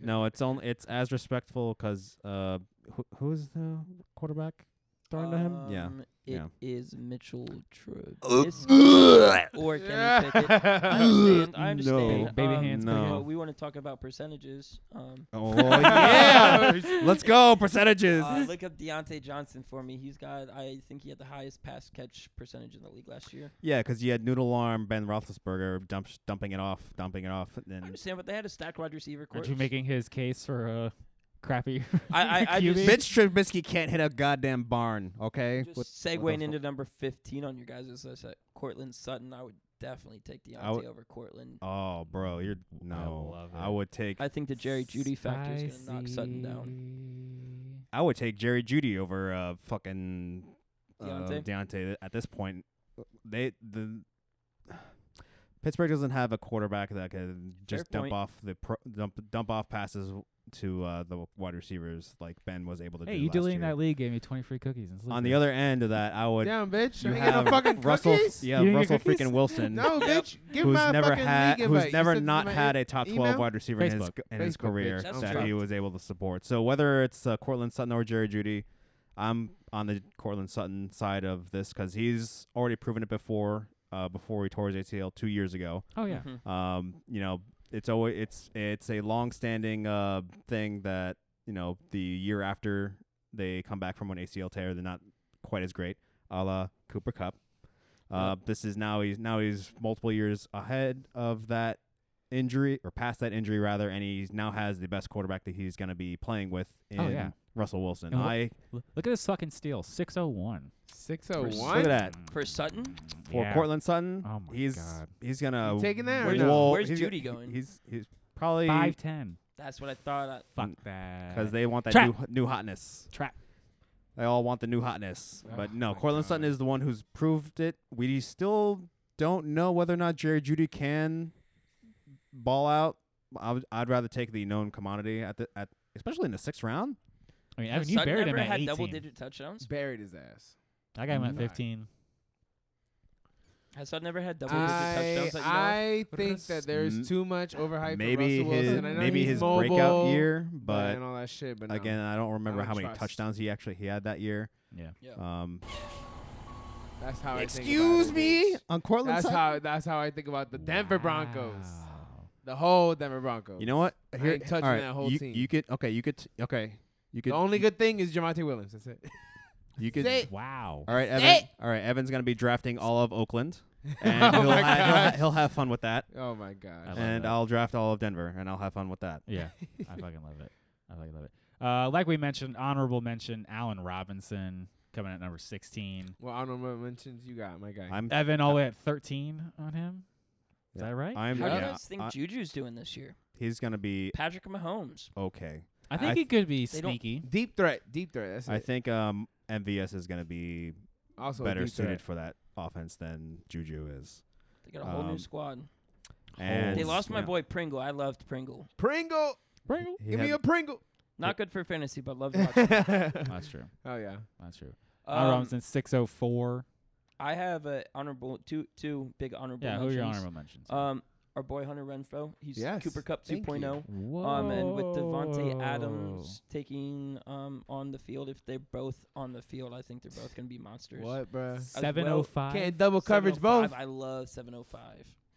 No, it's only it's as respectful because uh, who who is the quarterback thrown to him? Yeah,
Um, it
yeah.
is Mitchell
<laughs>
Trubisky or Kenny Pickett. I understand. I understand.
No.
Baby
um,
hands
No.
but
pretty.
we want to talk about percentages. Um,
Oh yeah, let's go percentages.
uh, look up Deontay Johnson for me. He's got. I think he had the highest pass catch percentage in the league last year.
Yeah, 'cause you had Noodle Arm Ben Roethlisberger dump, dumping it off, dumping it off, and
I
then
understand, but they had a stacked wide receiver corps.
Aren't you making his case for a
<laughs>
crappy?
I- I- I
QB?
just-
Mitch Trubisky can't hit a goddamn barn. Oh. Okay,
Just
With-
segueing
what else?
into number 15 on your guys' list, uh, Cortland Sutton. I would definitely take Deontay
I would-
over Cortland.
oh, bro, you're no.
love
I,
it.
would take
I think the Jerry Judy factor is going to knock Sutton down.
Spicy.
I would take Jerry Judy over uh fucking uh,
Deontay?
Deontay at this point. They the Pittsburgh doesn't have a quarterback that can
Fair
just dump
point.
off the pro, dump dump off passes to uh, the wide receivers like Ben was able to
Hey,
do.
you
last
deleting
year.
that league gave me 20 free cookies. And
On the other end of that, I would
Damn, bitch. You,
you
ain't got
have
no fucking
Russell,
cookies?
yeah,
You didn't get
Russell
cookies?
freaking
<laughs>
Wilson,
No, bitch. Give
who's
my
never
fucking
had,
league
who's
invite. You
never
sent it to
not
my
had
e-
a top twelve
email?
wide receiver in his,
Facebook.
in his
Facebook,
career
bitch.
That's
that he
dropped.
was able to support. So whether it's uh, Cortland Sutton or Jerry Judy, I'm on the Cortland Sutton side of this because he's already proven it before. Uh, before he tore his ACL two years ago,
oh
<laughs>
yeah,
Mhm.
um, you know, it's always it's it's a long-standing uh, thing that you know the year after they come back from an ACL tear, they're not quite as great, a la Cooper Cup. Uh, This is now he's now he's multiple years ahead of that injury or past that injury rather, and he now has the best quarterback that he's going to be playing with in
Oh, yeah.
Russell Wilson.
And wh-
I
L- look at this fucking steal, 601.
look at
601?
that
For Sutton,
for
Yeah.
Cortland Sutton.
Oh my
he's
God.
he's gonna
You taking that or
uh, wall-
no?
Where's
he's go-
Judy going?
He's he's probably
510.
that's what I thought. Uh, I,
Fuck
Mm,
that.
because they want that
Trap.
new new hotness.
trap.
They all want the new hotness. But
Oh
no,
my
Cortland Sutton
God.
is the one who's proved it. We still don't know whether or not Jerry Judy can ball out. I would, I'd rather take the known commodity at the at especially in the sixth round.
I mean,
Has
Evan, you
Sutton
buried him
ever
at
had
18.
double-digit touchdowns.
Buried his ass.
I got him at
Mm.
15.
Has Sutton ever had double-digit
I,
touchdowns? That you know of?
I
What
think
about
that
M-
there's too much overhype
maybe
for Russell
his
Wilson. I know
maybe
he's
his
mobile,
breakout year,
and
but
all that shit. But no.
again, I don't remember
I
how
don't
many
trust.
touchdowns he actually he had that year.
Yeah.
Yeah.
Um,
that's how I think about
excuse
it,
me,
bitch.
on Cortland
That's
Sutton.
how that's how I think about the Denver Broncos,
Wow.
the whole Denver Broncos.
you know what?
I ain't touching that whole
you,
team.
You could okay. You could t- okay. You could
the only good e thing is Javante Williams. That's it.
you could
Say it.
<laughs>
Wow.
All right, Evan. All right, Evan's gonna be drafting all of Oakland, and
Oh
he'll,
my
ha- he'll, ha-
God.
he'll have fun with that.
<laughs> Oh my
I
god.
love
and
that.
I'll draft all of Denver, and I'll have fun with that.
Yeah, I fucking love it. I fucking love it. Uh, like we mentioned, honorable mention, Allen Robinson coming at number 16.
Well, honorable mentions you got, my guy.
I'm.
Evan
Uh,
all the way at 13 on him. Is
Yeah.
that right? I,
I'm.
How do you
Yeah,
guys think
I-
Juju's doing this year?
he's gonna be
Patrick Mahomes.
okay.
think
I
he could be
they don't- <laughs>
sneaky.
deep threat. Deep threat. That's
I
it.
think um MVS is gonna be
also a
better
deep
suited
threat.
for that offense than Juju is.
They got a whole
Um,
new squad.
And
They
it's-
lost my
yeah.
boy Pringle. I loved Pringle.
Pringle.
He
Give me
had-
a
<laughs>
Pringle.
Not good for fantasy, but
<laughs>
loved watching. him.
<laughs> oh
That's true.
yeah.
That's true. Allen
Um,
Robinson 604.
I have a honorable two two big honorable.
Yeah, who are
mentions.
your honorable mentions?
Um, our boy Hunter Renfro. He's
Yes,
Cooper Cup
thank
2.0.
Whoa.
Um, and with Devonte Adams taking um on the field, if they're both on the field, I think they're both gonna be monsters.
What, bruh?
705.
Can't double coverage both.
705, I love 705.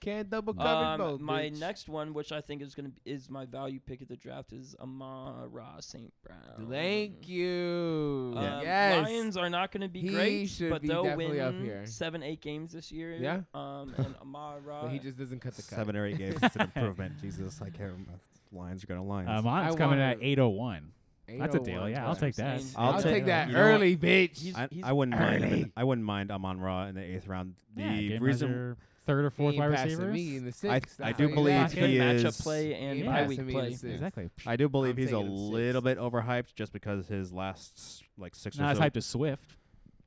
Can't double coverage both.
Um, my
bitch.
next one, which I think is gonna be, is my value pick of the draft, is Amara St. Brown.
Thank you.
Um,
yes.
Lions are not going to be
He
great,
should
but
be
they'll
definitely
win
up here.
seven, eight games this year.
Yeah.
Um,
<laughs>
and Amara.
but he just doesn't cut the cut.
seven or eight games. it's an improvement. Jesus, I can't. remember. Lions are gonna Lions.
Uh,
I oh
Mon's coming
want
at
him.
801. That's a deal.
801.
Yeah, I'll
That's what
take
I'm
that.
saying.
I'll,
I'll
take
take-
that
you know what?
early, bitch.
He's-
I,
he's
I wouldn't mind.
early.
Amon- I wouldn't mind Amon Ra in the eighth round. The
Yeah, game
reason
manager, third or
He ain't
fourth wide
passing
receivers.
me in the
I-
six.
I
That's
do
what
believe
he's
good
he
asking.
is-
matchup play and
He
bye
has
week
to be in
play.
the six.
Exactly.
I do believe
I'm
he's a
taking him
little
sixth.
bit overhyped just because his last like six
Not
or
as
so
hyped as Swift.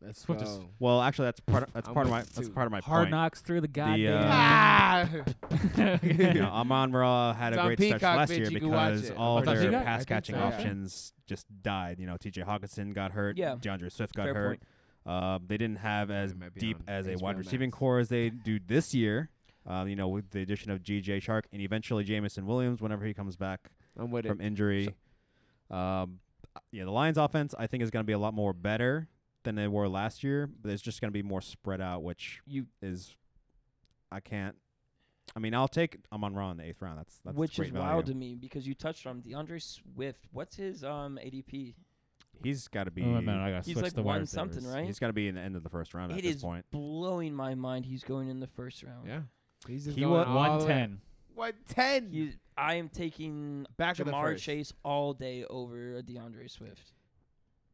Let's
Swift is-
go.
Well, actually, that's part. Of, that's
I'm
part of my.
with
That's
two.
part of my
Hard <laughs>
point.
knocks through the
uh,
goddamn.
<laughs> Ah!
<laughs> you know, Amon Ra had a
It's on
great stretch
Peacock,
last
bitch,
year
you can watch
because
it.
all
It's on
their
Peacock? I
pass
think
catching
so,
yeah.
options just died. You know, T.J. Hawkinson got hurt.
Yeah.
DeAndre Swift got
Fair
hurt.
point.
Uh, they didn't have as
It might be
deep
on
as a
HBO
wide receiving
Max.
core as they do this year. Uh, you know, with the addition of G.J. Shark and eventually Jamison Williams whenever he comes back
I'm with it.
from injury. Um, yeah, the Lions' offense I think is going to be a lot more better than they were last year, but it's just going to be more spread out, which
You
is I can't. I mean, I'll take Amon Ra in the eighth round. That's that's
which
great
is wild
value.
to me because you touched on DeAndre Swift. What's his um ADP?
He's got to be.
Oh, man, I gotta
He's
switch
like
the
one
wide
something,
receivers.
right?
He's got to be in the end of the first round at
It
this
is
point.
blowing my mind. He's going in the first round.
Yeah. He's just
He
going
wa-
all
One
in.
ten.
110.
He, I am taking
Back of the
Jamar
first.
Chase all day over a DeAndre Swift.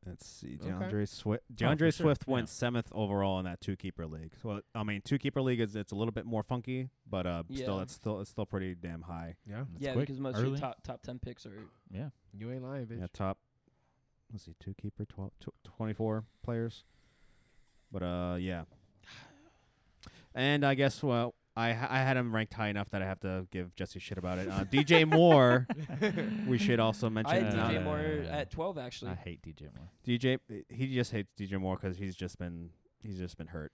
Let's see.
Okay.
DeAndre
Oh,
Swift.
for
DeAndre
sure,
Swift
yeah.
went seventh overall in that two keeper league. Well, I mean, two keeper league is it's a little bit more funky, but uh,
Yeah.
still it's still it's still pretty damn high.
Yeah.
That's
yeah,
quick.
because most of
Early.
the top top ten picks are
Yeah.
You ain't lying, bitch.
Yeah, top. Let's see, two keeper, 12, tw- 24 players. But uh, yeah. And I guess well, I ha- I had him ranked high enough that I have to give Jesse shit about it. Uh,
<laughs>
DJ <laughs> Moore, we should also
I
mention.
had
uh,
DJ
uh,
Moore at 12 actually.
I hate DJ Moore.
DJ, he just hates DJ Moore because he's just been he's just been hurt,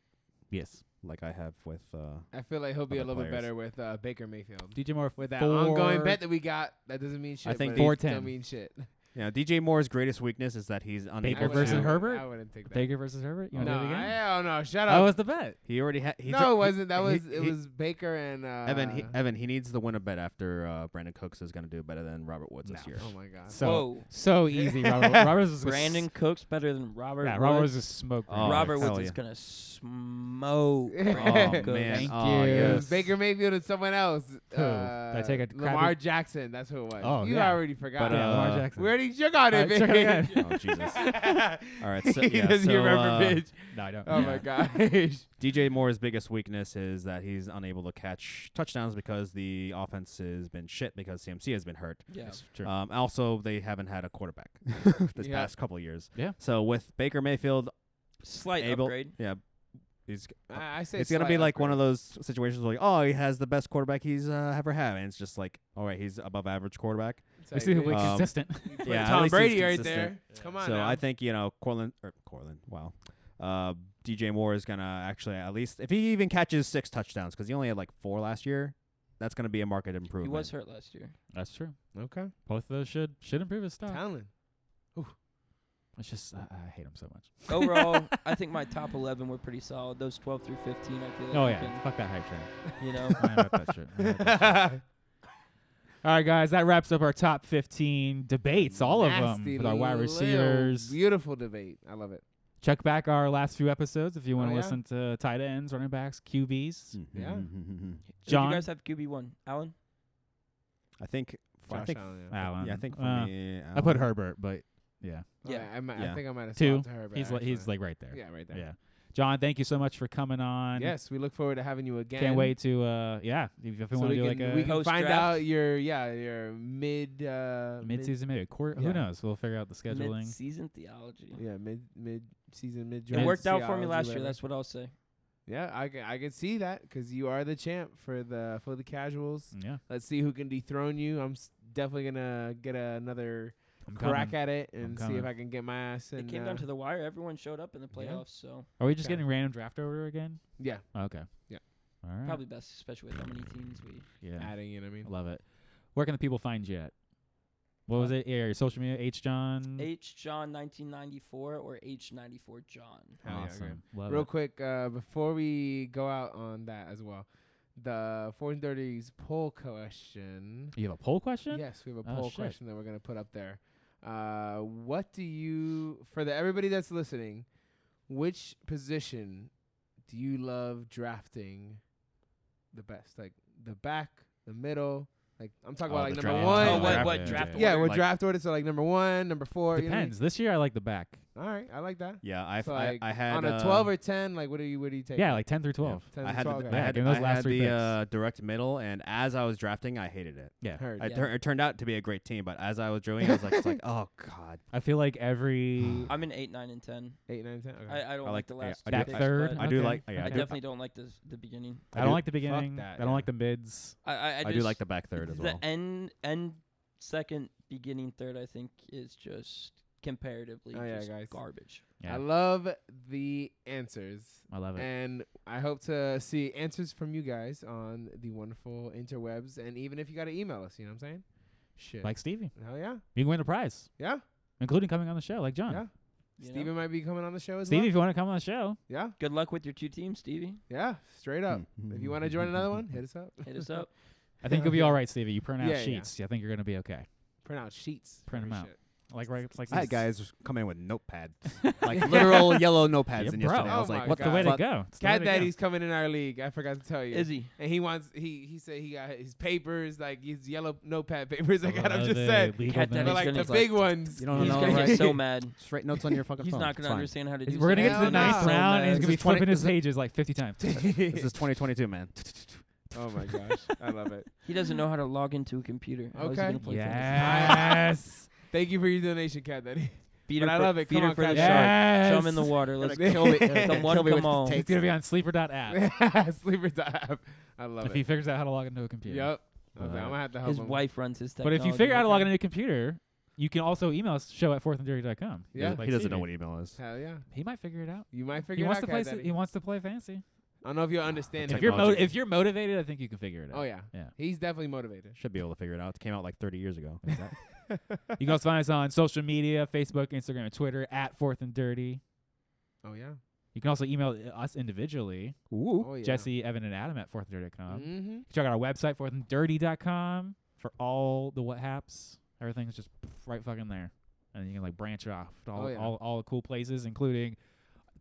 Yes.
like I have with. Uh,
I feel like he'll be a
Other
little bit
players.
better with uh, Baker Mayfield.
DJ Moore
With that
four,
ongoing bet that we got, that doesn't mean shit.
think
but
these-
it still
410.
mean shit. <laughs>
yeah, DJ Moore's greatest weakness is that he's unable.
Baker
I
to-
wouldn't-
versus
I wouldn't-
Herbert?
I wouldn't take that.
Baker versus Herbert. You want to
no,
do it again?
hell no. Shut
that
up.
was the bet.
He already had.
no, it wasn't. That was it.
he-
was Baker and uh,
Evan, he, Evan, he needs to win a bet after uh, Brandon Cooks is going to do better than Robert Woods this
No.
year.
Oh my god.
So
Whoa,
so easy. Robert, Roberts was gonna
Brandon Cooks better than Robert.
Yeah, Robert
Woods.
was a smoke.
Oh,
Robert
hell
Woods is
yeah.
gonna <laughs> smoke.
Oh,
Brandon
oh
Cooks.
man!
Thank
oh,
you.
It
Yes.
was Baker Mayfield and someone else.
Who?
Uh,
Did I take a crappy-
Lamar Jackson. That's who it was.
Oh,
you
yeah.
already forgot.
But,
yeah, Lamar
uh,
Jackson.
we already shook on it,
Alright, check it
bitch. <laughs>
oh Jesus! All right, so,
he
yeah,
doesn't
so,
remember,
uh,
bitch.
No, I don't.
Oh
yeah.
my gosh. <laughs>
DJ Moore's biggest weakness is that he's unable to catch touchdowns because the offense has been shit because CMC has been hurt.
Yeah.
That's true.
Um, also, they haven't had a quarterback this
Yeah.
past couple of years.
Yeah.
So with Baker Mayfield,
Slight
Abel-
upgrade.
yeah, he's
I, I say
it's gonna be like one of those situations where like, oh, he has the best quarterback he's uh, ever had, and it's just like, all right, he's above average quarterback.
we see who <laughs> we
<laughs>
Um,
consistent.
yeah, at
Tom
least he's
Brady right
consistent.
there. Come on
So
now.
I think you know Corlin or Corlin. Wow, uh, DJ Moore is gonna actually at least if he even catches six touchdowns because he only had like four last year, that's gonna be a market
He
improvement.
was hurt last year.
That's true.
okay.
Both of those should should improve his stock.
Talent. <laughs>
It's just I, I hate him so much.
Overall, I think my top 11 were pretty solid. Those 12 through 15, I feel like.
Oh
we
yeah, fuck that hype train.
can,
<laughs>
you know.
I don't know about that shit. I don't know
<laughs>
about that shit. All right, guys, that wraps up our top 15 debates, all of them
Nasty
with our wide
little
receivers.
Beautiful debate. I love it.
Check back our last few episodes if you want
Oh,
to
yeah?
listen to tight ends, running backs, QBs.
Mm-hmm.
Yeah.
John?
Did you guys have QB1? Alan?
<laughs> I think. I
Josh
think.
Allen, yeah.
Allen.
Yeah, I think for
Uh,
me, um,
I put
Allen.
Herbert, but yeah,
Yeah.
Alright, I, might, I
Yeah.
think I might have
Two.
swapped her, but
he's like he's
actually-
like right there.
yeah, right there.
yeah. John, thank you so much for coming on.
Yes, we look forward to having you again.
Can't wait to uh yeah, if, if we
So
want
we
to do
can,
like uh, a
we can
Post-draft.
find out your yeah your mid uh,
mid-season maybe a quarter,
Yeah.
who knows? We'll figure out the scheduling.
Mid-season theology.
mid- yeah mid mid season mid.
It
Yeah.
worked out for me last year. That's what I'll say.
yeah. I can, I can see that because you are the champ for the for the casuals.
Mm, Yeah.
Let's see who can dethrone you. I'm s- definitely gonna get another
I'm
crack
coming.
at it
I'm
and see
coming.
if I can get my ass. in
It came down
uh,
to the wire. Everyone showed up in the
yeah.
playoffs, so
Are we just
Okay.
getting random draft order again? Oh,
yeah
Okay.
Yeah.
All right.
probably best, especially with how many teams we.
Yeah.
adding. You know what I mean?
I love it. Where can the people find you at? What
Uh,
was it? Yeah, your social media, H John.
H John 1994 or H 94 John.
Hell oh, yeah,
Awesome.
great.
Love
Real
it.
quick, uh, before we go out on that as well, the 430s poll question.
You have a poll question?
Yes, we have a
Oh,
poll
shit.
question that we're gonna put up there. Uh, what do you for the everybody that's listening? Which position do you love drafting the best? Like the back, the middle. Like I'm talking
Oh,
about
the
like number
draft.
one.
Oh,
like-
what-
what draft
yeah,
order?
what
Like-
draft order? So like number one, number four. you know what I mean?
Depends. This year I like the back.
All right, I like that.
Yeah, I,
So,
I,
like,
I had
on a
uh,
twelve or ten, like what do you what do you take?
Yeah, like ten through twelve.
10
I
to
had
12
the,
guys.
I
Yeah,
had,
give him those
I
last
had
three
the
picks.
uh, direct middle, and as I was drafting, I hated it.
Yeah.
Heard.
It,
Yeah.
tur- it turned out to be a great team, but as I was drilling, I was like,
<laughs>
it's like, oh god,
I feel like
<sighs>
every
I'm an eight, nine, and ten.
Eight, nine, ten. Okay.
I, I don't
I
like the
like- yeah,
last
I
two
do-
that
picks,
third.
but
I do
okay.
like- yeah,
I
I do-
definitely don't like this, the beginning.
I,
I
don't
do-
like the beginning.
that,
I don't
yeah.
like the mids.
I I, I,
I, do
just-
like the back third as
the
well.
end end second beginning third. I think is just comparatively
Oh, yeah,
just
guys.
garbage.
I
Yeah.
love the answers,
I love it.
and I hope to see answers from you guys on the wonderful interwebs. And even if you gotta email us, you know what I'm saying? Shit.
Like Stevie,
hell yeah,
you can win a prize,
yeah.
including coming on the show, like John.
Yeah.
you know?
Steven might be coming on the show as
Stevie,
well.
if you want to come on the show,
Yeah,
Good luck with your two teams, Stevie.
yeah. Straight up.
Hmm.
if you want to join
<laughs>
another one, hit us up.
Hit
<laughs>
us up.
I think you'll be all right, Stevie. You print out
Yeah, yeah.
sheets. I think you're gonna be okay.
Print out sheets.
Print 'em
Holy
out.
shit.
Like right, like
I
this.
had guys come in with notepads, like literal yellow notepads.
Yeah,
in
bro.
yesterday, I
Oh
was
my
like,
What's the
God.
way to
fuck?
go? It's the way
Cat
to go.
Daddy's <laughs> coming in our league. I forgot to tell you.
Izzy.
and he wants he he said he got his papers like his yellow notepad papers like Adam just
Love
said.
it. Legal notes.
Cat
But
Daddy's
like
gonna-
the
It's
like,
big ones.
you don't
He's
know,
gonna
right?
get
<laughs>
so mad.
Straight notes on your fucking
He's
phone.
not
It's
gonna
fine.
understand how to do.
We're gonna get to
Hell
the
no.
ninth round, and he's
This
gonna be
is 20
flipping his
this is-
pages like 50
<laughs>
times. <laughs>
<laughs> This is 2022, man.
oh my gosh, I love it.
He doesn't know how to log into a computer. How is he
Okay.
gonna play
<laughs>
yes,
Thank you for your donation, Cat Daddy.
Beat her
But I
for,
love it.
Beat
Come
her
on,
for the
Cat.
shark.
yes.
Show him in the water. Let's
Gonna
kill
kill me-
it. Come one,
kill me with
come
this
all.
tape.
It's gonna be on
<laughs>
sleeper.app
Sleeper dive. I love
if he Uh,
it.
figures out how to log into a computer.
Yep. I
Love
am
it.
gonna have to help
His
him.
wife runs his
But
technology.
if you figure out how to log
okay?
into a computer, you can also email us show at fourthanddirty.com.
Yeah.
he doesn't know
Stevie.
what email is.
Hell yeah.
He might figure it out.
You might
He
figure it
wants
out,
to
Cat
play.
Daddy.
He wants to play fancy.
I don't know if you'll understand
If
him.
you're mo-
Technology.
if you're motivated, I think you can figure it out.
Oh yeah.
Yeah.
He's
<laughs>
definitely motivated. <laughs>
Should be able to figure it out. It came out like 30 years ago.
You can also find us on social media: Facebook, Instagram, and Twitter at Fourth and Dirty.
Oh yeah.
You can also email us individually:
Ooh.
Oh yeah.
Jesse, Evan, and Adam at fourthanddirty.com.
Mm-hmm.
Check out our website, fourthanddirty.com, for all the what haps. Everything's just right fucking there. And you can like branch off to all,
Oh, yeah.
all, all the cool places, including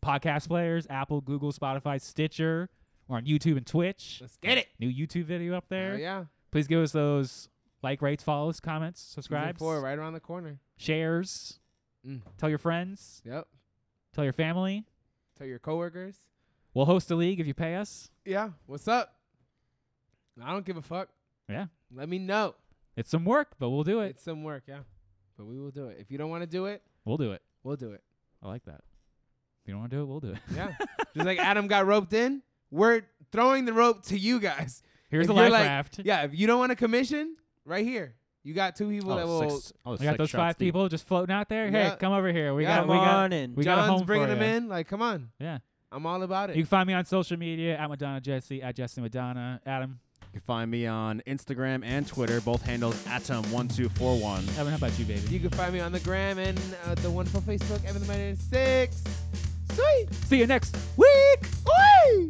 podcast players, Apple, Google, Spotify, Stitcher. We're on YouTube and Twitch.
Let's get it.
New YouTube video up there.
Hell yeah.
Please give us those like, rates, follows, comments,
Season
subscribes,
Four right around the corner.
shares.
Mm.
Tell your friends.
Yep.
Tell your family.
Tell your coworkers.
We'll host a league if you pay us.
Yeah. What's up? I don't give a fuck.
Yeah.
Let me know.
It's some work, but we'll do it.
It's some work, yeah. But we will do it. If you don't want to do it,
We'll do it.
we'll do it.
I like that. If you don't want to do it, we'll do
<laughs>
it.
Yeah. Just like Adam got roped in, we're throwing the rope to you guys. <laughs>
Here's
If
a
you're
life
like-
raft.
Yeah, if you don't want to commission, right here. You got two
Oh,
people
Oh,
that will
We got those five people just floating out there.
Yeah.
Hey, come over here. We
Yeah,
got
Come
we got
on in.
we got a
John's
home
bringing
for
them
ya.
in. Like, come on.
Yeah.
I'm all about it.
You can find me on social media at Madonna Jesse, at Jesse Madonna, Adam.
You can find me on Instagram and Twitter, both handles atom1241.
Evan, how about you, baby?
You can find me on the gram and uh, the wonderful Facebook, Evan the Man Six. Sweet.
See you next week.
Whee!